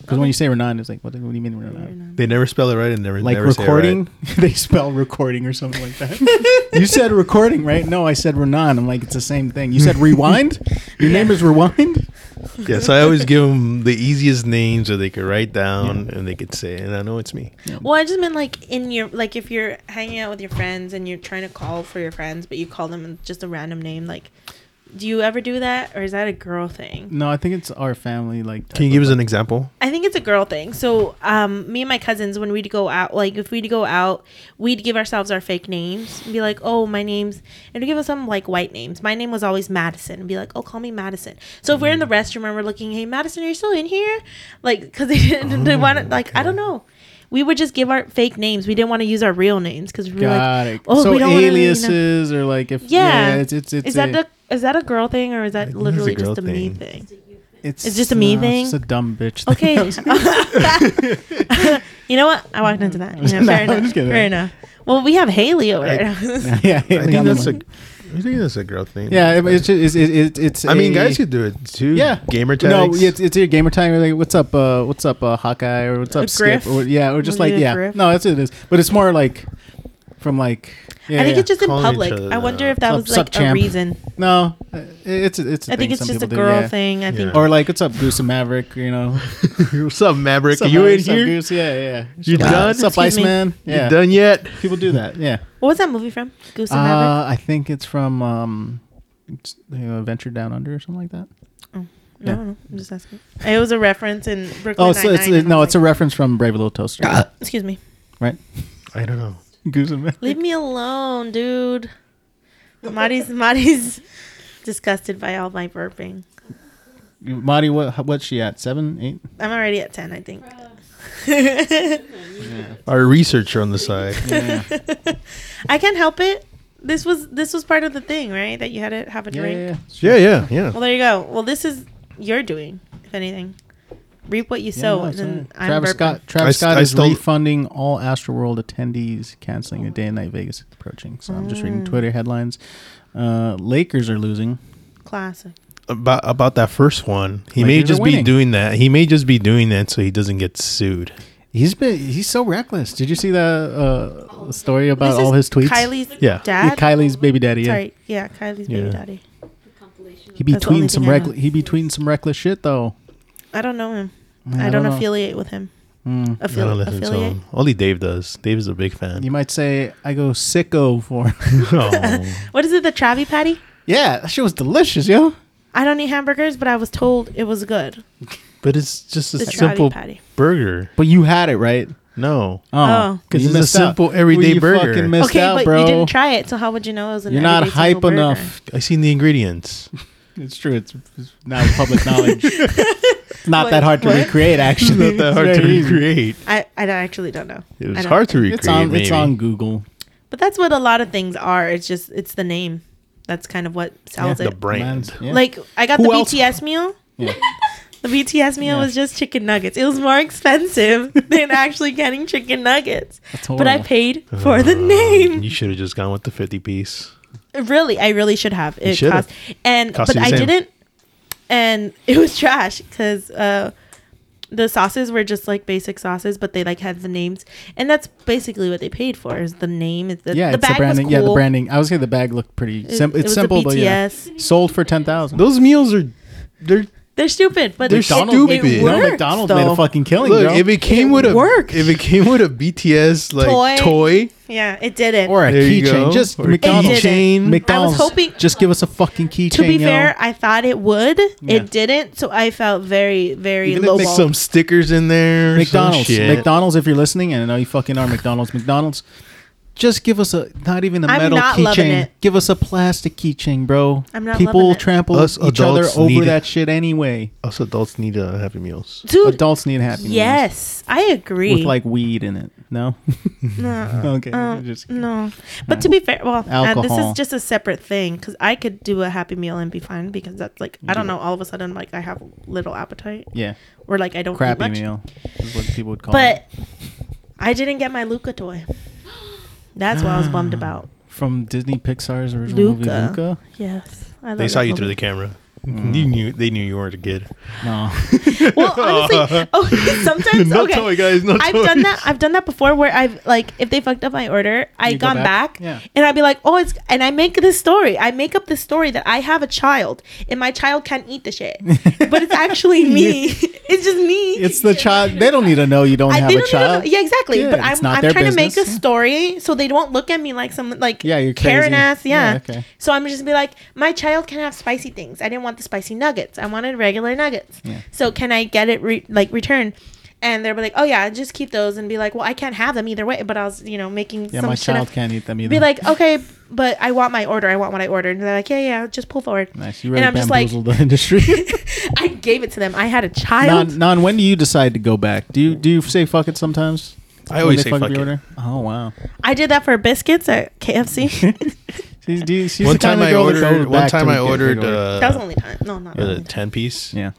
Speaker 1: Because
Speaker 2: Okay.
Speaker 1: when you say Renan, it's like, what, do- what do you mean Renan?
Speaker 2: Renan.
Speaker 3: They never spell it right and never
Speaker 1: Like
Speaker 3: never
Speaker 1: recording,
Speaker 3: Say
Speaker 1: they spell recording or something like that. you said recording, right? No, I said Renan. I'm like, it's the same thing. You said rewind. Your name is rewind.
Speaker 3: it right. Yeah, so I always give them the easiest names that they could write down and they could say, and I know it's me.
Speaker 2: Well, I just meant like in your like if you're hanging out with your friends and you're trying to call for your friends, but you call them just a random name. Like, do you ever do that, or is that a girl thing?
Speaker 1: No, I think it's our family. Like,
Speaker 3: Can you give us an example?
Speaker 2: I think it's a girl thing. So, um, me and my cousins, when we'd go out, like if we'd go out, we'd give ourselves our fake names and be like, "Oh, my name's," and give us some like white names. My name was always Madison, and be like, "Oh, call me Madison." So if we're in the restroom and we're looking, "Hey, Madison, are you still in here?" Like, because they didn't they want like I don't know. We would just give our fake names. We didn't want to use our real names because we were
Speaker 1: Got
Speaker 2: like,
Speaker 1: it.
Speaker 2: "Oh,
Speaker 1: so
Speaker 2: we don't want to." You know.
Speaker 1: aliases or like if
Speaker 2: Yeah.
Speaker 1: it's it's it's
Speaker 2: is that
Speaker 1: a-
Speaker 2: the is that a girl thing or is that
Speaker 3: think it's a
Speaker 2: literally
Speaker 3: girl
Speaker 2: just a me
Speaker 3: thing.
Speaker 2: thing?
Speaker 1: it's,
Speaker 2: it's just a me
Speaker 1: no, it's
Speaker 2: thing?
Speaker 1: just a dumb bitch. thing.
Speaker 2: Okay. you know what? I walked into that. You know,
Speaker 1: No,
Speaker 2: fair
Speaker 1: I'm
Speaker 2: enough.
Speaker 1: just kidding.
Speaker 2: Fair enough. Well, we have Haley over there.
Speaker 1: yeah,
Speaker 3: I think that's a, I think that's a girl thing.
Speaker 1: yeah. it- It's it's it's, it's
Speaker 3: I mean,
Speaker 1: a-
Speaker 3: guys could do it too.
Speaker 1: yeah
Speaker 3: Gamer tags.
Speaker 1: No, it's it's your gamer tag. Like, what's up? Uh, what's up, uh, Hawkeye? Or what's up,
Speaker 2: A griff?
Speaker 1: Skip? Or, yeah, or just
Speaker 2: Wanna
Speaker 1: like
Speaker 2: do a
Speaker 1: yeah.
Speaker 2: griff?
Speaker 1: No, that's what it is. But it's more like from like. Yeah,
Speaker 2: I think
Speaker 1: yeah.
Speaker 2: it's just in
Speaker 3: Calling
Speaker 2: public.
Speaker 3: each other
Speaker 2: I wonder
Speaker 3: that.
Speaker 2: if that
Speaker 1: Sup-
Speaker 2: was like a
Speaker 1: sup-champ.
Speaker 2: reason.
Speaker 1: no. uh, It's it's. a
Speaker 2: I think
Speaker 1: thing
Speaker 2: it's
Speaker 1: some
Speaker 2: just a
Speaker 1: people do,
Speaker 2: girl
Speaker 1: yeah.
Speaker 2: thing. I think.
Speaker 3: Yeah.
Speaker 1: Or like, what's up, Goose and Maverick? You know,
Speaker 3: what's up, Maverick?
Speaker 1: What's up,
Speaker 3: Are you
Speaker 1: Maverick?
Speaker 3: in
Speaker 1: What's up,
Speaker 3: here?
Speaker 1: Goose? Yeah, yeah.
Speaker 3: You done?
Speaker 1: What's up,
Speaker 2: Excuse me.
Speaker 1: Iceman?
Speaker 3: You
Speaker 1: Yeah,
Speaker 3: done yet?
Speaker 1: people do that. Yeah.
Speaker 2: What was that movie from? Goose and Maverick.
Speaker 1: Uh, I think it's from um, it's, you know, Venture Down Under or something like that.
Speaker 2: No, no, I'm just asking. It was a reference in Brooklyn.
Speaker 1: Oh, so it's
Speaker 2: Nine-Nine, and I
Speaker 1: no,
Speaker 2: was
Speaker 1: it's a
Speaker 2: like,
Speaker 1: reference from Brave Little Toaster,
Speaker 2: Excuse me.
Speaker 1: right?
Speaker 3: I don't know.
Speaker 1: Goose and Maverick.
Speaker 2: Leave me alone, dude. Marty's Marty's disgusted by all my burping.
Speaker 1: Marty, what what's she at? Seven, eight?
Speaker 2: I'm already at ten, I think.
Speaker 3: Our researcher on the side.
Speaker 1: Yeah,
Speaker 2: I can't help it. This was this was part of the thing, right? That you had to have a
Speaker 1: yeah,
Speaker 2: drink.
Speaker 3: yeah,
Speaker 1: yeah.
Speaker 3: yeah, yeah.
Speaker 2: Well, there you go. Well, this is your doing, if anything. reap what you
Speaker 1: Yeah,
Speaker 2: sow.
Speaker 1: no,
Speaker 2: and
Speaker 1: it's all
Speaker 2: then
Speaker 1: right.
Speaker 2: I'm
Speaker 1: Travis
Speaker 2: burping.
Speaker 1: Scott.
Speaker 3: I
Speaker 1: Travis
Speaker 3: s-
Speaker 1: Scott
Speaker 3: I
Speaker 1: is
Speaker 3: still-
Speaker 1: refunding all Astroworld attendees, canceling a day and night Vegas approaching. So I'm just
Speaker 2: Mm.
Speaker 1: reading Twitter headlines. Uh, Lakers are losing.
Speaker 2: Classic.
Speaker 3: about about that first one. He may
Speaker 1: Lakers are
Speaker 3: just be
Speaker 1: winning.
Speaker 3: doing that. He may just be doing that so he doesn't get sued.
Speaker 1: He's been he's so reckless. Did you see the uh, story about
Speaker 2: This
Speaker 1: all
Speaker 2: is
Speaker 1: his tweets?
Speaker 2: Kylie's
Speaker 3: Yeah.
Speaker 1: yeah,
Speaker 2: dad.
Speaker 1: Kylie's baby daddy. Yeah.
Speaker 2: Sorry. Yeah, Kylie's
Speaker 3: Yeah.
Speaker 2: baby daddy.
Speaker 5: The compilation.
Speaker 1: He be
Speaker 2: That's the only
Speaker 1: tweeting some
Speaker 2: thing I know.
Speaker 1: reckless. He be tweeting some reckless shit though.
Speaker 2: I don't know him.
Speaker 1: I
Speaker 2: I, don't,
Speaker 1: don't know.
Speaker 2: affiliate with him.
Speaker 1: Mm.
Speaker 3: I don't
Speaker 2: Affili-
Speaker 3: listen to
Speaker 2: affiliate.
Speaker 3: him. Only Dave does. Dave is a big fan.
Speaker 1: You might say I go sicko for.
Speaker 3: Oh.
Speaker 2: What is it? The Travi Patty?
Speaker 1: yeah, that shit was delicious, yo.
Speaker 2: I don't eat hamburgers, but I was told it was good.
Speaker 3: But it's just a
Speaker 2: The
Speaker 3: simple
Speaker 2: Travi Patty.
Speaker 3: burger.
Speaker 1: But you had it right.
Speaker 3: No.
Speaker 2: Oh.
Speaker 1: you
Speaker 3: Because it's a
Speaker 1: missed out.
Speaker 3: simple everyday
Speaker 1: you
Speaker 3: burger.
Speaker 1: fucking missed
Speaker 2: Okay,
Speaker 1: out,
Speaker 2: but
Speaker 1: bro.
Speaker 2: you didn't try it, so how would you know it was an
Speaker 1: You're not
Speaker 2: everyday single
Speaker 1: hype
Speaker 2: burger?
Speaker 1: enough.
Speaker 3: I seen the ingredients.
Speaker 1: It's true. It's, it's now public knowledge. it's not
Speaker 2: What-
Speaker 1: that hard to
Speaker 2: what?
Speaker 3: It's
Speaker 1: recreate, actually.
Speaker 3: not that hard to
Speaker 1: very easy.
Speaker 3: recreate.
Speaker 2: I, I don't- actually don't know.
Speaker 3: It
Speaker 2: I
Speaker 3: was
Speaker 2: don't-
Speaker 3: hard to recreate.
Speaker 1: It's on.
Speaker 3: maybe.
Speaker 1: It's on Google.
Speaker 2: But that's what a lot of things are. It's just it's the name. That's kind of what sells
Speaker 3: The
Speaker 2: it.
Speaker 3: brand.
Speaker 1: Mine's- yeah.
Speaker 2: Like I got
Speaker 1: Who
Speaker 2: the
Speaker 1: else-
Speaker 2: BTS meal.
Speaker 1: Yeah.
Speaker 2: The BTS meal
Speaker 1: Yeah.
Speaker 2: was just chicken nuggets. It was more expensive than actually getting chicken nuggets.
Speaker 1: That's
Speaker 2: But I
Speaker 1: horrible.
Speaker 2: paid for the
Speaker 3: Uh,
Speaker 2: name.
Speaker 3: You should have just gone with the 50 piece.
Speaker 2: Really, I really should have. It
Speaker 3: should've.
Speaker 2: cost, and
Speaker 3: Cost
Speaker 2: but
Speaker 3: you the
Speaker 2: I
Speaker 3: same.
Speaker 2: didn't, and it was trash because uh, the sauces were just like basic sauces, but they like had the names, and that's basically what they paid for is the name. Is the,
Speaker 1: yeah,
Speaker 2: the
Speaker 1: it's
Speaker 2: bag
Speaker 1: the branding.
Speaker 2: was
Speaker 1: Yeah,
Speaker 2: cool.
Speaker 1: the branding. I was saying the bag looked pretty
Speaker 2: It-
Speaker 1: simple.
Speaker 2: it
Speaker 1: It's
Speaker 2: was a
Speaker 1: simple, but yeah,
Speaker 2: BTS.
Speaker 1: sold for ten thousand.
Speaker 3: Those meals are. They're
Speaker 2: They're stupid, but
Speaker 3: They're
Speaker 2: it-
Speaker 3: stupid.
Speaker 2: It,
Speaker 3: You
Speaker 2: it
Speaker 3: know,
Speaker 2: works,
Speaker 1: McDonald's made
Speaker 2: though.
Speaker 1: a fucking killing,
Speaker 3: look.
Speaker 1: bro.
Speaker 3: If it came
Speaker 2: It
Speaker 3: with a
Speaker 2: worked.
Speaker 3: if it came with a BTS like
Speaker 2: Toy.
Speaker 3: toy,
Speaker 2: Yeah, it did it.
Speaker 1: or a
Speaker 3: There you go.
Speaker 1: keychain, just
Speaker 3: Or a
Speaker 1: McDonald's.
Speaker 2: keychain.
Speaker 1: chain. McDonald's.
Speaker 2: I was hoping-
Speaker 1: just give us a fucking keychain.
Speaker 2: to be
Speaker 1: yo.
Speaker 2: fair, I thought it would.
Speaker 1: Yeah.
Speaker 2: It didn't, so I felt very, very
Speaker 3: even
Speaker 2: low.
Speaker 3: if some stickers in there, or some
Speaker 1: McDonald's,
Speaker 3: shit.
Speaker 1: McDonald's. If you're listening, and I know you fucking are McDonald's, McDonald's. Just give us a not even a
Speaker 2: I'm
Speaker 1: metal
Speaker 2: not loving
Speaker 1: keychain.
Speaker 2: it.
Speaker 1: Give us a plastic keychain, bro.
Speaker 2: I'm not
Speaker 1: People
Speaker 2: loving it.
Speaker 1: trample
Speaker 3: Us
Speaker 1: each other
Speaker 3: adults
Speaker 1: over
Speaker 3: need it.
Speaker 1: that shit anyway.
Speaker 3: Us adults need uh, happy meals.
Speaker 2: Dude,
Speaker 1: adults need happy meals
Speaker 2: yes, I agree.
Speaker 1: with like weed in it. No,
Speaker 2: no,
Speaker 3: Uh,
Speaker 1: okay,
Speaker 2: Um,
Speaker 1: just
Speaker 2: no, but to be fair, well, uh, this
Speaker 1: Alcohol.
Speaker 2: is just a separate thing because I could do a Happy Meal and be fine because that's like I don't know. All of a sudden, like I have little appetite
Speaker 1: yeah,
Speaker 2: or like I don't eat
Speaker 1: crappy
Speaker 2: much.
Speaker 1: meal is what people would call it.
Speaker 2: But I didn't get my Luca toy. That's what I was bummed about.
Speaker 1: From Disney Pixar's original movie
Speaker 2: Luca.
Speaker 1: Luca.
Speaker 2: Yes, I
Speaker 3: They saw you through the camera. You knew they knew you weren't a kid.
Speaker 1: No,
Speaker 2: the. Well, honestly, oh, sometimes
Speaker 3: no
Speaker 2: okay.
Speaker 3: toy, guys. No
Speaker 2: I've
Speaker 3: toy.
Speaker 2: done that. I've done that before, where I've like, if they fucked up my order, I
Speaker 1: You go
Speaker 2: gone
Speaker 1: back?
Speaker 2: back,
Speaker 1: Yeah.
Speaker 2: and I'd be like, oh, it's, and I make this story. I make up this story that I have a child, and my child can't eat the shit, but it's actually me. it's just me.
Speaker 1: it's the child. They don't need to know you don't
Speaker 2: I
Speaker 1: have
Speaker 2: they
Speaker 1: a
Speaker 2: don't even
Speaker 1: child.
Speaker 2: know- Yeah, exactly.
Speaker 1: Yeah,
Speaker 2: but
Speaker 1: it's
Speaker 2: I'm,
Speaker 1: not
Speaker 2: I'm
Speaker 1: their
Speaker 2: trying to make a
Speaker 1: business.
Speaker 2: story so they don't look at me like some like
Speaker 1: Yeah, you're
Speaker 2: Karen
Speaker 1: crazy.
Speaker 2: ass.
Speaker 1: Yeah,
Speaker 2: Yeah.
Speaker 1: okay.
Speaker 2: So I'm just be like, my child can have spicy things. I didn't want the spicy nuggets. I wanted regular nuggets.
Speaker 1: Yeah.
Speaker 2: So can I get it re- like returned? And they'll be like, oh yeah, just keep those, and be like, well, I can't have them either way. But I was, you know, making
Speaker 1: Yeah,
Speaker 2: some
Speaker 1: my
Speaker 2: shit
Speaker 1: child
Speaker 2: up.
Speaker 1: can't eat them either.
Speaker 2: Be like, okay, but I want my order. I want what I ordered. And they're like, yeah, yeah, just pull forward.
Speaker 1: nice. You really
Speaker 2: and I'm just like-
Speaker 1: bamboozled the industry.
Speaker 2: I gave it to them. I had a child.
Speaker 1: Non, non, when do you decide to go back? Do you do you say fuck it sometimes?
Speaker 3: I always say
Speaker 1: When they
Speaker 3: fuck
Speaker 1: up your
Speaker 3: it.
Speaker 1: order? Oh wow.
Speaker 2: I did that for biscuits at KFC.
Speaker 1: She's, do you- she's
Speaker 3: One
Speaker 1: the kind
Speaker 3: time
Speaker 1: of
Speaker 3: I
Speaker 1: girl that goes
Speaker 3: ordered. One
Speaker 1: back
Speaker 3: time
Speaker 1: to
Speaker 3: I
Speaker 1: get a big
Speaker 3: ordered
Speaker 1: order.
Speaker 3: uh,
Speaker 2: that was only time. No, not. the
Speaker 3: uh,
Speaker 2: only time.
Speaker 3: ten piece
Speaker 1: yeah,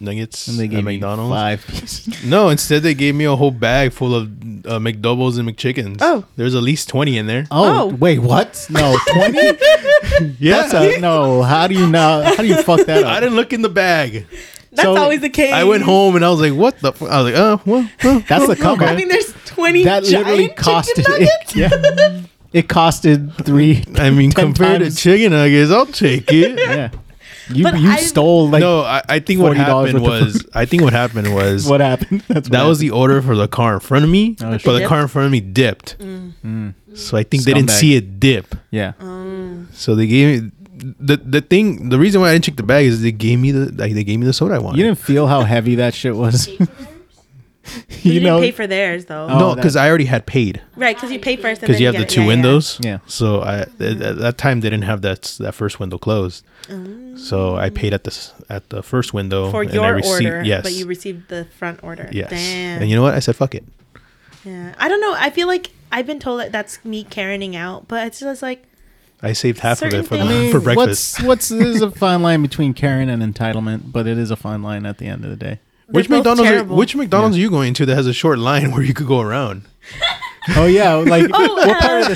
Speaker 3: nuggets
Speaker 1: and they gave
Speaker 3: at
Speaker 1: me
Speaker 3: McDonald's.
Speaker 1: five pieces.
Speaker 3: No, instead they gave me a whole bag full of uh, McDoubles and McChickens.
Speaker 2: Oh.
Speaker 3: there's at least twenty in there.
Speaker 1: Oh,
Speaker 2: Oh.
Speaker 1: wait, what? No, twenty?
Speaker 3: yeah,
Speaker 1: That's a no. How do you know? How do you fuck that
Speaker 3: I
Speaker 1: up?
Speaker 3: didn't look in the bag.
Speaker 2: That's
Speaker 1: So,
Speaker 2: always the case.
Speaker 3: I went home and I was like, "What the?" F-? I was like, "Oh, well, well."
Speaker 1: That's the cover.
Speaker 2: I mean, there's 20
Speaker 1: that
Speaker 2: giant
Speaker 1: literally
Speaker 2: chicken
Speaker 1: costed
Speaker 2: nuggets.
Speaker 1: it. Yeah, it costed three.
Speaker 3: I mean,
Speaker 1: Ten
Speaker 3: compared
Speaker 1: times.
Speaker 3: to chicken nuggets, I'll take it.
Speaker 1: Yeah, you
Speaker 2: But
Speaker 1: you
Speaker 2: I-
Speaker 1: stole like
Speaker 3: no, I, I think what
Speaker 1: $40
Speaker 3: happened
Speaker 1: worth of
Speaker 3: was I think what happened was
Speaker 1: what happened? That's what
Speaker 3: that was the
Speaker 1: happened. Oh,
Speaker 3: order for the car in front of me, but
Speaker 1: shit. Mm.
Speaker 3: the car in front of me dipped. So I think they didn't
Speaker 1: Scumbag.
Speaker 3: see it dip.
Speaker 1: yeah.
Speaker 3: So they gave me the the thing. The reason why I didn't check the bag is they gave me the like, they gave me the soda I wanted.
Speaker 1: You didn't feel how heavy that shit was.
Speaker 2: You,
Speaker 1: you
Speaker 2: didn't
Speaker 1: know,
Speaker 2: pay for theirs though,
Speaker 1: Oh.
Speaker 3: no,
Speaker 1: that-
Speaker 3: because I already had paid.
Speaker 2: right? Because Oh, you pay first. and
Speaker 3: Because
Speaker 2: then
Speaker 3: you have the
Speaker 2: get it.
Speaker 3: two
Speaker 2: Yeah, yeah.
Speaker 3: windows.
Speaker 1: Yeah.
Speaker 3: So I at, at that time they didn't have that s- that first window closed. So I paid at this at the first window
Speaker 2: Oh. For
Speaker 3: and I
Speaker 2: your
Speaker 3: received-
Speaker 2: order,
Speaker 3: Yes.
Speaker 2: but you received the front order.
Speaker 3: yes.
Speaker 2: Damn.
Speaker 3: And you know what? I said fuck it.
Speaker 2: yeah. I don't know. I feel like I've been told that that's me Karening out, but it's just like
Speaker 3: I saved half
Speaker 2: Certain
Speaker 3: of it for,
Speaker 2: things- I
Speaker 3: the,
Speaker 2: mean,
Speaker 3: for breakfast.
Speaker 1: What's what's there's a fine line between Karen and entitlement, but it is a fine line at the end of the day.
Speaker 3: Which
Speaker 2: both
Speaker 3: McDonald's? Are,
Speaker 2: terrible.
Speaker 3: which McDonald's are you going to that has a short line where you could go around?
Speaker 1: Oh yeah, like
Speaker 2: Oh,
Speaker 1: what
Speaker 2: uh,
Speaker 1: part of the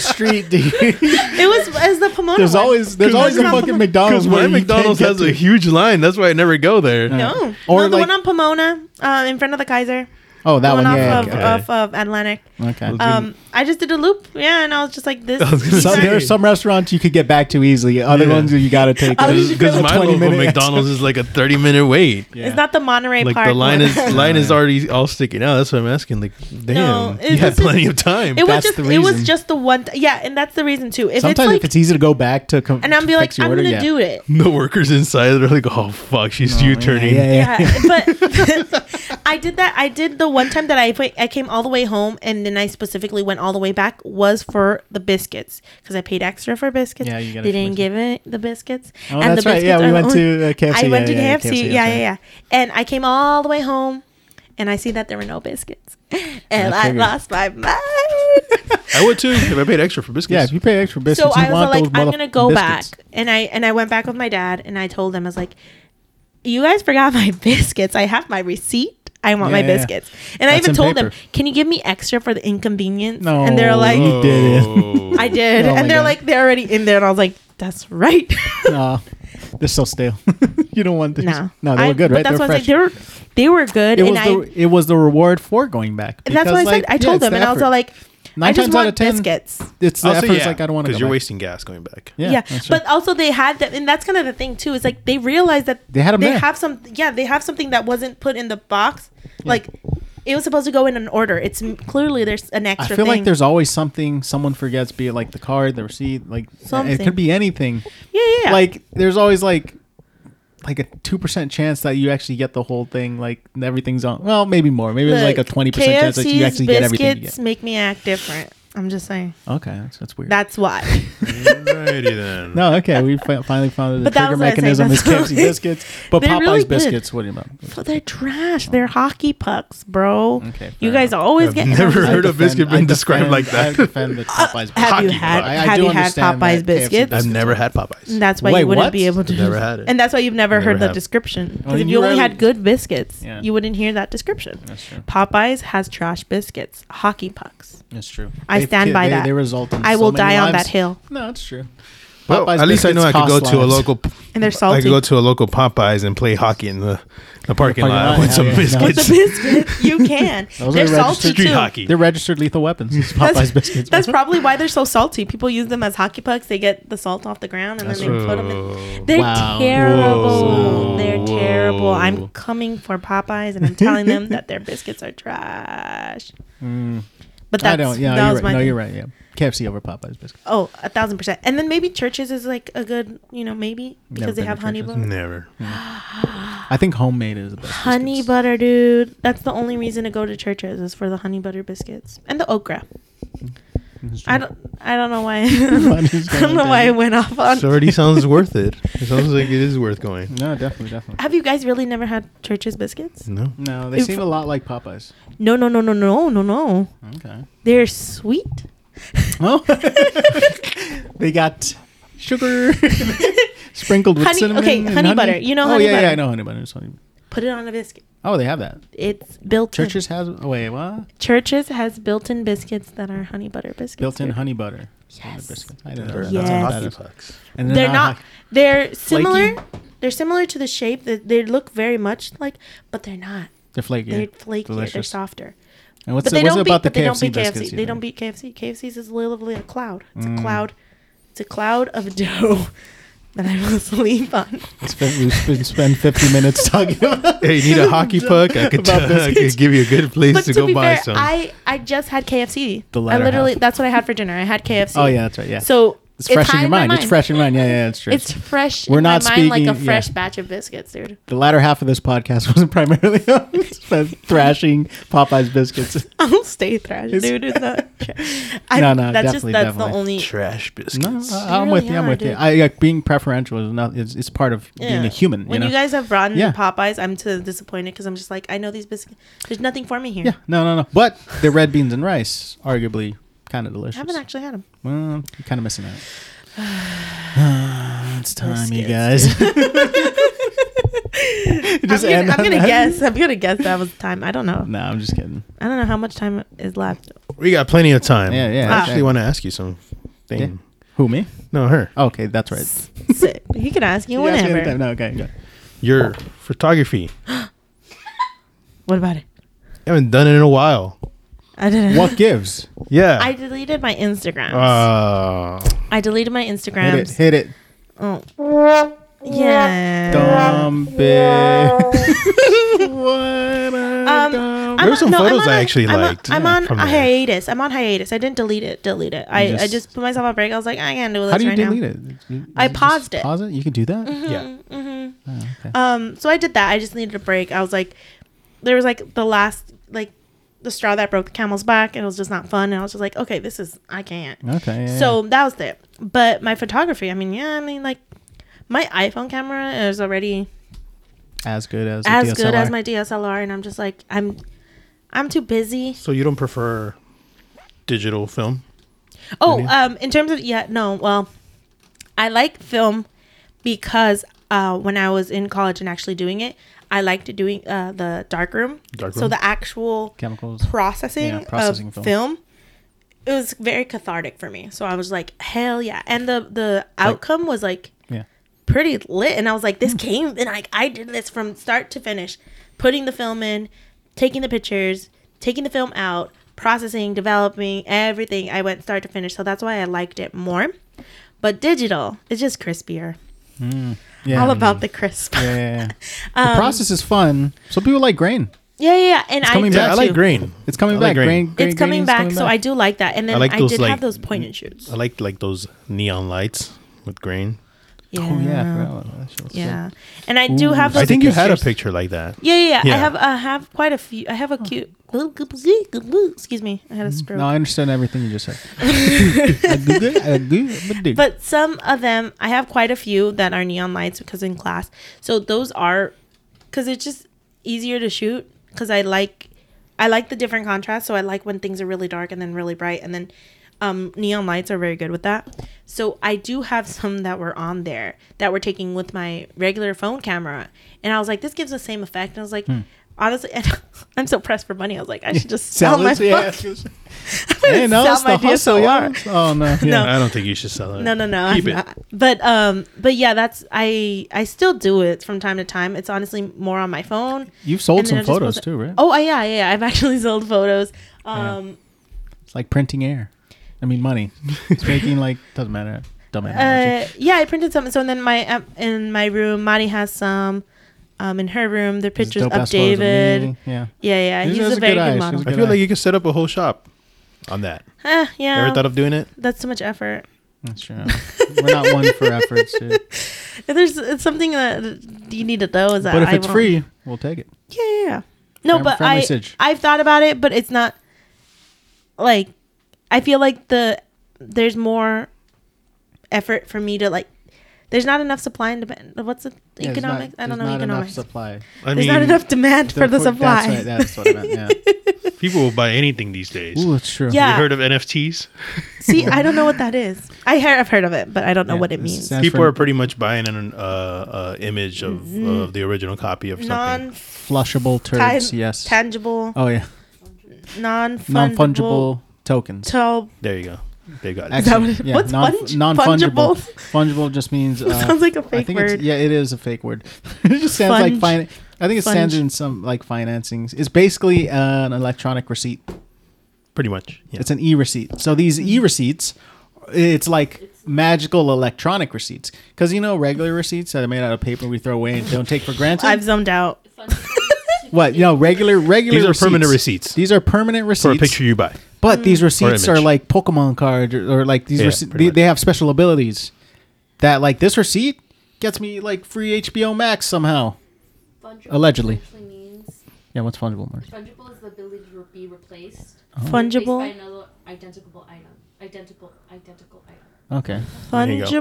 Speaker 1: street do you?
Speaker 2: It was as the Pomona.
Speaker 1: there's
Speaker 2: one.
Speaker 1: always there's
Speaker 2: It
Speaker 1: always a
Speaker 2: wasn't on
Speaker 1: fucking
Speaker 2: Pomona.
Speaker 1: McDonald's
Speaker 3: Because
Speaker 1: where
Speaker 3: my
Speaker 1: Oh, you can't
Speaker 3: McDonald's
Speaker 1: get
Speaker 3: has
Speaker 1: to.
Speaker 3: a huge line. That's why I never go there.
Speaker 2: No,
Speaker 1: Or
Speaker 2: no, the
Speaker 1: like-
Speaker 2: one on Pomona, uh, in front of the Kaiser.
Speaker 1: Oh, that
Speaker 2: the
Speaker 1: one,
Speaker 2: one,
Speaker 1: yeah.
Speaker 2: off,
Speaker 1: yeah,
Speaker 2: of, off
Speaker 1: okay.
Speaker 2: of Atlantic.
Speaker 1: Okay. Uh,
Speaker 2: Um, I just did a loop, yeah, and I was just like, this.
Speaker 3: I was gonna
Speaker 2: these
Speaker 1: Some,
Speaker 3: say-
Speaker 2: are-
Speaker 1: there are some restaurants you could get back to easily. Other
Speaker 3: Yeah.
Speaker 1: ones you gotta take.
Speaker 2: I was
Speaker 1: a-
Speaker 2: just
Speaker 3: Because
Speaker 1: a
Speaker 3: my
Speaker 1: 20
Speaker 3: local
Speaker 1: minute extra-
Speaker 3: McDonald's is like a thirty minute wait.
Speaker 1: Yeah.
Speaker 2: It's not the Monterey
Speaker 3: Like
Speaker 2: Park.
Speaker 3: the line
Speaker 2: one.
Speaker 3: is line is
Speaker 1: Yeah.
Speaker 3: already all sticking out. That's what I'm asking. Like, damn,
Speaker 2: No, it-
Speaker 3: you had
Speaker 2: this is-
Speaker 3: plenty of time.
Speaker 2: it was
Speaker 1: That's
Speaker 2: just
Speaker 1: the
Speaker 2: it was
Speaker 1: reason.
Speaker 2: just the one. Th- yeah, and that's the reason too. If
Speaker 1: Sometimes
Speaker 2: it's like,
Speaker 1: if it's easy to go back to, com-
Speaker 2: and I'm
Speaker 1: to
Speaker 2: be like,
Speaker 1: fix your
Speaker 2: I'm
Speaker 1: order,
Speaker 2: gonna
Speaker 1: yeah.
Speaker 2: do it.
Speaker 3: the workers inside they're like, "Oh fuck, she's
Speaker 1: Oh, yeah,
Speaker 3: U-turning."
Speaker 1: yeah, yeah.
Speaker 2: Yeah, but I did that. I did the one time that I put, I came all the way home, and then I specifically went all the way back was for the biscuits because I paid extra for biscuits.
Speaker 1: Yeah, you gotta
Speaker 2: they didn't
Speaker 1: choose.
Speaker 2: give it the biscuits.
Speaker 1: Oh, that's
Speaker 2: the
Speaker 1: right. Yeah,
Speaker 2: biscuits
Speaker 1: we
Speaker 2: are
Speaker 1: went
Speaker 2: the only-
Speaker 1: to uh, KFC.
Speaker 2: I went to
Speaker 1: yeah, yeah,
Speaker 2: KFC. Yeah, yeah,
Speaker 1: okay.
Speaker 2: yeah. And I came all the way home, and I see that there were no biscuits, and I,
Speaker 1: figured.
Speaker 2: lost my mind.
Speaker 3: I would too if I paid extra for biscuits.
Speaker 1: Yeah, if you pay extra
Speaker 2: so
Speaker 1: biscuits,
Speaker 2: I was
Speaker 1: you want
Speaker 2: like,
Speaker 1: those
Speaker 2: I'm
Speaker 1: motherf-
Speaker 2: gonna go
Speaker 1: biscuits.
Speaker 2: back, and I and I went back with my dad, and I told him I was like, "You guys forgot my biscuits. I have my receipt. I want
Speaker 1: Yeah,
Speaker 2: my
Speaker 1: yeah, yeah.
Speaker 2: biscuits." And I
Speaker 1: That's
Speaker 2: even
Speaker 1: in
Speaker 2: told them,
Speaker 1: paper.
Speaker 2: "Can you give me extra for the inconvenience?"
Speaker 1: No,
Speaker 2: and they're like,
Speaker 1: you did it.
Speaker 3: Oh.
Speaker 2: "I did,"
Speaker 1: Oh my
Speaker 2: and they're
Speaker 1: God.
Speaker 2: like, "They're already in there," and I was like, "That's right."
Speaker 1: Nah, they're so stale. you don't want this.
Speaker 2: no,
Speaker 1: no, they
Speaker 2: I-
Speaker 1: were good,
Speaker 2: but
Speaker 1: right?
Speaker 2: That's
Speaker 1: They're
Speaker 2: what I was
Speaker 1: fresh.
Speaker 2: like. They were, they were good,
Speaker 1: it
Speaker 2: and
Speaker 1: was
Speaker 2: I.
Speaker 1: the it was the reward for going back.
Speaker 2: and that's
Speaker 1: because,
Speaker 2: what I said.
Speaker 1: like,
Speaker 2: I
Speaker 1: yeah,
Speaker 2: told
Speaker 1: it's
Speaker 2: them,
Speaker 1: the
Speaker 2: and I was
Speaker 1: effort.
Speaker 2: all like, "I
Speaker 1: Nine
Speaker 2: just
Speaker 1: times out of
Speaker 2: want
Speaker 1: 10,
Speaker 2: biscuits."
Speaker 1: it's the
Speaker 3: I'll say
Speaker 1: effort's
Speaker 3: yeah,
Speaker 1: like I don't want to go.
Speaker 3: because you're
Speaker 1: back.
Speaker 3: wasting gas going back.
Speaker 1: Yeah,
Speaker 2: yeah,
Speaker 1: that's
Speaker 2: but
Speaker 1: right.
Speaker 2: also they had that, and that's kind of the thing too. Is like they realized that
Speaker 1: They had 'em
Speaker 2: they
Speaker 1: there.
Speaker 2: have some, yeah, they have something that wasn't put in the box. Like it was supposed to go in an order. It's m- clearly there's an
Speaker 1: I
Speaker 2: extra.
Speaker 1: feel
Speaker 2: thing.
Speaker 1: like there's always something someone forgets, be it like the card, the receipt, like
Speaker 2: Something.
Speaker 1: it could be anything.
Speaker 2: yeah, yeah, yeah.
Speaker 1: Like there's always like like a two percent chance that you actually get the whole thing. Like everything's on. Well, maybe more. Maybe there's like a
Speaker 2: Look,
Speaker 1: twenty percent chance that you
Speaker 2: KFC's
Speaker 1: actually get everything. You
Speaker 2: biscuits
Speaker 1: get.
Speaker 2: make me act different. I'm just saying
Speaker 1: Okay, that's, that's weird.
Speaker 2: that's why.
Speaker 3: Alrighty then.
Speaker 1: no, okay, we fi- finally found the
Speaker 2: But that
Speaker 1: trigger
Speaker 2: was what I said,
Speaker 1: mechanism is
Speaker 2: that's
Speaker 1: KFC
Speaker 2: why-
Speaker 1: biscuits, but
Speaker 2: They're
Speaker 1: Popeye's
Speaker 2: really good.
Speaker 1: biscuits. What do you know?
Speaker 2: But they're trash. They're hockey pucks, bro.
Speaker 1: Okay,
Speaker 2: you
Speaker 1: fair
Speaker 2: guys
Speaker 1: enough.
Speaker 2: always
Speaker 3: I've
Speaker 2: get.
Speaker 3: never
Speaker 2: I'm just
Speaker 3: heard
Speaker 2: like,
Speaker 3: a biscuit been described like that.
Speaker 1: I defend the Popeye's
Speaker 2: Have you
Speaker 1: biscuits.
Speaker 2: had?
Speaker 1: I- I
Speaker 2: have
Speaker 1: do
Speaker 2: you had
Speaker 1: understand
Speaker 2: Popeye's
Speaker 1: that KFC
Speaker 2: biscuits?
Speaker 3: I've never had Popeyes.
Speaker 2: And that's why
Speaker 1: Wait,
Speaker 2: you wouldn't
Speaker 1: what?
Speaker 2: be able to.
Speaker 3: Never had it.
Speaker 2: And that's why you've never,
Speaker 3: Never
Speaker 2: heard the
Speaker 3: have.
Speaker 2: description. Because
Speaker 1: Well,
Speaker 2: if
Speaker 1: you
Speaker 2: you only
Speaker 1: rarely-
Speaker 2: had good biscuits,
Speaker 1: Yeah.
Speaker 2: you wouldn't hear that description.
Speaker 1: That's true.
Speaker 2: Popeyes has trash biscuits, hockey pucks.
Speaker 1: That's true.
Speaker 2: I
Speaker 1: They-
Speaker 2: stand by
Speaker 1: they-
Speaker 2: that.
Speaker 1: They result in
Speaker 2: I
Speaker 1: so
Speaker 2: will
Speaker 1: many
Speaker 2: die on
Speaker 1: lives.
Speaker 2: that hill.
Speaker 1: No, it's true.
Speaker 3: Well,
Speaker 1: Popeye's
Speaker 3: at least I know
Speaker 1: biscuits
Speaker 3: I could go
Speaker 1: cost
Speaker 3: to a
Speaker 1: lives.
Speaker 3: local.
Speaker 2: And they're
Speaker 3: I
Speaker 2: salty.
Speaker 3: could go to a local Popeyes and play hockey in the, the parking
Speaker 1: parking
Speaker 3: lot
Speaker 1: lot,
Speaker 3: with some
Speaker 1: yeah, yeah.
Speaker 2: With
Speaker 3: biscuits.
Speaker 2: the biscuits, you can.
Speaker 1: Those
Speaker 2: they're
Speaker 1: are
Speaker 2: salty
Speaker 1: registered
Speaker 3: Street
Speaker 2: too.
Speaker 3: hockey.
Speaker 1: They're registered lethal weapons. It's Popeye's
Speaker 2: That's,
Speaker 1: biscuits.
Speaker 2: that's probably why they're so salty. People use them as hockey pucks. They get the salt off the ground and then they put them in. They're
Speaker 1: Wow.
Speaker 2: terrible.
Speaker 3: Whoa.
Speaker 2: They're terrible. I'm
Speaker 3: Whoa.
Speaker 2: coming for Popeyes and I'm telling them that their biscuits are trash.
Speaker 1: Mm,
Speaker 2: But that's,
Speaker 1: I don't. Yeah,
Speaker 2: that
Speaker 1: you're
Speaker 2: was
Speaker 1: right.
Speaker 2: my
Speaker 1: No,
Speaker 2: thing.
Speaker 1: you're right. Yeah, KFC over Popeye's biscuits.
Speaker 2: Oh, a thousand percent. And then maybe churches is like a good, you know, maybe
Speaker 1: Never
Speaker 2: because they
Speaker 1: been to
Speaker 2: have honey
Speaker 1: churches.
Speaker 2: butter.
Speaker 3: Oh. Never.
Speaker 1: I think homemade is the best.
Speaker 2: Honey
Speaker 1: biscuits.
Speaker 2: butter, dude. That's the only reason to go to churches is for the honey butter biscuits and the okra.
Speaker 1: It's true.
Speaker 2: I don't, I don't know why.
Speaker 1: I'm just
Speaker 2: I don't
Speaker 1: going
Speaker 2: know why I
Speaker 1: down.
Speaker 2: went off on.
Speaker 3: It already sounds worth it. It sounds like it is worth going.
Speaker 1: No, definitely, definitely.
Speaker 2: Have you guys really never had churches biscuits?
Speaker 3: No.
Speaker 1: No, they
Speaker 2: If-
Speaker 1: seem a lot like Popeyes.
Speaker 2: No, no, no, no, no, no, no.
Speaker 1: Okay.
Speaker 2: They're sweet.
Speaker 1: Oh. they got sugar sprinkled with
Speaker 2: Honey-
Speaker 1: cinnamon.
Speaker 2: okay,
Speaker 1: and
Speaker 2: honey butter. You know
Speaker 1: oh,
Speaker 2: honey
Speaker 1: yeah,
Speaker 2: butter.
Speaker 1: yeah, I know honey butter. It's honey-
Speaker 2: Put it on a biscuit.
Speaker 1: Oh, they have that.
Speaker 2: It's built.
Speaker 1: Churches has. Oh, wait, what?
Speaker 2: in. churches has built-in biscuits that are honey butter biscuits.
Speaker 1: Built-in
Speaker 2: dude.
Speaker 1: honey butter.
Speaker 2: Yes.
Speaker 1: Biscuits. I don't know.
Speaker 3: Never. Not
Speaker 2: Yes.
Speaker 1: That
Speaker 3: hockey
Speaker 1: is-
Speaker 3: pucks.
Speaker 1: And
Speaker 2: They're not.
Speaker 1: hockey-
Speaker 2: They're similar. They're similar to the shape. That they look very much like, but they're not.
Speaker 1: They're flaky.
Speaker 2: They're flakier. They're
Speaker 1: Delicious.
Speaker 2: softer.
Speaker 1: And what's
Speaker 2: but
Speaker 1: it,
Speaker 2: they
Speaker 1: what's it
Speaker 2: don't beat.
Speaker 1: about
Speaker 2: But
Speaker 1: the
Speaker 2: they
Speaker 1: KFC
Speaker 2: don't beat KFC.
Speaker 1: biscuits? you
Speaker 2: They
Speaker 1: think?
Speaker 2: don't beat KFC. KFC's is literally a cloud. It's
Speaker 1: Mm.
Speaker 2: a cloud. It's a cloud of dough that I will sleep on.
Speaker 1: It's been- We've been spend 50 minutes talking about
Speaker 3: Hey, you need a hockey puck? I could,
Speaker 1: About
Speaker 3: I
Speaker 1: biscuits.
Speaker 3: could give you a good place
Speaker 2: But
Speaker 3: to,
Speaker 2: to,
Speaker 3: go
Speaker 2: be
Speaker 3: buy
Speaker 2: fair,
Speaker 3: some.
Speaker 2: I I just had KFC.
Speaker 1: The
Speaker 2: I
Speaker 1: latter
Speaker 2: literally
Speaker 1: half.
Speaker 2: that's what I had for dinner. I had KFC.
Speaker 1: Oh, yeah, that's right. Yeah.
Speaker 2: So
Speaker 1: it's fresh in
Speaker 2: high
Speaker 1: your mind. It's fresh in your mind. Yeah, yeah, it's true.
Speaker 2: It's fresh.
Speaker 1: We're
Speaker 2: in
Speaker 1: not
Speaker 2: my mind like a
Speaker 1: speaking- yeah.
Speaker 2: fresh batch of biscuits, dude.
Speaker 1: the latter half of this podcast was primarily on thrashing Popeye's biscuits.
Speaker 2: I'll stay thrash,
Speaker 1: It's-
Speaker 2: dude. It's not. I,
Speaker 1: No, no,
Speaker 2: that's
Speaker 1: definitely,
Speaker 2: just that's
Speaker 1: definitely.
Speaker 2: the only.
Speaker 3: Trash biscuits.
Speaker 1: No, uh,
Speaker 3: That's
Speaker 1: I, I'm
Speaker 2: really
Speaker 1: with you. I'm
Speaker 2: are,
Speaker 1: with you.
Speaker 2: dude.
Speaker 1: I like being preferential is not. It's, it's part of
Speaker 2: Yeah.
Speaker 1: being a human.
Speaker 2: When
Speaker 1: you know.
Speaker 2: you guys have broadened
Speaker 1: Yeah.
Speaker 2: Popeyes, I'm too disappointed because I'm just like, I know these biscuits. There's nothing for me here.
Speaker 1: yeah. No, no, no. But the red beans and rice, arguably, kind of
Speaker 2: I
Speaker 1: delicious.
Speaker 2: haven't actually had them.
Speaker 1: Well, you're kind of missing out. it's time, you
Speaker 2: Biscuits.
Speaker 1: guys. Just
Speaker 2: I'm gonna,
Speaker 1: end
Speaker 2: I'm
Speaker 1: on
Speaker 2: gonna
Speaker 1: that.
Speaker 2: guess. I'm gonna guess that was the time. I don't know.
Speaker 1: No, I'm just kidding.
Speaker 2: I don't know how much time is left.
Speaker 3: We got plenty of time.
Speaker 1: Yeah, yeah,
Speaker 3: I actually
Speaker 1: okay.
Speaker 3: want to ask you something.
Speaker 1: Who me?
Speaker 3: No, her.
Speaker 1: Okay, that's right.
Speaker 2: So he can ask you
Speaker 1: You asked me
Speaker 2: whenever.
Speaker 1: anytime. No, okay. Go.
Speaker 3: Your photography.
Speaker 2: What about it?
Speaker 3: haven't done it in a while.
Speaker 2: I didn't.
Speaker 1: What gives?
Speaker 3: Yeah.
Speaker 2: I deleted my Instagrams.
Speaker 3: Uh,
Speaker 2: I deleted my
Speaker 1: Hit it.
Speaker 2: Instagrams.
Speaker 1: Hit it.
Speaker 2: Oh. Yeah.
Speaker 1: Dumb bitch. what a
Speaker 2: Um,
Speaker 1: dumb
Speaker 2: I'm
Speaker 3: There were some
Speaker 2: on- I'm
Speaker 3: photos
Speaker 2: on
Speaker 3: I
Speaker 2: a-
Speaker 3: actually
Speaker 2: I'm on-
Speaker 3: liked,
Speaker 2: I'm
Speaker 3: yeah,
Speaker 2: on
Speaker 3: from
Speaker 2: a
Speaker 3: there.
Speaker 2: hiatus. I'm on hiatus. I didn't delete it. Delete it. I, I
Speaker 1: just-
Speaker 2: just put myself on break. I was like, I can't do this
Speaker 1: How do you
Speaker 2: right now.
Speaker 1: delete it? You-
Speaker 2: I
Speaker 1: you just
Speaker 2: paused it. Mm-hmm.
Speaker 1: Pause it? You can do that?
Speaker 3: yeah.
Speaker 1: Oh, okay.
Speaker 2: Um, so I did that. I just needed a break. I was like, there was like the last like the straw that broke the camel's back, and it was just not fun. And I was just like, okay, this is I can't.
Speaker 1: Okay. yeah,
Speaker 2: So that was it. But my photography, I mean, yeah, I mean, like my iPhone camera is already
Speaker 1: yeah. as good as
Speaker 2: as
Speaker 1: the
Speaker 2: good as
Speaker 1: DSLR.
Speaker 2: my DSLR, and I'm just like, I'm, I'm too busy.
Speaker 3: So you don't prefer digital film?
Speaker 2: Oh, um, in terms of yeah, no, well, I like film because uh, when I was in college and actually doing it, I liked doing uh, the dark room.
Speaker 3: Dark
Speaker 2: So
Speaker 3: room.
Speaker 2: the actual
Speaker 1: chemicals.
Speaker 2: processing,
Speaker 1: Yeah, processing
Speaker 2: of
Speaker 1: film.
Speaker 2: film. It was very cathartic for me. So I was like, hell yeah! And the the outcome was like
Speaker 1: Yeah.
Speaker 2: pretty lit, and I was like, this came and like I did this from start to finish, putting the film in, taking the pictures, taking the film out, processing, developing everything. I went start to finish, so that's why I liked it more. But digital, it's just crispier.
Speaker 1: Yeah.
Speaker 2: All Um, about the crisp.
Speaker 1: Yeah.
Speaker 2: Yeah,
Speaker 1: yeah, yeah. the process is fun. Some people like grain.
Speaker 2: yeah, yeah. And I
Speaker 1: coming
Speaker 2: do
Speaker 1: back.
Speaker 3: Yeah, I like
Speaker 1: too.
Speaker 3: green.
Speaker 1: It's coming
Speaker 3: I
Speaker 1: back.
Speaker 3: like grain.
Speaker 1: grain. grain
Speaker 2: It's coming
Speaker 1: grading's
Speaker 2: back, so I do like that. And then I,
Speaker 3: like those,
Speaker 2: did
Speaker 3: like-
Speaker 2: have those point and shoots.
Speaker 3: I like like those neon lights with green.
Speaker 2: Yeah.
Speaker 1: Oh, yeah. I forgot about that. That shit was
Speaker 2: Yeah, and I do have. Those
Speaker 3: I think you had a
Speaker 2: pictures.
Speaker 3: picture like that.
Speaker 2: Yeah, yeah, yeah. I
Speaker 3: Yeah.
Speaker 2: have. I have quite a few. I have a cute. Excuse me, I had a
Speaker 1: good.
Speaker 2: stroke.
Speaker 1: No, I understand everything you just said. I do good, I do good, but do.
Speaker 2: but some of them, I have quite a few that are neon lights because in class. So those are, because it's just easier to shoot. Because I like, I like the different contrast. So I like when things are really dark and then really bright, and then um, neon lights are very good with that. So I do have some that were on there that were taking with my regular phone camera, and I was like, this gives the same effect. And I was
Speaker 1: Hmm.
Speaker 2: like. Honestly, I'm so pressed for money. I was like, I should just sell, my
Speaker 1: Salads, yeah.
Speaker 2: phone. I'm gonna
Speaker 1: Hey, no,
Speaker 2: sell
Speaker 1: it's
Speaker 2: my
Speaker 1: the hustle, y'all.
Speaker 2: DSLR.
Speaker 1: Oh no, yeah.
Speaker 2: No.
Speaker 3: I don't think you should sell it.
Speaker 2: No, no, no.
Speaker 3: Keep
Speaker 2: I'm
Speaker 3: it.
Speaker 2: not. But um, but yeah, that's I I still do it from time to time. It's honestly more on my phone.
Speaker 1: You've sold
Speaker 2: And then
Speaker 1: some
Speaker 2: I just
Speaker 1: photos
Speaker 2: post it.
Speaker 1: too, right?
Speaker 2: Oh, I- yeah, yeah. yeah. I've actually sold photos. Um,
Speaker 1: It's like printing air. I mean, money. It's making like doesn't matter. Dumb
Speaker 2: uh,
Speaker 1: analogy.
Speaker 2: yeah, I printed some. So then my um, in my room, Madi has some. Um, in her room, their
Speaker 1: There's
Speaker 2: pictures of
Speaker 1: dope-ass photos
Speaker 2: David.
Speaker 1: me. Yeah.
Speaker 2: yeah, yeah.
Speaker 1: She
Speaker 2: He's,
Speaker 1: has
Speaker 2: a
Speaker 1: good
Speaker 2: very good,
Speaker 1: eye. She
Speaker 2: model.
Speaker 1: has
Speaker 3: I feel like you could set up a whole shop on that.
Speaker 2: Eh, yeah.
Speaker 3: Ever thought of doing it?
Speaker 2: that's too much effort.
Speaker 1: That's true. We're not one for efforts, dude.
Speaker 2: If there's it's something that you need to know is that
Speaker 1: But if
Speaker 2: I
Speaker 1: it's
Speaker 2: won't-
Speaker 1: free, we'll take it.
Speaker 2: Yeah, yeah, yeah. No,
Speaker 1: Fam-
Speaker 2: but
Speaker 1: family
Speaker 2: I
Speaker 1: sitch.
Speaker 2: I've thought about it, but it's not like I feel like the there's more effort for me to like. There's not enough supply and demand. What's the
Speaker 1: Yeah, there's not-
Speaker 2: economics? I don't
Speaker 1: there's
Speaker 2: know
Speaker 1: not enough
Speaker 2: economics.
Speaker 1: supply
Speaker 3: I
Speaker 2: there's not enough demand for the
Speaker 1: Therefore-
Speaker 2: supply.
Speaker 1: That's, right, that's what I meant.
Speaker 4: People will buy anything these days.
Speaker 1: Yeah. Ooh, it's true.
Speaker 2: Yeah.
Speaker 4: You heard of NFTs?
Speaker 2: See, I don't know what that is. I hear, I've heard of it, but I don't know
Speaker 1: Yeah,
Speaker 2: what it
Speaker 1: it's-
Speaker 2: means.
Speaker 1: that's
Speaker 3: People
Speaker 1: for
Speaker 3: are pretty much buying an uh, uh, image of,
Speaker 2: Mm-hmm.
Speaker 3: of the original copy of something.
Speaker 2: Non
Speaker 1: flushable turds. yes.
Speaker 2: tangible,
Speaker 1: oh yeah.
Speaker 2: non
Speaker 1: Non
Speaker 2: fungible.
Speaker 1: fungible tokens.
Speaker 2: So
Speaker 3: There you go. They got it.
Speaker 2: that
Speaker 1: Actually,
Speaker 2: what it- what's fungi-
Speaker 1: non-fungible.
Speaker 2: fungible?
Speaker 1: Fungible just means uh,
Speaker 2: sounds like a
Speaker 1: I
Speaker 2: fake
Speaker 1: think it's-
Speaker 2: word.
Speaker 1: Yeah, it is a fake word. it just sounds like
Speaker 2: Funge.
Speaker 1: fin- I think it stands
Speaker 2: Funge.
Speaker 1: in some like financings. It's basically an electronic receipt.
Speaker 3: Pretty much. Yeah.
Speaker 1: It's an e-receipt. So these
Speaker 2: Mm-hmm.
Speaker 1: e-receipts, it's like magical electronic receipts because you know regular receipts that are made out of paper we throw away and don't take for granted.
Speaker 2: I've zoned out.
Speaker 5: Fun facts to
Speaker 1: what you know, regular regular.
Speaker 3: These are permanent receipts.
Speaker 1: These are permanent
Speaker 3: For
Speaker 1: receipts.
Speaker 3: a picture you buy.
Speaker 1: But these receipts are
Speaker 3: image.
Speaker 1: like Pokemon cards or, or like these
Speaker 3: Yeah,
Speaker 1: rece-
Speaker 3: pretty
Speaker 1: they,
Speaker 3: much.
Speaker 1: they have special abilities that like this receipt gets me like free HBO Max somehow.
Speaker 5: fungible
Speaker 1: Allegedly.
Speaker 5: essentially means
Speaker 1: Yeah, what's fungible? Mark?
Speaker 5: fungible is the ability to be replaced.
Speaker 1: Oh.
Speaker 5: replaced by
Speaker 2: Fungible,
Speaker 5: another identical item. Identical, identical item.
Speaker 1: Okay.
Speaker 3: you go.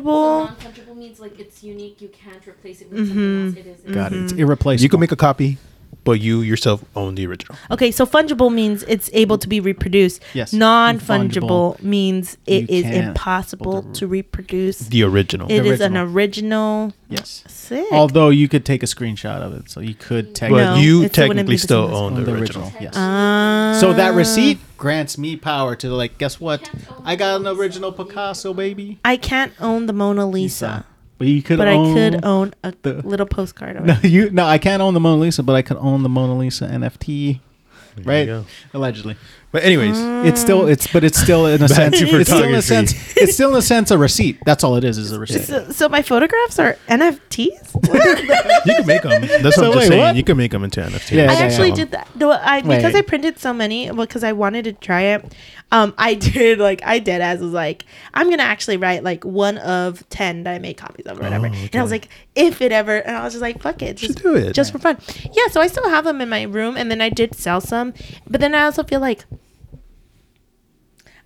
Speaker 2: fungible.
Speaker 5: So non-fungible means like it's unique. You can't replace it with something else. It is.
Speaker 2: Mm-hmm.
Speaker 1: Got it. It's irreplaceable.
Speaker 3: You can make a copy but you yourself own the original.
Speaker 2: Okay, so fungible means it's able to be reproduced.
Speaker 1: Yes.
Speaker 2: Non fungible
Speaker 1: Fungible.
Speaker 2: means it
Speaker 1: You
Speaker 2: is
Speaker 1: can't
Speaker 2: impossible
Speaker 1: able to
Speaker 2: to reproduce.
Speaker 3: The original.
Speaker 2: It is an
Speaker 1: original.
Speaker 2: original.
Speaker 1: Yes.
Speaker 2: Sick.
Speaker 1: Although you could take a screenshot of it, so you could
Speaker 3: but
Speaker 1: technically
Speaker 2: No, it
Speaker 3: you
Speaker 2: wouldn't be
Speaker 3: technically
Speaker 2: the
Speaker 3: still
Speaker 2: same as
Speaker 3: own the,
Speaker 1: own the
Speaker 3: original.
Speaker 1: original. Yes.
Speaker 2: Ah.
Speaker 1: so that receipt grants me power to like, guess what? I got an original Picasso, baby.
Speaker 2: I can't own the Mona Lisa,
Speaker 1: But you could
Speaker 2: but
Speaker 1: own.
Speaker 2: I could own a
Speaker 1: the-
Speaker 2: little postcard of
Speaker 1: No,
Speaker 2: it.
Speaker 1: you. No, I can't own the Mona Lisa, but I could own the Mona Lisa NFT. Right,
Speaker 3: go.
Speaker 1: allegedly,
Speaker 3: But anyways,
Speaker 2: Mm.
Speaker 1: it's still it's, but it's still in a sense,
Speaker 3: to
Speaker 1: it's still in a
Speaker 3: photography.
Speaker 1: sense, it's still in a sense a receipt. That's all it is, is a receipt.
Speaker 2: So, so my photographs are NFTs.
Speaker 3: you can make them. That's
Speaker 1: So
Speaker 3: what I'm
Speaker 1: wait,
Speaker 3: just saying.
Speaker 1: what?
Speaker 3: You can make them into NFTs.
Speaker 1: Yeah,
Speaker 2: I
Speaker 1: yeah, yeah.
Speaker 2: actually did that. No, I because
Speaker 1: Wait.
Speaker 2: I printed so many because I wanted to try it. Um, I did like I did as was like I'm gonna actually write like one of ten that I made copies of or whatever.
Speaker 3: Oh,
Speaker 2: And I was like, if it ever, and I was just like, fuck it, just
Speaker 3: do it.
Speaker 2: just for fun. Yeah, so I still have them in my room, and then I did sell some, but then I also feel like.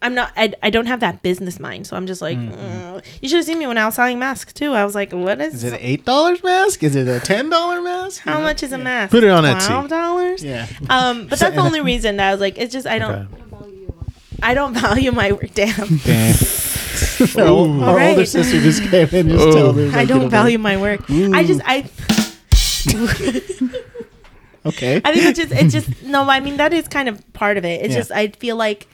Speaker 2: I'm not. I, I don't have that business mind, so I'm just like,
Speaker 3: Mm-hmm.
Speaker 2: "Mm." you should have seen me when I was selling masks too. I was like, what is?
Speaker 1: Is it an eight dollars mask? Is it a ten dollar mask?
Speaker 2: how much is a mask?
Speaker 3: Put it on Etsy.
Speaker 2: Twelve dollars.
Speaker 1: Yeah.
Speaker 2: Um, but that's the only reason that I was like, it's just I don't,
Speaker 3: Okay.
Speaker 2: I don't value my work. Damn,
Speaker 1: Our,
Speaker 3: Ooh.
Speaker 1: our
Speaker 2: Alright.
Speaker 1: older sister just came in. Just
Speaker 3: Ooh.
Speaker 1: told me, like,
Speaker 2: I
Speaker 1: you know,
Speaker 2: don't value my work. I just I.
Speaker 1: Okay.
Speaker 2: I think it's just it's just no. I mean that is kind of part of it. It's
Speaker 1: Yeah.
Speaker 2: just I feel like.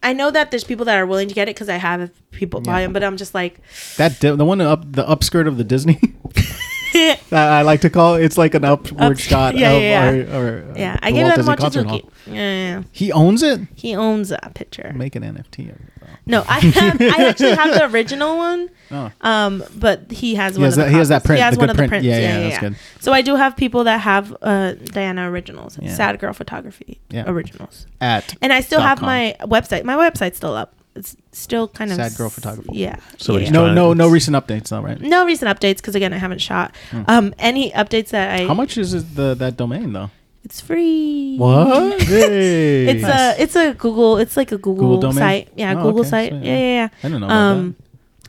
Speaker 2: I know that there's people that are willing to get it because I have people buy
Speaker 1: Yeah.
Speaker 2: them, but I'm just like,
Speaker 1: that di- the one up the upskirt of the Disney. that I like to call it, it's like an upward
Speaker 2: Up-
Speaker 1: shot
Speaker 2: yeah,
Speaker 1: of
Speaker 2: yeah,
Speaker 1: our, our uh,
Speaker 2: yeah, I
Speaker 1: the
Speaker 2: gave that to
Speaker 1: Walt Disney
Speaker 2: Martin
Speaker 1: Concert Hall.
Speaker 2: Suzuki. Yeah, yeah, yeah.
Speaker 1: He owns it.
Speaker 2: he owns that picture.
Speaker 1: Make an NFT. of it, though.
Speaker 2: No, I have, I actually have the original one.
Speaker 1: Oh.
Speaker 2: Um, but he has
Speaker 1: He
Speaker 2: one.
Speaker 1: has
Speaker 2: of the
Speaker 1: that- he has that
Speaker 2: copies.
Speaker 1: print,
Speaker 2: He has
Speaker 1: the
Speaker 2: one
Speaker 1: good
Speaker 2: of the
Speaker 1: print.
Speaker 2: prints.
Speaker 1: Yeah,
Speaker 2: Yeah,
Speaker 1: yeah,
Speaker 2: yeah,
Speaker 1: that's
Speaker 2: yeah.
Speaker 1: good.
Speaker 2: So I do have people that have uh, Diana originals,
Speaker 1: Yeah.
Speaker 2: Sad Girl Photography
Speaker 1: Yeah.
Speaker 2: originals,
Speaker 1: At
Speaker 2: and I still
Speaker 1: Dot
Speaker 2: have
Speaker 1: com.
Speaker 2: my website. My website's still up. It's still kind of
Speaker 1: Sad Girl
Speaker 2: s-
Speaker 1: Photography.
Speaker 2: Yeah.
Speaker 3: So
Speaker 2: yeah,
Speaker 3: he's
Speaker 2: yeah.
Speaker 1: no
Speaker 3: Trying-
Speaker 1: no no recent updates though right.
Speaker 2: no recent updates because again I haven't shot. Um, any updates that I
Speaker 1: Hmm. How much is it the that domain though?
Speaker 2: It's free.
Speaker 1: Hey.
Speaker 2: It's
Speaker 1: Nice.
Speaker 2: a it's a Google. It's like a Google,
Speaker 1: Google domain?
Speaker 2: site. Yeah,
Speaker 1: Oh,
Speaker 2: Google
Speaker 1: okay,
Speaker 2: site.
Speaker 1: sweet,
Speaker 2: Yeah,
Speaker 1: yeah.
Speaker 2: yeah, yeah.
Speaker 1: I don't know about
Speaker 2: Um,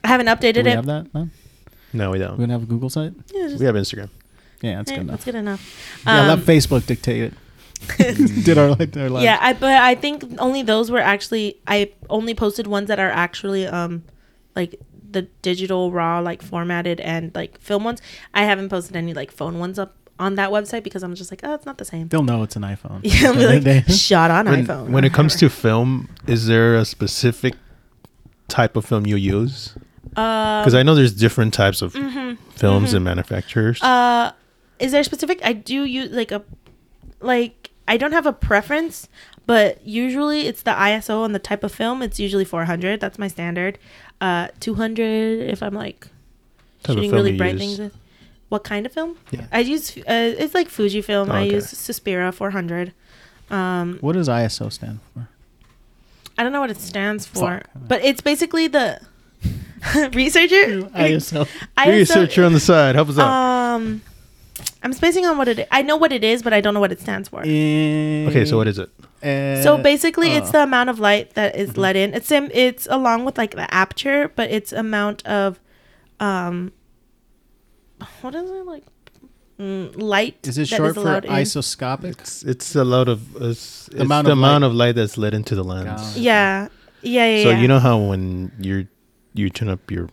Speaker 2: I haven't
Speaker 1: that. Do
Speaker 2: updated
Speaker 1: we
Speaker 2: it.
Speaker 1: have that? No?
Speaker 3: No, we
Speaker 1: We
Speaker 3: don't.
Speaker 1: don't have a Google site.
Speaker 2: Yeah, it's just-
Speaker 3: We have Instagram.
Speaker 1: Yeah, that's
Speaker 2: eh,
Speaker 1: good enough.
Speaker 2: That's good enough.
Speaker 1: yeah,
Speaker 2: Um,
Speaker 1: let Facebook dictate it. Did our like our lives.
Speaker 2: yeah, I but I think only those were actually I only posted ones that are actually um like the digital raw like formatted and like film ones. I haven't posted any like phone ones up on that website because I'm just like, oh, it's not the same.
Speaker 1: They'll know it's an iPhone.
Speaker 2: Yeah, I'm
Speaker 1: They-
Speaker 2: like
Speaker 1: they-
Speaker 2: shot on
Speaker 3: When,
Speaker 2: iPhone.
Speaker 3: when it comes to film, is there a specific type of film you use?
Speaker 2: Um,
Speaker 3: Because I know there's different types of films and manufacturers.
Speaker 2: mm-hmm. uh is there specific i do use like a like i don't have a preference but usually it's the iso and the type of film it's usually 400 that's my standard uh 200 if i'm like
Speaker 3: Type of
Speaker 2: shooting
Speaker 3: film
Speaker 2: really
Speaker 3: you
Speaker 2: bright
Speaker 3: use.
Speaker 2: things with what kind of film
Speaker 3: Yeah.
Speaker 2: i use uh, it's like fujifilm
Speaker 3: Oh,
Speaker 2: i
Speaker 3: okay.
Speaker 2: use suspira 400 um
Speaker 1: what does ISO stand for?
Speaker 2: i don't know what it stands for
Speaker 1: Fuck.
Speaker 2: but it's basically the researcher
Speaker 1: ISO.
Speaker 2: ISO
Speaker 3: Researcher on the side, help us out.
Speaker 2: Um, I'm spacing on what it. I know what it is, but I don't know what it stands for.
Speaker 1: okay,
Speaker 3: okay, so what is it?
Speaker 2: so basically, it's
Speaker 1: uh. Mm-hmm.
Speaker 2: the amount of light that is let in. It's sim. It's along with like the aperture, but it's amount of, um, what is it like? Mm, light.
Speaker 1: Is it
Speaker 2: that
Speaker 1: short for
Speaker 2: allowed in.
Speaker 1: isoscopic?
Speaker 3: It's it's a lot of it's, it's
Speaker 1: amount
Speaker 3: the
Speaker 1: of
Speaker 3: amount
Speaker 1: light.
Speaker 3: of light that's let into the lens.
Speaker 1: Yeah.
Speaker 2: Yeah, yeah, yeah.
Speaker 3: So
Speaker 2: yeah.
Speaker 3: you know how when you're you turn up your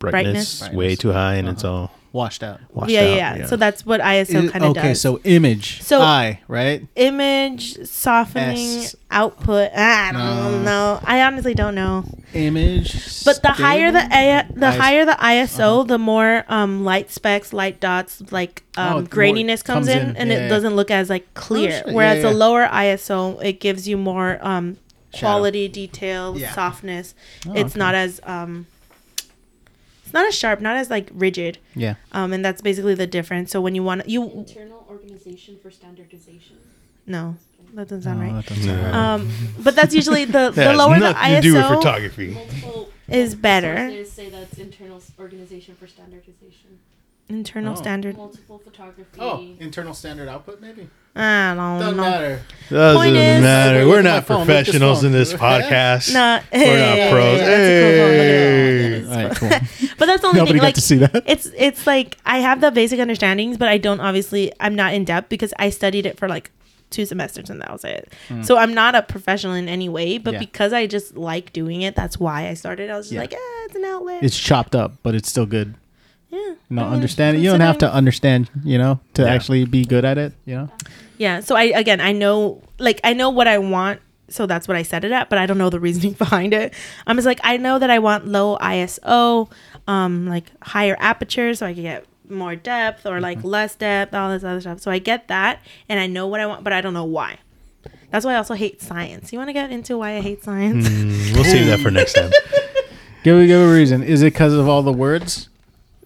Speaker 3: brightness,
Speaker 2: Brightness.
Speaker 3: way too high and it's
Speaker 1: Uh-huh.
Speaker 3: all
Speaker 1: Washed out.
Speaker 3: washed
Speaker 2: Yeah,
Speaker 3: out.
Speaker 2: yeah, yeah. So that's what ISO
Speaker 1: Is-
Speaker 2: kind of
Speaker 1: okay,
Speaker 2: does.
Speaker 1: so image.
Speaker 2: So-
Speaker 1: I, right?
Speaker 2: image softening
Speaker 1: S.
Speaker 2: output. I
Speaker 1: No.
Speaker 2: don't know. I honestly don't know.
Speaker 1: Image.
Speaker 2: But the higher the a- the
Speaker 1: ISO.
Speaker 2: higher the ISO, the more um, light specks, light dots, like
Speaker 1: Uh-huh. Oh,
Speaker 2: um,
Speaker 1: the more it
Speaker 2: graininess comes,
Speaker 1: comes
Speaker 2: in,
Speaker 1: in.
Speaker 2: and
Speaker 1: Yeah,
Speaker 2: it
Speaker 1: yeah.
Speaker 2: doesn't look as like clear.
Speaker 1: shit.
Speaker 2: Whereas
Speaker 1: Yeah,
Speaker 2: the
Speaker 1: yeah.
Speaker 2: lower ISO, it gives you more um,
Speaker 1: Shadow.
Speaker 2: quality, detail,
Speaker 1: Yeah.
Speaker 2: softness.
Speaker 1: Oh,
Speaker 2: it's
Speaker 1: okay.
Speaker 2: not as um, it's not as sharp, not as like rigid,
Speaker 1: Yeah.
Speaker 2: um, and that's basically the difference. So when you want you
Speaker 5: Internal Organization for Standardization.
Speaker 2: no, that doesn't sound
Speaker 1: No,
Speaker 2: right.
Speaker 1: Oh, that doesn't sound
Speaker 3: No.
Speaker 1: right.
Speaker 2: Um, but that's usually the
Speaker 4: That
Speaker 2: the
Speaker 4: has
Speaker 2: lower the
Speaker 4: nothing to do with
Speaker 2: ISO
Speaker 4: photography.
Speaker 5: Multiple
Speaker 2: is better.
Speaker 5: sources say that's Internal Organization for Standardization.
Speaker 2: Internal
Speaker 1: Oh.
Speaker 2: standard.
Speaker 5: Multiple photography.
Speaker 1: Oh, internal standard output maybe.
Speaker 2: I don't
Speaker 1: Doesn't
Speaker 2: know.
Speaker 1: matter.
Speaker 3: Doesn't
Speaker 2: Point is-
Speaker 3: matter.
Speaker 1: Look
Speaker 3: We're
Speaker 1: at my
Speaker 3: not
Speaker 1: phone, look at this
Speaker 3: professionals in this
Speaker 1: phone.
Speaker 3: podcast.
Speaker 2: No,
Speaker 3: We're not pros.
Speaker 2: that's a
Speaker 3: Hey.
Speaker 2: cool phone.
Speaker 1: All right, cool.
Speaker 2: But that's the only
Speaker 1: Nobody
Speaker 2: thing.
Speaker 1: got
Speaker 2: Like,
Speaker 1: to see that.
Speaker 2: it's it's like I have the basic understandings, but I don't obviously. I'm not in depth because I studied it for like two semesters and that was it. So I'm not a professional in any way, but
Speaker 1: Hmm. Yeah.
Speaker 2: because I just like doing it, that's why I started. I was just
Speaker 1: Yeah.
Speaker 2: like, eh, it's an outlet.
Speaker 1: It's chopped up, but it's still good.
Speaker 2: yeah,
Speaker 1: No,
Speaker 2: I mean,
Speaker 1: understand it. You don't have to
Speaker 2: considering-
Speaker 1: understand, you know, to
Speaker 3: Yeah.
Speaker 1: actually be good at it. You know,
Speaker 2: Yeah. So I again, I know like I know what I want. So that's what I set it at, but I don't know the reasoning behind it. I'm just like I know that I want low ISO, um, like higher aperture, so I can get more depth or like less depth, all this other stuff. So I get that, and I know what I want, but I don't know why. That's why I also hate science. You want to get into why I hate science?
Speaker 3: Mm, we'll save that for next time.
Speaker 1: give it, give a reason. Is it because of all the words?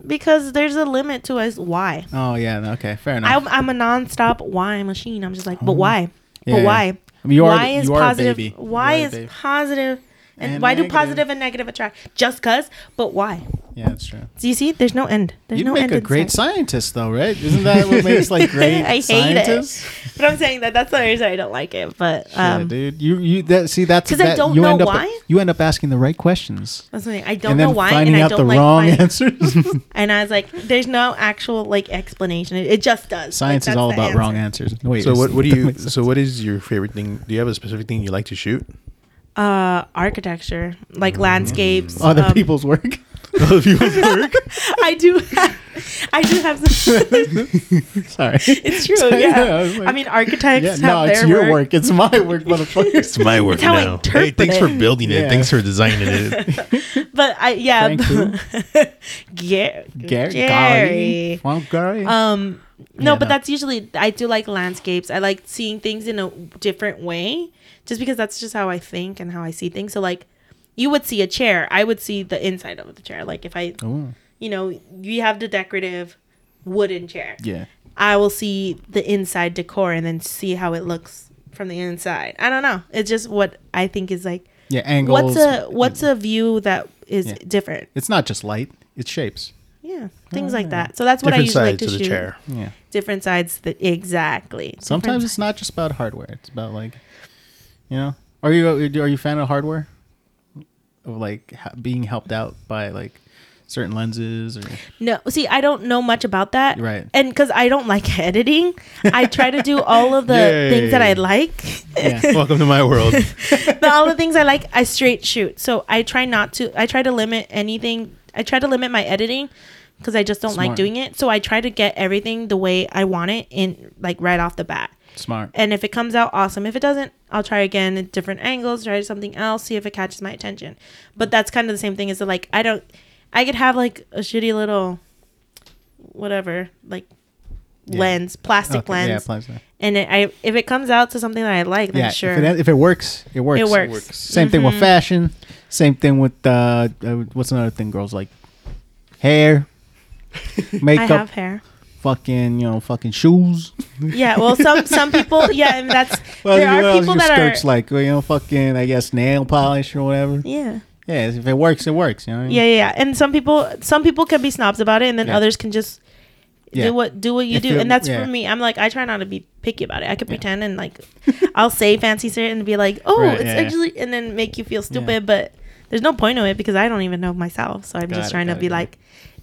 Speaker 2: because there's a limit to us why.
Speaker 1: Oh yeah, no, okay, fair enough.
Speaker 2: I'm, I'm a nonstop why machine. I'm just like, but why?
Speaker 1: Yeah.
Speaker 2: But why?
Speaker 1: You are
Speaker 2: why
Speaker 1: the-
Speaker 2: is
Speaker 1: you are a
Speaker 2: positive?
Speaker 1: baby. You
Speaker 2: Why
Speaker 1: are a
Speaker 2: is
Speaker 1: baby.
Speaker 2: positive And,
Speaker 1: And
Speaker 2: why
Speaker 1: negative.
Speaker 2: do positive and negative attract? Just cause, but why?
Speaker 1: yeah, that's true.
Speaker 2: Do you see? There's no end. There's
Speaker 1: You'd
Speaker 2: no
Speaker 1: make
Speaker 2: end.
Speaker 1: a
Speaker 2: in
Speaker 1: great
Speaker 2: science.
Speaker 1: scientist, though, right? Isn't that what makes like great
Speaker 2: I hate it.
Speaker 1: scientists?
Speaker 2: But I'm saying that that's the reason I don't like it. But
Speaker 1: yeah,
Speaker 2: um,
Speaker 1: dude, you you that see that's
Speaker 2: 'Cause I
Speaker 1: that-
Speaker 2: don't
Speaker 1: you
Speaker 2: know
Speaker 1: end up,
Speaker 2: why.
Speaker 1: You end up asking the right questions
Speaker 2: that's the thing. I don't
Speaker 1: and
Speaker 2: know
Speaker 1: then
Speaker 2: why,
Speaker 1: finding
Speaker 2: and I
Speaker 1: out
Speaker 2: don't
Speaker 1: the
Speaker 2: like
Speaker 1: wrong
Speaker 2: finding-
Speaker 1: answers.
Speaker 2: And I was like, there's no actual like explanation. It, it just does.
Speaker 1: Science
Speaker 2: Like,
Speaker 1: is
Speaker 2: that's
Speaker 1: all
Speaker 2: the
Speaker 1: about wrong
Speaker 2: answer.
Speaker 1: answers. Wait,
Speaker 3: So
Speaker 1: is-
Speaker 3: what? What do
Speaker 1: that
Speaker 3: you?
Speaker 1: makes sense.
Speaker 3: So what is your favorite thing? Do you have a specific thing you like to shoot?
Speaker 2: Uh, architecture, like landscapes.
Speaker 1: Mm-hmm. other
Speaker 2: um,
Speaker 1: people's work?
Speaker 3: Other people's work.
Speaker 2: I do. Have, I do have some.
Speaker 1: Sorry,
Speaker 2: it's true.
Speaker 1: Sorry,
Speaker 2: yeah.
Speaker 1: I was like-
Speaker 2: I mean, architects
Speaker 1: yeah,
Speaker 2: have
Speaker 1: no,
Speaker 2: their
Speaker 1: it's your
Speaker 2: work.
Speaker 1: work. It's my work, motherfuckers.
Speaker 3: It's my work
Speaker 2: That's how I
Speaker 3: now. Hey,
Speaker 2: interpret
Speaker 3: thanks
Speaker 2: it.
Speaker 3: for building it.
Speaker 1: Yeah.
Speaker 3: Thanks for designing it.
Speaker 2: But I, yeah.
Speaker 1: Frank
Speaker 2: Gary.
Speaker 1: Gary,
Speaker 2: Gary.
Speaker 1: Well, Gary.
Speaker 2: Um. No,
Speaker 1: Yeah,
Speaker 2: but
Speaker 1: no.
Speaker 2: that's usually I do like landscapes. I like seeing things in a different way, just because that's just how I think and how I see things. So like, you would see a chair. I would see the inside of the chair. Like if I,
Speaker 1: Ooh,
Speaker 2: you know, you have the decorative wooden chair.
Speaker 1: yeah.
Speaker 2: I will see the inside decor and then see how it looks from the inside. I don't know. It's just what I think is like
Speaker 1: Yeah, angles.
Speaker 2: what's a what's a view that is
Speaker 1: Yeah.
Speaker 2: different.
Speaker 1: It's Ah. not just light; it's shapes.
Speaker 2: Yeah, things like that. So that's what I
Speaker 3: Different
Speaker 2: usually
Speaker 3: sides
Speaker 2: like to
Speaker 3: of the
Speaker 2: shoot.
Speaker 3: chair.
Speaker 1: Yeah.
Speaker 2: Different sides that exactly.
Speaker 1: Sometimes
Speaker 2: Different-
Speaker 1: it's not just about hardware; it's about like, you know, are you are you a fan of hardware? Of like ha- being helped out by like certain lenses or
Speaker 2: no. See, I don't know much about that.
Speaker 1: Right.
Speaker 2: And because I don't like editing, I try to do all of the things that I
Speaker 3: Yay.
Speaker 2: like.
Speaker 1: yeah,
Speaker 3: Welcome to my world.
Speaker 2: the, all the things I like, I straight shoot. So I try not to. I try to limit anything. I try to limit my editing because I just don't like
Speaker 1: Smart.
Speaker 2: doing it. So I try to get everything the way I want it in, like right off the bat.
Speaker 1: smart.
Speaker 2: And if it comes out awesome, if it doesn't, I'll try again at different angles, try something else, see if it catches my attention. But that's kind of the same thing as the, like I don't. I could have like a shitty little, whatever, like
Speaker 1: Yeah.
Speaker 2: lens, plastic
Speaker 1: Okay, Yeah,
Speaker 2: lens,
Speaker 1: plastic.
Speaker 2: and it, I if it comes out to something that I like, then
Speaker 1: Yeah,
Speaker 2: sure,
Speaker 1: If it, if it works, it works.
Speaker 2: It works. Mm-hmm.
Speaker 1: Same thing with fashion. Same thing with uh, uh, what's another thing girls like? Hair,
Speaker 2: I
Speaker 1: makeup,
Speaker 2: have hair.
Speaker 1: fucking you know, fucking shoes.
Speaker 2: Yeah, well, some some people, yeah, and that's
Speaker 1: Well,
Speaker 2: there
Speaker 1: what
Speaker 2: are
Speaker 1: else
Speaker 2: people
Speaker 1: your
Speaker 2: that are
Speaker 1: skirts like well, you know, fucking I guess nail polish or whatever.
Speaker 2: yeah,
Speaker 1: Yeah, if it works, it works. You know. what I mean?
Speaker 2: yeah, yeah, yeah, and some people some people can be snobs about it, and then
Speaker 1: Yeah.
Speaker 2: others can just
Speaker 1: Yeah.
Speaker 2: do what do what you
Speaker 1: If
Speaker 2: do,
Speaker 1: it-
Speaker 2: and that's
Speaker 1: yeah.
Speaker 2: for me. I'm like I try not to be picky about it. I could pretend and like I'll say fancy shit and be like, oh,
Speaker 1: Right,
Speaker 2: it's
Speaker 1: yeah, yeah.
Speaker 2: actually, and then make you feel stupid, but there's no point to it because I don't even know myself, so I'm
Speaker 1: Got
Speaker 2: just
Speaker 1: it,
Speaker 2: trying
Speaker 1: got
Speaker 2: to
Speaker 1: it,
Speaker 2: be
Speaker 1: got it.
Speaker 2: like,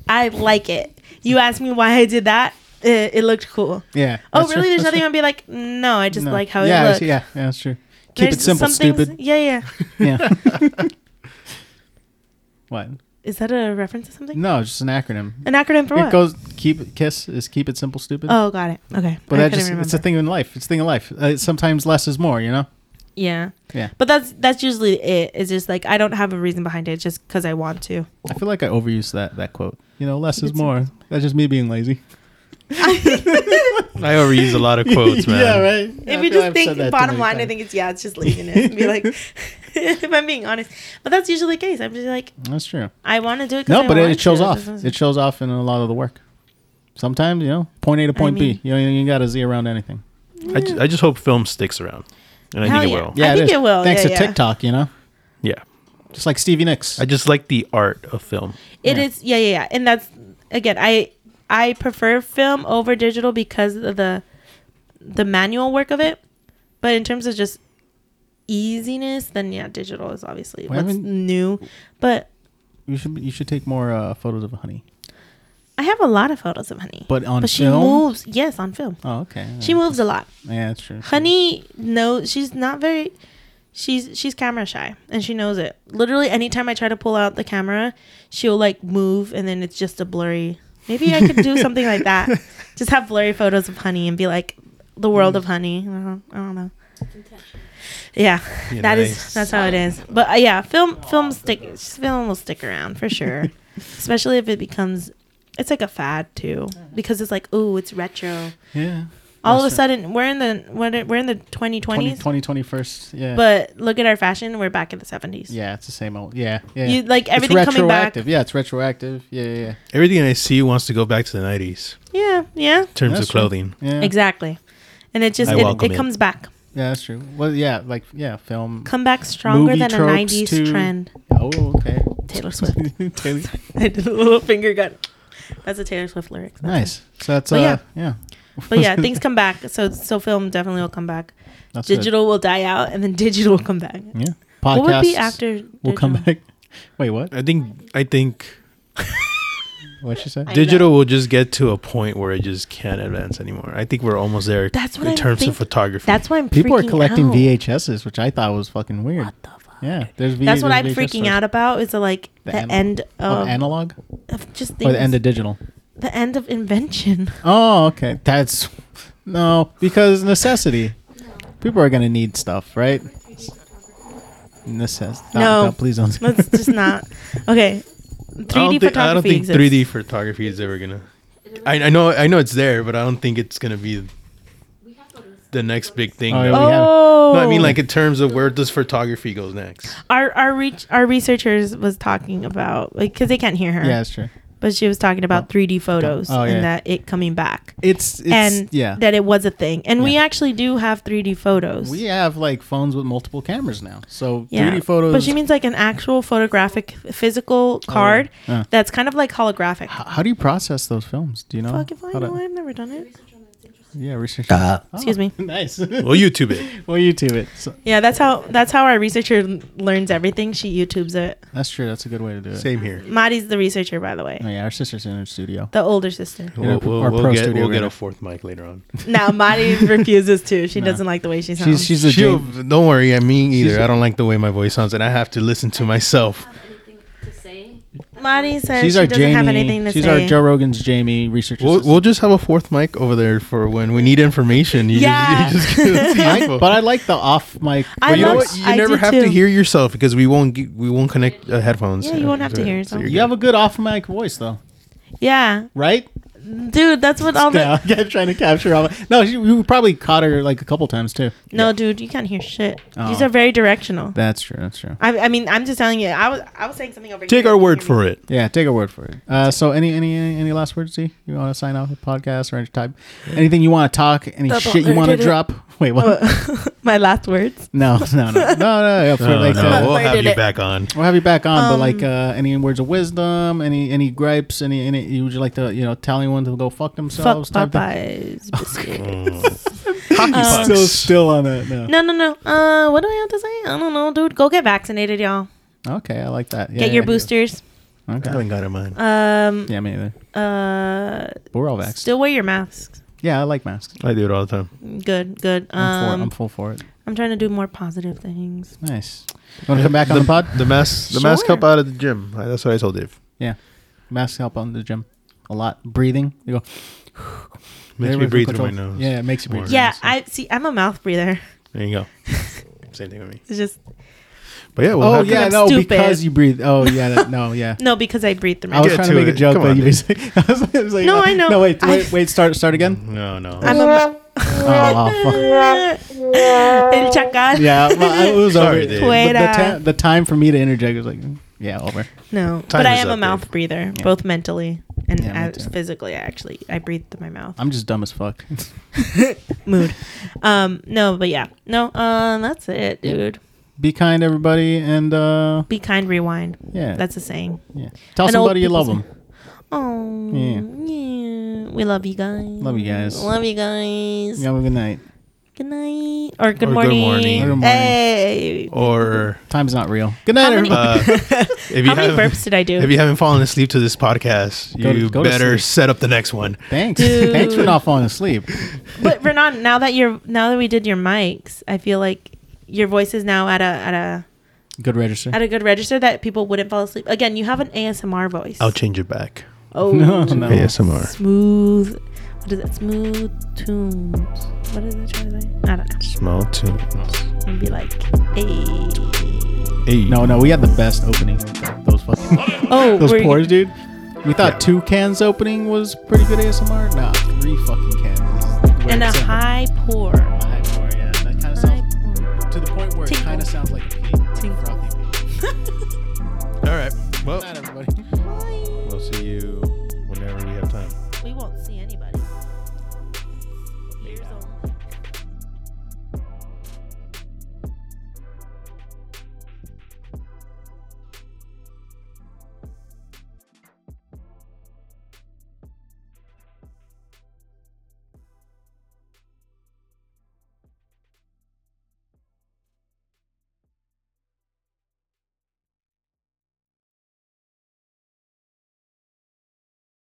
Speaker 2: I like it. You asked me why I did that. It, it looked cool.
Speaker 1: Yeah.
Speaker 2: Oh,
Speaker 1: that's
Speaker 2: really?
Speaker 1: true,
Speaker 2: There's
Speaker 1: that's
Speaker 2: nothing
Speaker 1: true.
Speaker 2: I'd be like, no, I just
Speaker 1: No.
Speaker 2: like how
Speaker 1: yeah,
Speaker 2: it
Speaker 1: I
Speaker 2: looks.
Speaker 1: see- Yeah, yeah, that's true. Keep it simple,
Speaker 2: some things-
Speaker 1: stupid.
Speaker 2: Yeah, yeah.
Speaker 1: Yeah. what?
Speaker 2: Is that a reference to something?
Speaker 1: No, it's just an acronym.
Speaker 2: An acronym for what?
Speaker 1: It goes keep it- kiss is keep it simple, stupid.
Speaker 2: oh, got it. Okay.
Speaker 1: but
Speaker 2: I couldn't
Speaker 1: that just it's a
Speaker 2: remember.
Speaker 1: thing in life. It's a thing in life. Uh, sometimes less is more. You know.
Speaker 2: yeah.
Speaker 1: Yeah.
Speaker 2: But that's that's usually it. It's just like I don't have a reason behind it, it's just because I want to.
Speaker 1: I feel like I overuse that that quote. You know, less is
Speaker 2: It's-
Speaker 1: more. That's just me being lazy.
Speaker 3: I overuse a lot of quotes, man.
Speaker 1: yeah, right.
Speaker 2: if you just think bottom line, I think it's yeah, it's just leaving it. Be like, if I'm being honest, but that's usually the case. I'm just like
Speaker 1: that's true.
Speaker 2: I want to do it. 'cause
Speaker 1: No,
Speaker 2: I
Speaker 1: but it,
Speaker 2: want
Speaker 1: it shows
Speaker 2: to.
Speaker 1: off.
Speaker 2: doesn't-
Speaker 1: It shows off in a lot of the work. Sometimes, you know, point A to point
Speaker 2: mean-
Speaker 1: B. You know, you got to Z around anything.
Speaker 3: I, ju- I just hope film sticks around, and I
Speaker 2: Hell
Speaker 3: think
Speaker 2: yeah.
Speaker 3: it will.
Speaker 2: Yeah. I think
Speaker 1: is.
Speaker 2: it will.
Speaker 1: Thanks
Speaker 2: Yeah,
Speaker 1: to
Speaker 2: yeah.
Speaker 1: TikTok, you know,
Speaker 3: Yeah,
Speaker 1: just like Stevie Nicks.
Speaker 3: I just like the art of film.
Speaker 2: It
Speaker 1: Yeah.
Speaker 2: is, yeah. yeah, yeah, and that's again, I I prefer film over digital because of the the manual work of it. But in terms of just easiness, then yeah, digital is obviously
Speaker 1: Why
Speaker 2: what's
Speaker 1: haven't-
Speaker 2: new. But
Speaker 1: You should you should take more uh, photos of honey.
Speaker 2: I have a lot of photos of Honey.
Speaker 1: But on
Speaker 2: but she
Speaker 1: film?
Speaker 2: moves. Yes, on film.
Speaker 1: Oh, okay.
Speaker 2: She moves a lot.
Speaker 1: Yeah, that's true.
Speaker 2: Honey no, she's not very she's she's camera shy and she knows it. Literally anytime I try to pull out the camera, she'll like move and then it's just a blurry. Maybe I could do something like that. Just have blurry photos of honey and be like the world of honey. I don't, I don't know. Yeah,
Speaker 3: Yeah,
Speaker 2: that is
Speaker 3: nice.
Speaker 2: that's how it is. But uh, yeah, film film stick film will stick around for sure, especially if it becomes it's like a fad too because it's like oh it's retro.
Speaker 1: Yeah.
Speaker 2: All of a
Speaker 1: That's
Speaker 2: sudden we're in the we're in- we're in the 2020s,
Speaker 1: 20, 21st. Yeah.
Speaker 2: but look at our fashion. We're back in the 70s.
Speaker 1: yeah, it's the same old. Yeah, yeah.
Speaker 2: You like
Speaker 1: It's
Speaker 2: everything coming back.
Speaker 1: retroactive. Yeah, it's retroactive. Yeah, yeah, yeah.
Speaker 3: Everything I see wants to go back to the 90s
Speaker 2: Yeah, yeah,
Speaker 3: in terms
Speaker 1: That's
Speaker 3: of
Speaker 1: true.
Speaker 3: clothing.
Speaker 1: Yeah,
Speaker 2: exactly. And it just
Speaker 3: I
Speaker 2: it,
Speaker 3: welcome
Speaker 2: it
Speaker 3: it.
Speaker 2: comes back,
Speaker 1: yeah, that's true. Well, yeah, like yeah, film.
Speaker 2: come back stronger
Speaker 1: Movie
Speaker 2: than a
Speaker 1: tropes
Speaker 2: 90s
Speaker 1: too.
Speaker 2: trend.
Speaker 1: Oh, okay.
Speaker 2: Taylor Swift.
Speaker 1: Taylor.
Speaker 2: I did a little finger gun. That's a Taylor Swift lyric. That's
Speaker 1: Nice. So that's
Speaker 2: But
Speaker 1: uh,
Speaker 2: yeah.
Speaker 1: yeah.
Speaker 2: But yeah, things come back. So so film definitely will come back.
Speaker 1: That's good.
Speaker 2: digital will die out, and then digital will come back.
Speaker 1: Yeah.
Speaker 2: What would be
Speaker 1: Podcasts
Speaker 2: after?
Speaker 1: Will come
Speaker 2: digital?
Speaker 1: back. Wait, what?
Speaker 3: I think I think
Speaker 1: What she said?
Speaker 2: I know.
Speaker 3: digital will just get to a point where it just can't advance anymore. I think we're almost there
Speaker 2: That's what
Speaker 3: in
Speaker 2: I'm
Speaker 3: terms
Speaker 2: thinking.
Speaker 3: of photography.
Speaker 2: That's why I'm.
Speaker 1: People are
Speaker 2: freaking
Speaker 1: collecting
Speaker 2: out.
Speaker 1: VHSs, which I thought was fucking weird.
Speaker 2: What the fuck?
Speaker 1: Yeah, there's V-
Speaker 2: That's what I'm
Speaker 1: there's VHS
Speaker 2: freaking
Speaker 1: stores.
Speaker 2: out about. Is the, like the,
Speaker 1: The oh, anal-
Speaker 2: end
Speaker 1: Of
Speaker 2: of,
Speaker 1: analog
Speaker 2: of just
Speaker 1: or
Speaker 2: things,
Speaker 1: the end of digital?
Speaker 2: the end of invention.
Speaker 1: Oh, okay. That's no because necessity. People are gonna need stuff, right? Necessity.
Speaker 2: No.
Speaker 1: please don't.
Speaker 2: Let's just not. Okay,
Speaker 3: I
Speaker 2: 3D
Speaker 3: don't, think,
Speaker 2: photography
Speaker 3: I don't think
Speaker 2: exists.
Speaker 3: 3D photography is ever gonna. I, I know I know it's there, but I don't think it's gonna be
Speaker 5: We have photos.
Speaker 3: the next big thing.
Speaker 1: Oh,
Speaker 3: that-
Speaker 1: yeah.
Speaker 3: No,
Speaker 2: Oh,
Speaker 3: I mean like in terms of where does photography goes next.
Speaker 2: our our reach our researchers was talking about like because they can't hear her.
Speaker 1: yeah, that's true.
Speaker 2: but she was talking about 3D photos
Speaker 1: Oh, yeah.
Speaker 2: and that it coming back.
Speaker 1: It's, it's
Speaker 2: and
Speaker 1: yeah.
Speaker 2: that it was a thing. And we
Speaker 1: Yeah.
Speaker 2: actually do have 3D photos.
Speaker 1: we have like phones with multiple cameras now, so 3D photos. Oh,
Speaker 2: But she means like an actual photographic physical card
Speaker 1: Yeah.
Speaker 2: that's kind of like holographic.
Speaker 1: H- how do you process those films? Do you know?
Speaker 2: Fuck if I
Speaker 1: how to-
Speaker 2: know, I've never done it.
Speaker 1: Yeah, research.
Speaker 2: Excuse me.
Speaker 1: Nice.
Speaker 3: Uh, Well, YouTube it.
Speaker 1: well, YouTube it. So,
Speaker 2: Yeah, that's how that's how our researcher learns everything. She YouTubes it.
Speaker 1: that's true. That's a good way to do it.
Speaker 3: Same here.
Speaker 2: Maddie's the researcher, by the way.
Speaker 1: Oh yeah, our sister's in her studio.
Speaker 2: The older sister.
Speaker 1: Yeah,
Speaker 3: We'll,
Speaker 1: pro-
Speaker 3: we'll-
Speaker 1: or
Speaker 3: we'll
Speaker 1: pro
Speaker 3: get
Speaker 1: studio
Speaker 3: we'll get
Speaker 1: grade.
Speaker 3: a fourth mic later on.
Speaker 2: now Maddie refuses to. She
Speaker 1: No.
Speaker 2: doesn't like the way she sounds.
Speaker 1: She's she's a
Speaker 3: She'll-
Speaker 1: Jane-
Speaker 3: don't worry, I mean either. I don't like the way my voice sounds, and I have to listen to myself.
Speaker 5: Have anything to say?
Speaker 2: Maddie says
Speaker 1: she's
Speaker 2: she
Speaker 1: our
Speaker 2: doesn't
Speaker 1: Jamie.
Speaker 2: have anything to
Speaker 1: she's
Speaker 2: say.
Speaker 1: our Joe Rogan's Jamie research.
Speaker 3: We'll,
Speaker 1: assistant.
Speaker 3: we'll just have a fourth mic over there for when we need information. You
Speaker 2: Yeah.
Speaker 3: just, you just give us the
Speaker 1: I,
Speaker 3: info.
Speaker 1: but I like the off mic.
Speaker 2: I
Speaker 3: But you know
Speaker 2: love-
Speaker 3: what? You
Speaker 2: I do
Speaker 3: never have
Speaker 2: too.
Speaker 3: to hear yourself because we won't ge- we won't connect uh, headphones.
Speaker 2: Yeah, you won't have to hear yourself.
Speaker 3: you're
Speaker 1: you have a good off mic voice though,
Speaker 2: yeah,
Speaker 1: right?
Speaker 2: dude, that's what all the
Speaker 1: Yeah, I'm trying to capture all. No, she, you probably caught her like a couple times too.
Speaker 2: no, dude, you can't hear shit. These
Speaker 1: Oh.
Speaker 2: are very directional.
Speaker 1: That's true. That's true.
Speaker 2: I, I mean, I'm just telling you. I was I was saying something over
Speaker 3: good. take
Speaker 2: here.
Speaker 3: our word for it.
Speaker 1: Yeah, take a word for it. Uh, so, any any any any last words? Z? You want to sign off the podcast or any type anything you want to talk? Any
Speaker 2: Double
Speaker 1: shit you want to
Speaker 2: did it. Uh.
Speaker 1: drop? Wait, what?
Speaker 2: Oh, My last words.
Speaker 1: No, no, no, no, no. yeah, for like, uh,
Speaker 3: Oh, we'll
Speaker 2: Where
Speaker 3: have
Speaker 2: did
Speaker 3: you
Speaker 2: it-
Speaker 3: back on.
Speaker 1: We'll have you back on,
Speaker 2: Um.
Speaker 1: but like uh, any words of wisdom, any any gripes, any any you would you like to you know tell anyone to go fuck
Speaker 2: Fuck
Speaker 1: themselves? type thing?
Speaker 2: Popeyes biscuit.
Speaker 3: Hockey
Speaker 2: Um,
Speaker 3: pucks.
Speaker 1: Still still on that. No.
Speaker 2: No, no, no. Uh, what do I have to say? I don't know, dude. Go get vaccinated, y'all.
Speaker 1: Okay, I like that. Yeah,
Speaker 2: Get your
Speaker 1: yeah.
Speaker 2: boosters.
Speaker 3: I
Speaker 1: Okay.
Speaker 3: haven't got it mine.
Speaker 2: Um,
Speaker 1: Yeah, me either.
Speaker 2: uh,
Speaker 1: But we're all vaxxed.
Speaker 2: still wear your masks.
Speaker 1: yeah, I like masks.
Speaker 3: I do it all the time.
Speaker 2: Good, good.
Speaker 1: I'm,
Speaker 2: Um,
Speaker 1: for, I'm full for it.
Speaker 2: I'm trying to do more positive things.
Speaker 1: Nice. You want to come back on the pod?
Speaker 3: The mask, the mask
Speaker 2: Sure.
Speaker 3: help out at the gym. Uh, That's what I told Dave.
Speaker 1: Yeah, masks help on the gym a lot. Breathing, you go.
Speaker 3: Makes
Speaker 1: Air
Speaker 3: me breathe through
Speaker 1: control.
Speaker 3: my nose.
Speaker 1: Yeah, it makes you breathe.
Speaker 3: More.
Speaker 1: through your
Speaker 2: Yeah,
Speaker 1: nose.
Speaker 2: I see. I'm a mouth breather.
Speaker 3: There you go. Same thing with me.
Speaker 2: It's just
Speaker 3: But yeah, we'll
Speaker 1: oh
Speaker 3: have you-
Speaker 1: yeah,
Speaker 2: I'm
Speaker 1: no,
Speaker 2: stupid.
Speaker 1: because you breathe. Oh yeah, that, no, yeah.
Speaker 2: no because I breathe through my.
Speaker 1: I was
Speaker 3: Get
Speaker 1: trying to
Speaker 3: to
Speaker 1: make a
Speaker 3: it.
Speaker 1: joke,
Speaker 3: Come
Speaker 1: but
Speaker 3: on,
Speaker 1: you
Speaker 3: dude.
Speaker 1: basically. I was, I was like,
Speaker 2: No,
Speaker 1: uh,
Speaker 2: I know.
Speaker 1: No, wait,
Speaker 2: I-
Speaker 1: wait, wait. Start, start again.
Speaker 3: No, no.
Speaker 2: I'm a mou-
Speaker 1: oh, fuck.
Speaker 2: El chacal.
Speaker 1: Yeah, well, I- it was
Speaker 3: Sorry,
Speaker 1: over.
Speaker 3: dude.
Speaker 1: The- The,
Speaker 2: Fuera.
Speaker 1: ta- the time for me to interject was like, yeah, over.
Speaker 2: No,
Speaker 3: Time
Speaker 2: but I
Speaker 3: is
Speaker 2: am a
Speaker 3: up,
Speaker 2: mouth
Speaker 3: Dave.
Speaker 2: breather,
Speaker 1: Yeah.
Speaker 2: both mentally and
Speaker 1: Yeah, me
Speaker 2: as
Speaker 1: too.
Speaker 2: physically. I actually I breathe through my mouth.
Speaker 1: I'm just dumb as fuck.
Speaker 2: Mood. Um, no, but yeah, no. Um, that's it,
Speaker 1: Yeah.
Speaker 2: dude.
Speaker 1: Be kind, everybody, and uh,
Speaker 2: Be kind. Rewind.
Speaker 1: yeah,
Speaker 2: That's a saying.
Speaker 1: yeah. Tell
Speaker 2: an old
Speaker 1: somebody you
Speaker 2: people
Speaker 1: love
Speaker 2: say-
Speaker 1: them.
Speaker 2: Oh,
Speaker 1: Yeah.
Speaker 2: yeah. We love you guys.
Speaker 1: Love you guys.
Speaker 2: Love you guys.
Speaker 1: You have a good night.
Speaker 2: Good night.
Speaker 3: Or
Speaker 2: Or good
Speaker 3: good
Speaker 2: morning.
Speaker 3: morning.
Speaker 1: Good morning.
Speaker 2: Hey.
Speaker 3: Or
Speaker 1: Time's not real. Good night,
Speaker 2: How many-
Speaker 1: everybody.
Speaker 3: uh, if you
Speaker 2: How many
Speaker 3: haven't-
Speaker 2: burps did I do?
Speaker 3: If you haven't fallen asleep to this podcast,
Speaker 1: Go to-
Speaker 3: you
Speaker 1: go to
Speaker 3: better
Speaker 1: sleep.
Speaker 3: set up the next one.
Speaker 1: Thanks.
Speaker 2: Dude.
Speaker 1: Thanks for not falling asleep.
Speaker 2: but Renan, now that you're now that we did your mics, I feel like your voice is now at a at a
Speaker 1: Good register.
Speaker 2: at a good register that people wouldn't fall asleep. Again, you have an ASMR voice.
Speaker 3: I'll change it back.
Speaker 2: Oh,
Speaker 1: No, no.
Speaker 3: ASMR.
Speaker 2: smooth. What is that? Smooth tunes. What is it trying to say? I don't know.
Speaker 3: Small tune.
Speaker 2: It'd be like, hey.
Speaker 3: Hey.
Speaker 1: No, no, we had the best opening. Those fucking
Speaker 2: Oh,
Speaker 1: those
Speaker 2: were you-
Speaker 1: pours, dude. We thought
Speaker 3: Yeah.
Speaker 1: two cans opening was pretty good ASMR. Nah, three fucking cans. Where
Speaker 2: and a
Speaker 1: it's at.
Speaker 2: high pour.
Speaker 1: High pour, yeah. That kind
Speaker 2: High
Speaker 1: of sounds
Speaker 2: pour.
Speaker 1: to the point where it
Speaker 2: Tinkle.
Speaker 1: kind of sounds like a pee.
Speaker 2: Tinkle.
Speaker 1: Frothy pee.
Speaker 3: All right. Well.
Speaker 1: Good night, everybody.